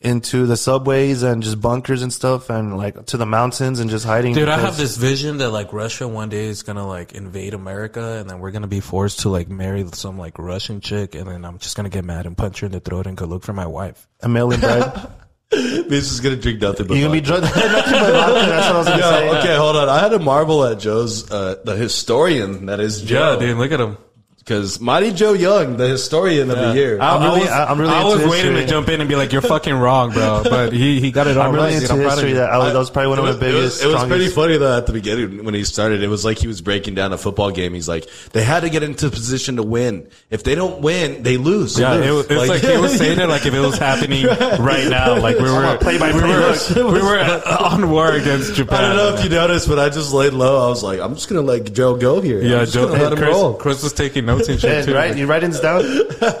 C: into the subways and just bunkers and stuff, and like to the mountains and just hiding.
B: Dude, I have
C: because-
B: this vision that like Russia one day is gonna like invade America and then we're gonna be forced to like marry some like Russian chick and then I'm just gonna get mad and punch her in the throat and go look for my wife.
C: a million bread.
F: This is gonna drink nothing but
C: you gonna be
F: vodka.
C: drunk? Nothing but vodka, That's what I was gonna
F: Yo,
C: say.
F: okay, hold on. I had to marvel at Joe's uh, the historian that is Joe.
B: Yeah, dude, look at him.
F: Because Mighty Joe Young, the historian of the year.
C: I'm really,
B: was,
C: I'm really.
B: I
C: into
B: was waiting
C: history.
B: to jump in and be like, "You're fucking wrong, bro," but he he got it all
C: I'm really
B: right, dude.
C: into
B: I'm proud of
C: history.
B: you.
C: That, I was, that was probably one
F: It
C: of
F: was,
C: the biggest.
F: it was, it was pretty
C: strongest-
F: funny though at the beginning when he started. It was like he was breaking down a football game. He's like, they had to get into position to win. If they don't win, they lose.
B: Yeah, it was, it's like, he was saying it like if it was happening right now, like we were
C: play by
B: we
C: play
B: were,
C: look.
B: we were on war against Japan.
F: I don't know if you noticed, but I just laid low. I was like, I'm just gonna let Joe go here.
B: Yeah,
F: I'm just
B: Joe,
F: gonna let him
B: Chris,
F: roll.
B: Chris was taking notes and shit
C: And,
B: too.
C: right, you write it down,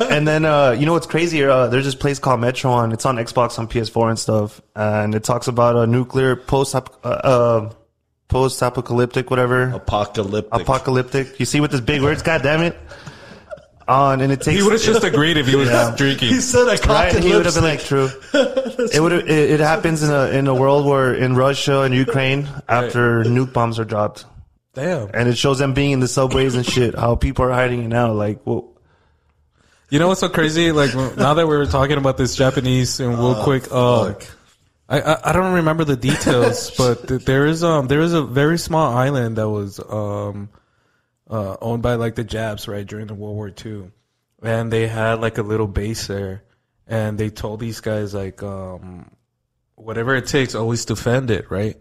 C: and then uh, you know what's crazy? Uh, there's this place called Metron. It's on Xbox, on PS4, and stuff, and it talks about a nuclear post uh, uh, post apocalyptic whatever
F: Apocalyptic.
C: apocalyptic. You see what this big words? God damn it! On and it takes.
B: He would have just agreed if he was just drinking.
F: he said
C: Right,
F: apocalyptic.
C: he would have been like, "True." it would. It, it happens in a in a world where in Russia and Ukraine after nuke bombs are dropped,
B: Damn.
C: and it shows them being in the subways and shit. How people are hiding it now. Like, well,
B: You know what's so crazy? Like now that we were talking about this Japanese and real quick, uh, I, I I don't remember the details, but th- there is um there is a very small island that was um uh, owned by like the Japs right during the World War II, and they had like a little base there, and they told these guys like um whatever it takes, always defend it, right?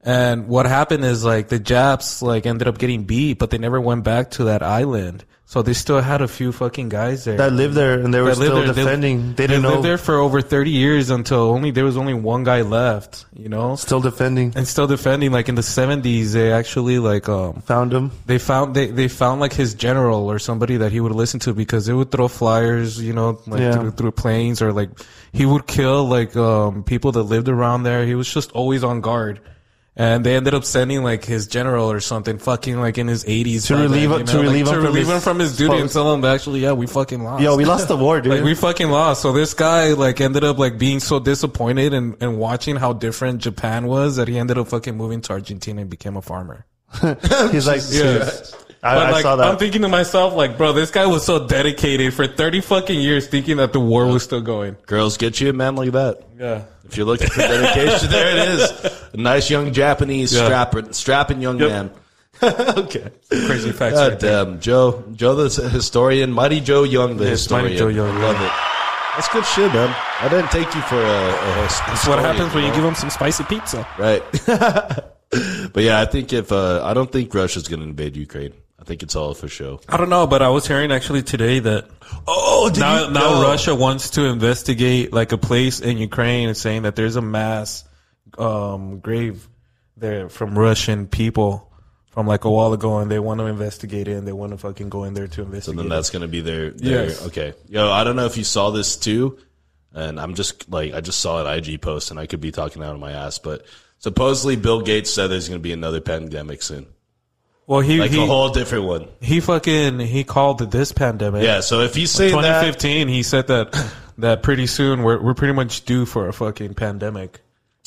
B: And what happened is like the Japs like ended up getting beat, but they never went back to that island. So they still had a few fucking guys there
C: that lived there and they were
B: that lived
C: still
B: there,
C: defending. They, didn't know.
B: lived there for over 30 years until only there was only one guy left, you know,
C: still defending.
B: and still defending. Like in the 70s, they actually like um
C: Found them.
B: they found they, they found like his general or somebody that he would listen to because they would throw flyers, you know, like
C: Yeah.
B: through, through planes or like he would kill like um people that lived around there. He was just always on guard. And they ended up sending like his general or something, fucking like in his eighties,
C: To relieve- to relieve
B: to
C: him from
B: relieve
C: his
B: him from his duty and
C: post.
B: tell him actually, yeah, we fucking lost.
C: Yo, we lost the war, dude.
B: Like we fucking lost. So this guy like ended up like being so disappointed and, and watching how different Japan was that he ended up fucking moving to Argentina and became a farmer.
C: He's like, I,
B: But,
C: I
B: like,
C: saw that.
B: I'm thinking to myself, like, bro, this guy was so dedicated for 30 fucking years thinking that the war was still going.
F: Girls, get you a man like that.
B: Yeah.
F: If you're looking for dedication, there it is. A nice young Japanese
B: Yeah.
F: strapper, strapping young man. okay.
B: Crazy facts.
F: God
B: right there.
F: damn. Uh, um, Joe, Joe the historian, Mighty Joe Young the
B: Yes,
F: historian.
B: Mighty Joe Young,
F: Love it. That's good shit, man. I didn't take you for a, a his-
B: That's what
F: historian,
B: happens when you
F: know?
B: give him some spicy pizza.
F: Right. but yeah, I think if uh, I don't think Russia's going to invade Ukraine. I think it's all for show.
B: I don't know, but I was hearing actually today that
F: Oh, did
B: now,
F: you-
B: now
F: no.
B: Russia wants to investigate like a place in Ukraine and saying that there's a mass um, grave there from Russian people from like a while ago, and they want to investigate it and they want to fucking go in there to
F: And
B: investigate.
F: then
B: it.
F: that's going to be their, their
B: Yes.
F: okay. Yo, I don't know if you saw this too, and I'm just like I just saw an IG post, and I could be talking out of my ass, but supposedly Bill Gates said there's going to be another pandemic soon,
B: well, he
F: like
B: he,
F: a whole different one.
B: he fucking he called it this pandemic.
F: Yeah. So if he's saying that,
B: 2015, he said that that pretty soon we're we're pretty much due for a fucking pandemic.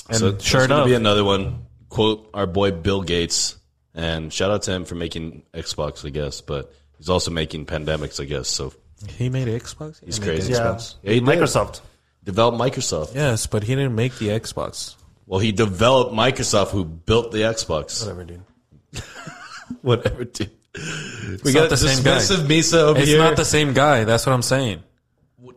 B: And
F: so
B: sure
F: there's gonna
B: enough,
F: be another one. Quote our boy Bill Gates, and shout out to him for making Xbox, I guess, but he's also making pandemics, I guess. So
B: he made Xbox.
F: he's crazy.
C: yeah.
F: Xbox. Yeah, he did.
C: Microsoft.
F: developed Microsoft.
B: Yes, but he didn't make the Xbox.
F: Well, he developed Microsoft, who built the Xbox.
B: Whatever, dude.
F: whatever, dude.
B: not
F: We got
B: the
F: the
B: same
F: same
B: guy.
F: dismissive Misa over
B: It's
F: here.
B: not the same guy. That's what I'm saying.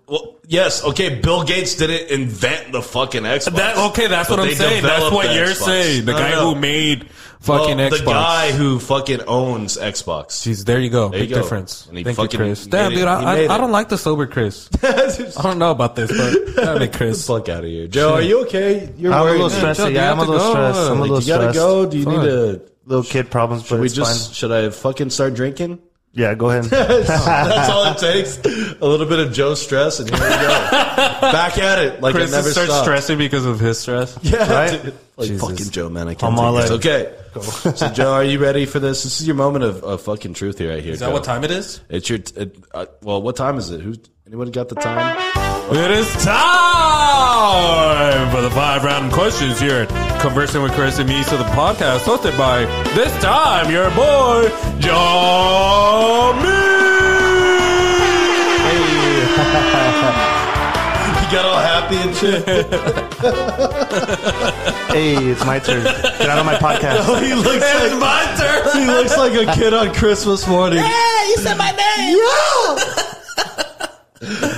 F: well, yes, okay. Bill Gates didn't invent the fucking Xbox.
B: That okay? That's
F: But
B: what
F: they
B: I'm saying. That's
F: developed
B: what
F: the
B: you're
F: Xbox.
B: saying. The
F: No,
B: guy
F: no, no.
B: who made fucking
F: Well,
B: Xbox.
F: Oh, The guy who fucking owns Xbox.
B: Jeez, there you go.
F: you
B: Big
F: go.
B: difference.
F: And he
B: Thank you,
F: fucking
B: Chris.
F: made
B: Damn,
F: it.
B: dude,
F: He
B: I,
F: made
B: I, I
F: it.
B: don't like the sober Chris. I don't know about this, but damn it, Oh, Chris.
F: Fuck out of here, Joe. Are you okay? You're
C: I'm a
F: worried.
C: little
F: man.
C: stressed.
B: Joe, do you
C: Yeah, I'm a
B: have to
C: little
B: go?
C: stressed. I'm a
B: Like,
C: little
F: You gotta
C: stressed.
F: go. Do you need to?
C: Little kid problems, but
F: We
C: it's
F: just
C: fine.
F: should I fucking start drinking?
C: Yeah, go ahead.
F: That's all it takes. A little bit of Joe stress, and here we go. Back at it like
B: Chris
F: I never
B: starts
F: stopped.
B: stressing because of his stress.
F: Yeah,
C: Right?
F: dude. Like
B: Jesus.
F: fucking Joe, man. I
C: I'm
F: can't.
C: all
F: Take this.
C: in.
F: Okay. so Joe, are you ready for this? This is your moment of, of fucking truth here, right here.
B: Is that what time it is?
F: It's your. It, uh, well, what time is it? Who? Anyone got the time?
B: It is time for the five round questions here at Conversing with Chris and Me to the podcast hosted by this time your boy John Me.
F: You got all happy and shit.
C: hey, it's my turn. Get out of my podcast.
F: he looks like my turn. He looks like a kid on Christmas morning.
D: you said my name.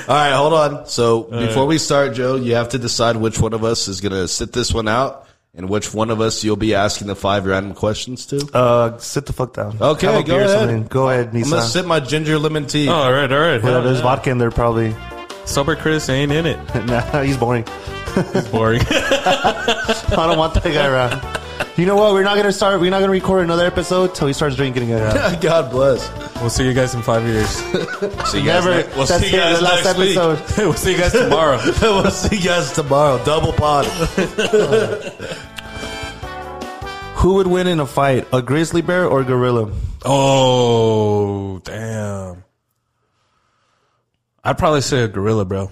F: All right, hold on. So before we start, Joe, you have to decide which one of us is gonna sit this one out, and which one of us you'll be asking the five random questions to.
C: Uh, sit the fuck down.
F: Okay,
C: Have a
F: go
C: beer or
F: ahead.
C: something. Go ahead,
F: I'm gonna
C: Nisa.
F: sip my ginger lemon tea.
B: All right, all right.
C: Yeah, there's vodka in there probably.
B: Sober Chris ain't in it.
C: nah, he's boring.
B: It's boring.
C: I don't want that guy around. You know what? We're not gonna start. We're not gonna record another episode till he starts drinking again.
F: God bless.
B: we'll see you guys in five years.
F: See you
C: Never.
F: guys. ne- We'll
C: that's
F: see you
C: it.
F: guys
C: The last
F: next week.
C: episode.
B: we'll see you guys tomorrow.
F: we'll see you guys tomorrow. Double pod.
C: Who would win in a fight, a grizzly bear or gorilla?
B: Oh, damn. I'd probably say a gorilla, bro.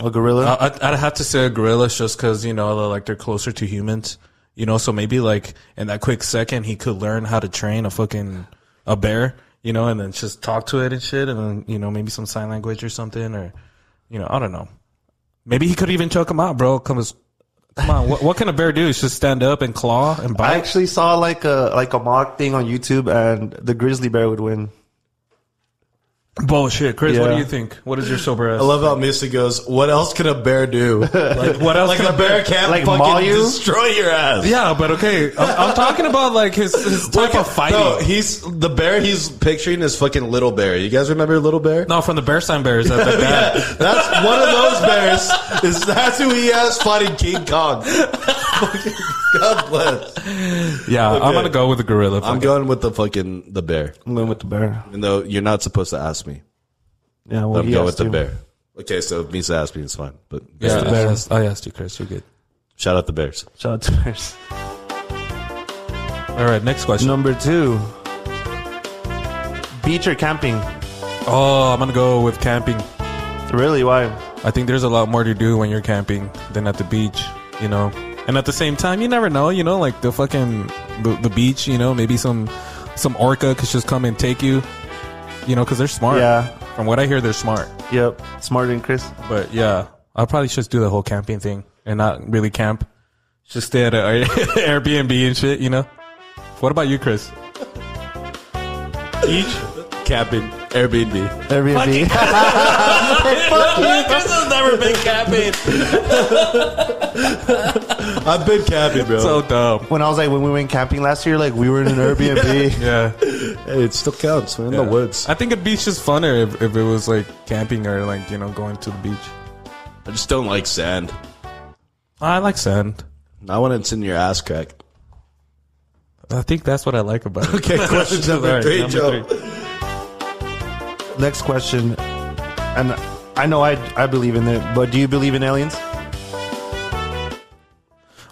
C: A
F: Uh,
C: gorilla.
B: Uh, I- I'd, I'd have to say a gorilla just because, you know, they're, like they're closer to humans. You know, so maybe like in that quick second, he could learn how to train a fucking a bear. you know, and then just talk to it and shit, and then you know maybe some sign language or something, or you know I don't know. Maybe he could even choke him out, bro. Come as, come on, what, what can a bear do? It's just stand up and claw and
C: I
B: bite.
C: actually saw like a like a mock thing on YouTube, and the grizzly bear would win.
B: Bullshit, Chris. What do
C: Yeah.
B: you think? What is your sober ass?
F: I love how Misa goes, what else can a bear do? Like,
B: what else
F: like
B: can
F: a bear can't
C: like, maul
F: fucking
C: you?
F: destroy your ass.
B: yeah, but okay, I'm, I'm talking about like his, his type
F: Fucking-
B: of fighting.
F: No, he's the bear he's picturing is fucking Little Bear. You guys remember Little Bear?
B: No, from the Bear Sign Bears. That's like that.
F: That's one of those bears. Is that's who he has fighting King Kong? Fucking God bless.
B: Yeah, I'm
F: Okay.
B: gonna go with the gorilla.
F: I'm going with the fucking the bear.
C: I'm going with the bear.
F: Even though you're not supposed to ask me,
C: Yeah, well,
F: I'm
C: he
F: going with
C: has
F: the
C: to.
F: bear. Okay, so if Misa asked me, it's fine. But
B: yeah,
F: yeah.
B: I asked, I asked you, Chris. You're good.
F: shout out the bears.
C: Shout out to bears.
B: All right, next question.
C: Number two, beach or camping?
B: Oh, I'm gonna go with camping.
C: Really? Why?
B: I think there's a lot more to do when you're camping than at the beach, you know. And at the same time, you never know, you know, like the fucking the, the beach, you know, maybe some some orca could just come and take you, you know, because they're smart.
C: Yeah.
B: From what I hear, they're smart.
C: Yep. Smarter than Chris.
B: But yeah, I'll probably just do the whole camping thing and not really camp. Just stay at an Airbnb and shit, you know. What about you, Chris?
F: Each cabin, Airbnb.
C: Airbnb.
F: I've been camping, bro.
B: So dumb.
C: when I was like, when we went camping last year, like we were in an Airbnb.
B: Yeah.
F: Hey, it still counts. We're in the woods.
B: I think a beach is funner if, if it was like camping or like, you know, going to the beach.
F: I just don't like sand.
B: I like sand.
F: Not when it's in your ass crack.
B: I think that's what I like about it.
F: Okay, question
B: All
F: number
B: right,
F: three,
B: number
F: Joe.
C: Next question, and I know I I believe in it, but do you believe in aliens?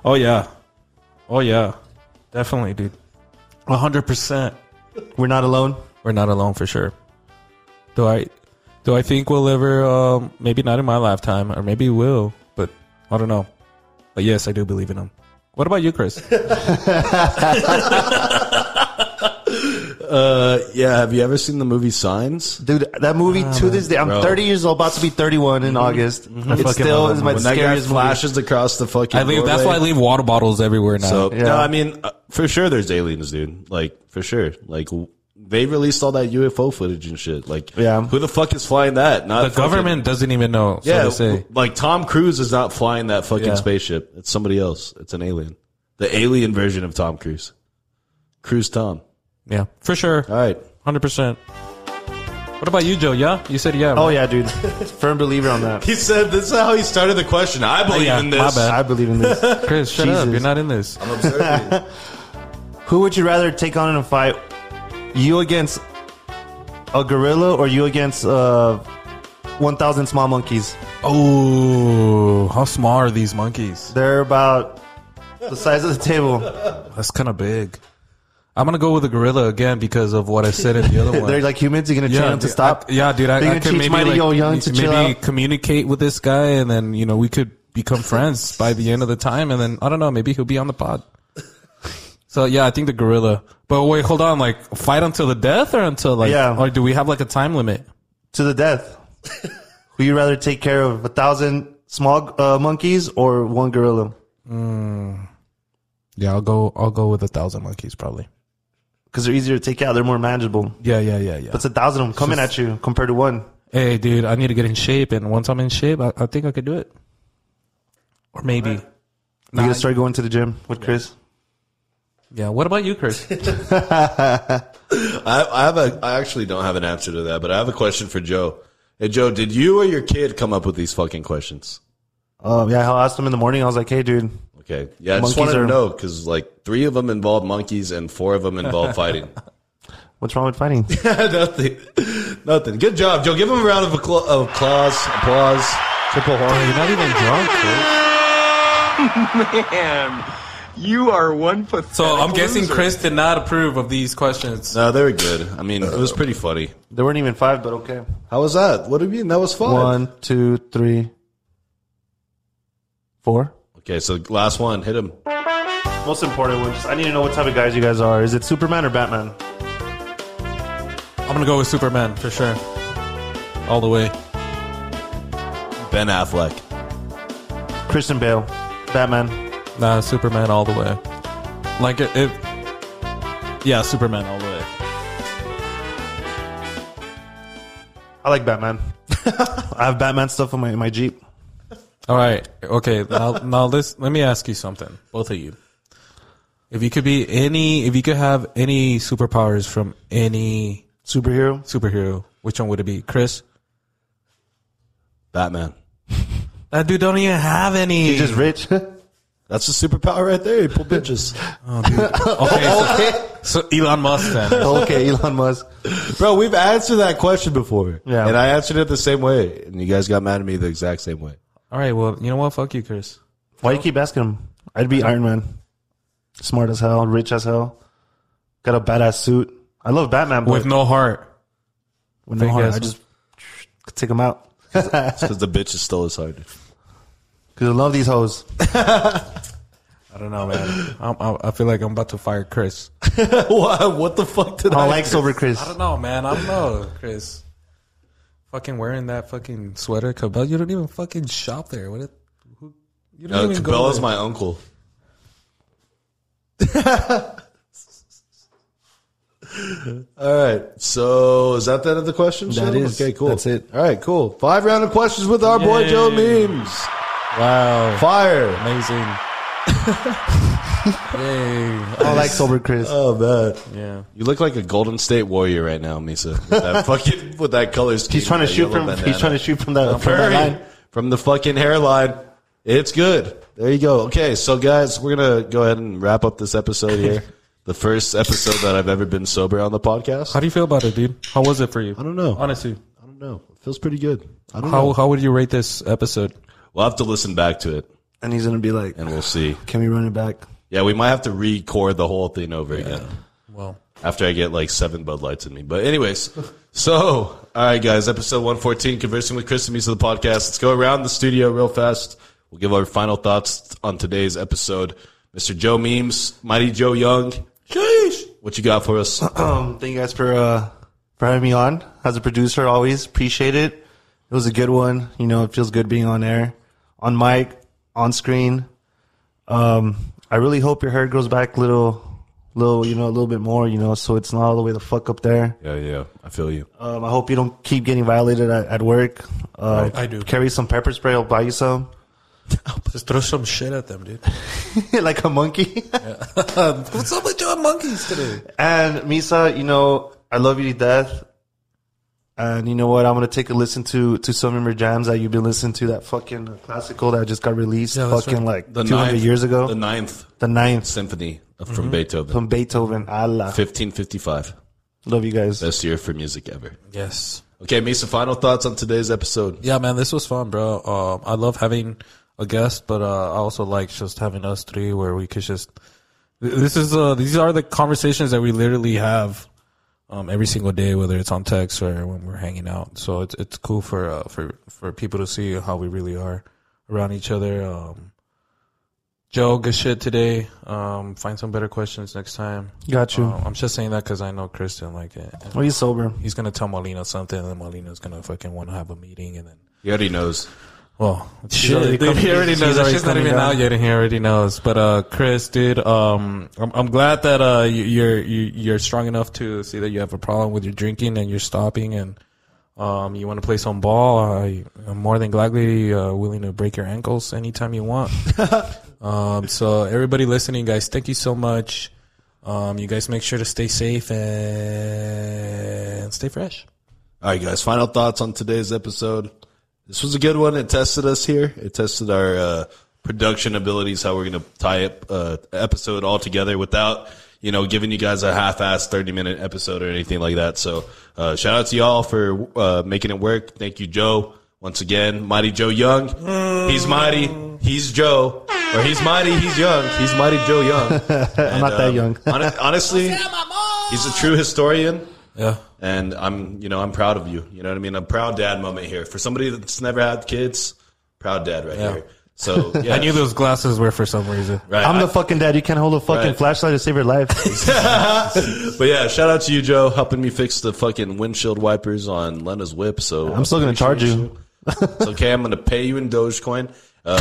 B: Oh yeah, oh yeah, definitely, dude. hundred percent.
C: We're not alone.
B: We're not alone for sure. Do I? Do I think we'll ever? Um, maybe not in my lifetime, or maybe we will, but I don't know. But yes, I do believe in them. What about you, Chris?
F: Uh, yeah, have you ever seen the movie Signs?
C: Dude, that movie to this day, I'm
F: Bro.
C: 30 years old, about to be 31 in August. It
B: fucking
C: still
B: love
C: is
B: that
C: my
F: When that guy
C: scariest flash.
F: flashes across the fucking.
B: I leave. That's why I
F: doorway.
B: leave water bottles everywhere now.
F: So
C: Yeah.
F: no, I mean, uh, for sure, there's aliens, dude. Like for sure, like w- they released all that UFO footage and shit. Like,
C: Yeah.
F: who the fuck is flying that? Not
B: the
F: fucking-
B: government doesn't even know. So yeah,
F: Yeah,
B: they say.
F: like Tom Cruise is not flying that fucking
B: Yeah.
F: spaceship. It's somebody else. It's an alien. The alien version of Tom Cruise. Cruise Tom.
B: Yeah, for sure,
F: All right.
B: hundred percent. What about you, Joe? Yeah, you said yeah.
C: Oh
B: right?
C: yeah, dude, firm believer on that.
F: He said, "This is how he started the question." I believe
B: Uh, yeah,
F: in
B: my
F: this.
B: bad.
C: I believe in this.
B: Chris, shut up.
C: Jesus.
B: You're not in this.
F: I'm observing.
C: Who would you rather take on in a fight? You against a gorilla or you against uh, 1,000 small monkeys?
B: Oh, how small are these monkeys?
C: They're about the size of the table.
B: That's kind of big. I'm gonna go with the gorilla again because of what I said in the other one.
C: They're like humans. You're gonna train them to
B: dude,
C: stop.
B: I, yeah, dude, I,
C: They're
B: I
C: gonna
B: could
C: teach
B: maybe
C: Mighty
B: like,
C: Yo Young to
B: maybe
C: chill out.
B: communicate with this guy, and then you know we could become friends by the end of the time, and then I don't know, maybe he'll be on the pod. So yeah, I think the gorilla. But wait, hold on, like fight until the death, or until like,
C: Yeah.
B: or do we have like a time limit?
C: to the death. Who you rather take care of? A thousand small uh, monkeys or one gorilla?
B: Yeah, I'll go. I'll go with a thousand monkeys probably.
C: Because they're easier to take out. They're more manageable.
B: Yeah, yeah, yeah, yeah.
C: It's a thousand of them coming at you compared to one.
B: hey dude i need to get in shape and once i'm in shape i, I think i could do it or maybe
C: You gotta start going to the gym with Chris.
B: yeah what about you chris
F: I, I have a. I actually don't have an answer to that, but I have a question for Joe. Hey, Joe, did you or your kid come up with these fucking questions?
C: Oh yeah, I asked him in the morning. I was like, "Hey, dude,
F: Okay. Yeah, I just
C: Monkeys
F: wanted to
C: are-
F: know because like three of them involved monkeys and four of them involved fighting.
C: what's wrong with fighting?"
F: nothing. Nothing. Good job, Joe. Give him a round of accla- of applause. Applause. Triple horn.
B: you're not even drunk Chris.
H: Man, you are one pathetic
B: so i'm guessing
H: loser.
B: chris did not approve of these questions
F: No, they were good. I mean, it was pretty funny.
C: There weren't even five, but okay.
F: How was that? What do you mean? That was fun.
C: One, two, three, four.
F: Okay, so last one. Hit him.
C: Most important one. Just I need to know what type of guys you guys are. Is it Superman or Batman?
B: I'm gonna go with Superman for sure, all the way.
F: Ben Affleck.
C: Christian Bale, Batman.
B: Nah, Superman all the way. Like if, if yeah, Superman all the way.
C: I like Batman. I have Batman stuff on my in my Jeep.
B: All right, okay. Now, now this, let me ask you something, both of you. If you could be any, if you could have any superpowers from any
C: Superhero.
B: superhero, which one would it be, Chris?
F: Batman.
B: That dude don't even have any.
C: He's just rich.
F: That's a superpower right there. You pull bitches.
B: okay, so, so Elon Musk then.
C: okay, Elon Musk.
F: Bro, we've answered that question before.
C: Yeah.
F: And I answered it the same way. And you guys got mad at me the exact same way.
B: All right, well, you know what? Fuck you, Chris.
C: Why you keep asking him? I'd be Iron Man. Smart as hell, rich as hell. Got a badass suit. I love Batman, but
B: With no heart.
C: with no
B: big
C: heart,
B: ass-
C: I just could take him out.
F: Because the bitch is still his heart.
C: Cause I love these hoes.
B: I don't know, man. I'm, I, I feel like I'm about to fire Chris.
F: what, what the fuck did
C: I like sober Chris.
B: I don't know, man. I don't know, Chris. Fucking wearing that fucking sweater, Cabela. You don't even fucking shop there. What? It, who, you don't
F: No,
B: even go
F: Cabela's
B: there.
F: my uncle. All right. So is that the end of the questions?
C: That
F: gentlemen?
C: is.
F: Okay, cool.
C: That's it.
F: All right, cool. Five round of questions with our boy
B: Yay.
F: Joe Memes.
B: Wow,
F: Fire.
B: amazing. Yay!
C: I like sober Chris.
F: Oh man.
B: Yeah.
F: You look like a Golden State Warrior right now, Misa. With that fucking with that color scheme.
C: he's trying to
F: that
C: shoot
F: yellow
C: from.
F: bandana.
C: He's trying to shoot from that, from that
F: Hurry.
C: line.
F: from the fucking hairline. It's good. There you go. Okay, so guys, we're gonna go ahead and wrap up this episode here. the first episode that I've ever been sober on the podcast.
B: How do you feel about it, dude? How was it for you? I
F: don't know.
B: Honestly,
F: I don't know. It feels pretty good. I don't
B: how
F: know.
B: how would you rate this episode?
F: We'll have to listen back to it
C: And he's gonna be like,
F: and we'll see.
C: "Can we run it back?"
F: Yeah, we might have to record the whole thing over again.
B: Well,
F: after I get like seven Bud Lights in me. But anyways, so all right, guys, episode one fourteen, conversing with Chris and Misa of the podcast. Let's go around the studio real fast. We'll give our final thoughts on today's episode. Mr. Joe Memes, Mighty Joe Young, what you got for us?
C: Um, thank you guys for uh, for having me on as a producer. Always appreciate it. It was a good one. You know, it feels good being on air, on mic, on screen. Um, I really hope your hair grows back little, little, you know, a little bit more. You know, so it's not all the way the fuck up there.
F: Yeah, yeah, I feel you.
C: Um, I hope you don't keep getting violated at, at work. Uh,
B: I do.
C: Carry some pepper spray. I'll buy you some.
B: just throw some shit at them, dude.
C: like a monkey.
B: What's up with your monkeys today?
C: And Misa, you know, I love you to death. And you know what? I'm gonna take a listen to to some of your jams that you've been listening to. That fucking classical that just got released,
B: Yeah, that's
C: fucking like
F: The
C: 200
F: ninth-
C: years ago.
F: the
C: The,
F: ninth
C: ninth
F: symphony of- from Beethoven,
C: from Beethoven. Allah,
F: fifteen fifty-five,
C: love you guys.
F: best year for music ever.
B: Yes.
F: Okay, Misa, final thoughts on today's episode.
B: Yeah, man, this was fun, bro. Um, I love having a guest, but uh, I also like just having us three where we could just. th- This is uh, these are the conversations that we literally have um, every single day, whether it's on text or when we're hanging out. So it's it's cool for uh, for for people to see how we really are around each other. Um, Joe, good shit today. Um, find some better questions next time.
C: Got you.
B: Um, I'm just saying that because I know Chris didn't like it.
C: Are you Oh, sober?
B: He's gonna tell Molina something, and then Molina's gonna fucking want to have a meeting, and then.
F: He already knows.
B: Well,
C: already
B: dude,
C: come-
B: he already
C: he's-
B: knows.
C: he's
B: That
C: already
B: shit's not
C: coming
B: even
C: down.
B: out yet, and he already knows. But uh, Chris, dude, um, I'm, I'm glad that uh, you, you're you, you're strong enough to see that you have a problem with your drinking and you're stopping, and um, you want to play some ball. I, I'm more than gladly uh, willing to break your ankles anytime you want. um, so everybody listening, guys, thank you so much. Um, you guys make sure to stay safe and stay fresh.
F: All right, guys. Final thoughts on today's episode. This was a good one. It tested us here. It tested our uh, production abilities. How we're going to tie up uh, episode all together without you know giving you guys a half-assed thirty-minute episode or anything like that. So uh, shout out to y'all for uh, making it work. Thank you, Joe. Once again, Mighty Joe Young. He's mighty. He's Joe. Or he's mighty. He's young. He's Mighty Joe Young.
C: I'm not
F: um,
C: that young.
F: Hon- honestly, he's a true historian.
B: Yeah.
F: And I'm, you know, I'm proud of you. You know what I mean? A proud dad moment here for somebody that's never had kids. Proud dad right here. So yeah.
B: I knew those glasses were for some reason.
F: Right,
C: I'm
F: I-
C: the fucking dad. You can't hold a fucking
F: Right.
C: flashlight to save your life.
F: but yeah, shout out to you, Joe, helping me fix the fucking windshield wipers on Lena's whip. So
C: I'm still gonna charge you.
F: It's okay. I'm gonna pay you in Dogecoin. Uh,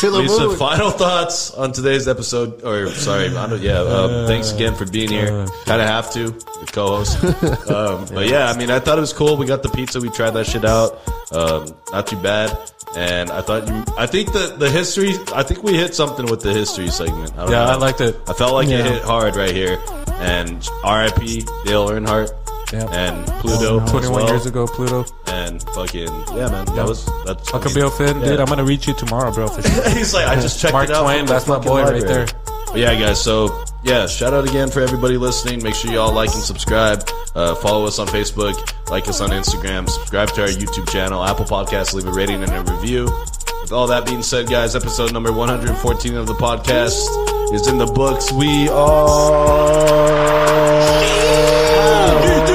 F: Lisa, Lisa, final thoughts on today's episode, or sorry, I don't, yeah.
B: Uh,
F: Um, thanks again for being here. Kind of have to, the co-host. Um, but yeah, I mean, I thought it was cool. We got the pizza. We tried that shit out. Um, not too bad. And I thought you, I think the the history. I think we hit something with the history segment. I don't
B: Yeah,
F: know.
B: I liked it.
F: I felt like
B: Yeah.
F: it hit hard right here. And R.I.P. Dale Earnhart
B: Yep.
F: and Pluto. as
B: 21
F: well
B: years ago, Pluto.
F: and fucking yeah, man. That was that's I mean,
B: Huckabee Finn, dude, I'm gonna reach you tomorrow, bro. For sure.
F: He's like, I just checked
B: Mark
F: it out.
B: Twain, that's my boy right there.
F: But yeah, guys. So yeah, shout out again for everybody listening. Make sure y'all like and subscribe. Uh, follow us on Facebook, like us on Instagram, subscribe to our YouTube channel, Apple Podcasts, leave a rating and a review. With all that being said, guys, episode number 114 of the podcast is in the books. We are.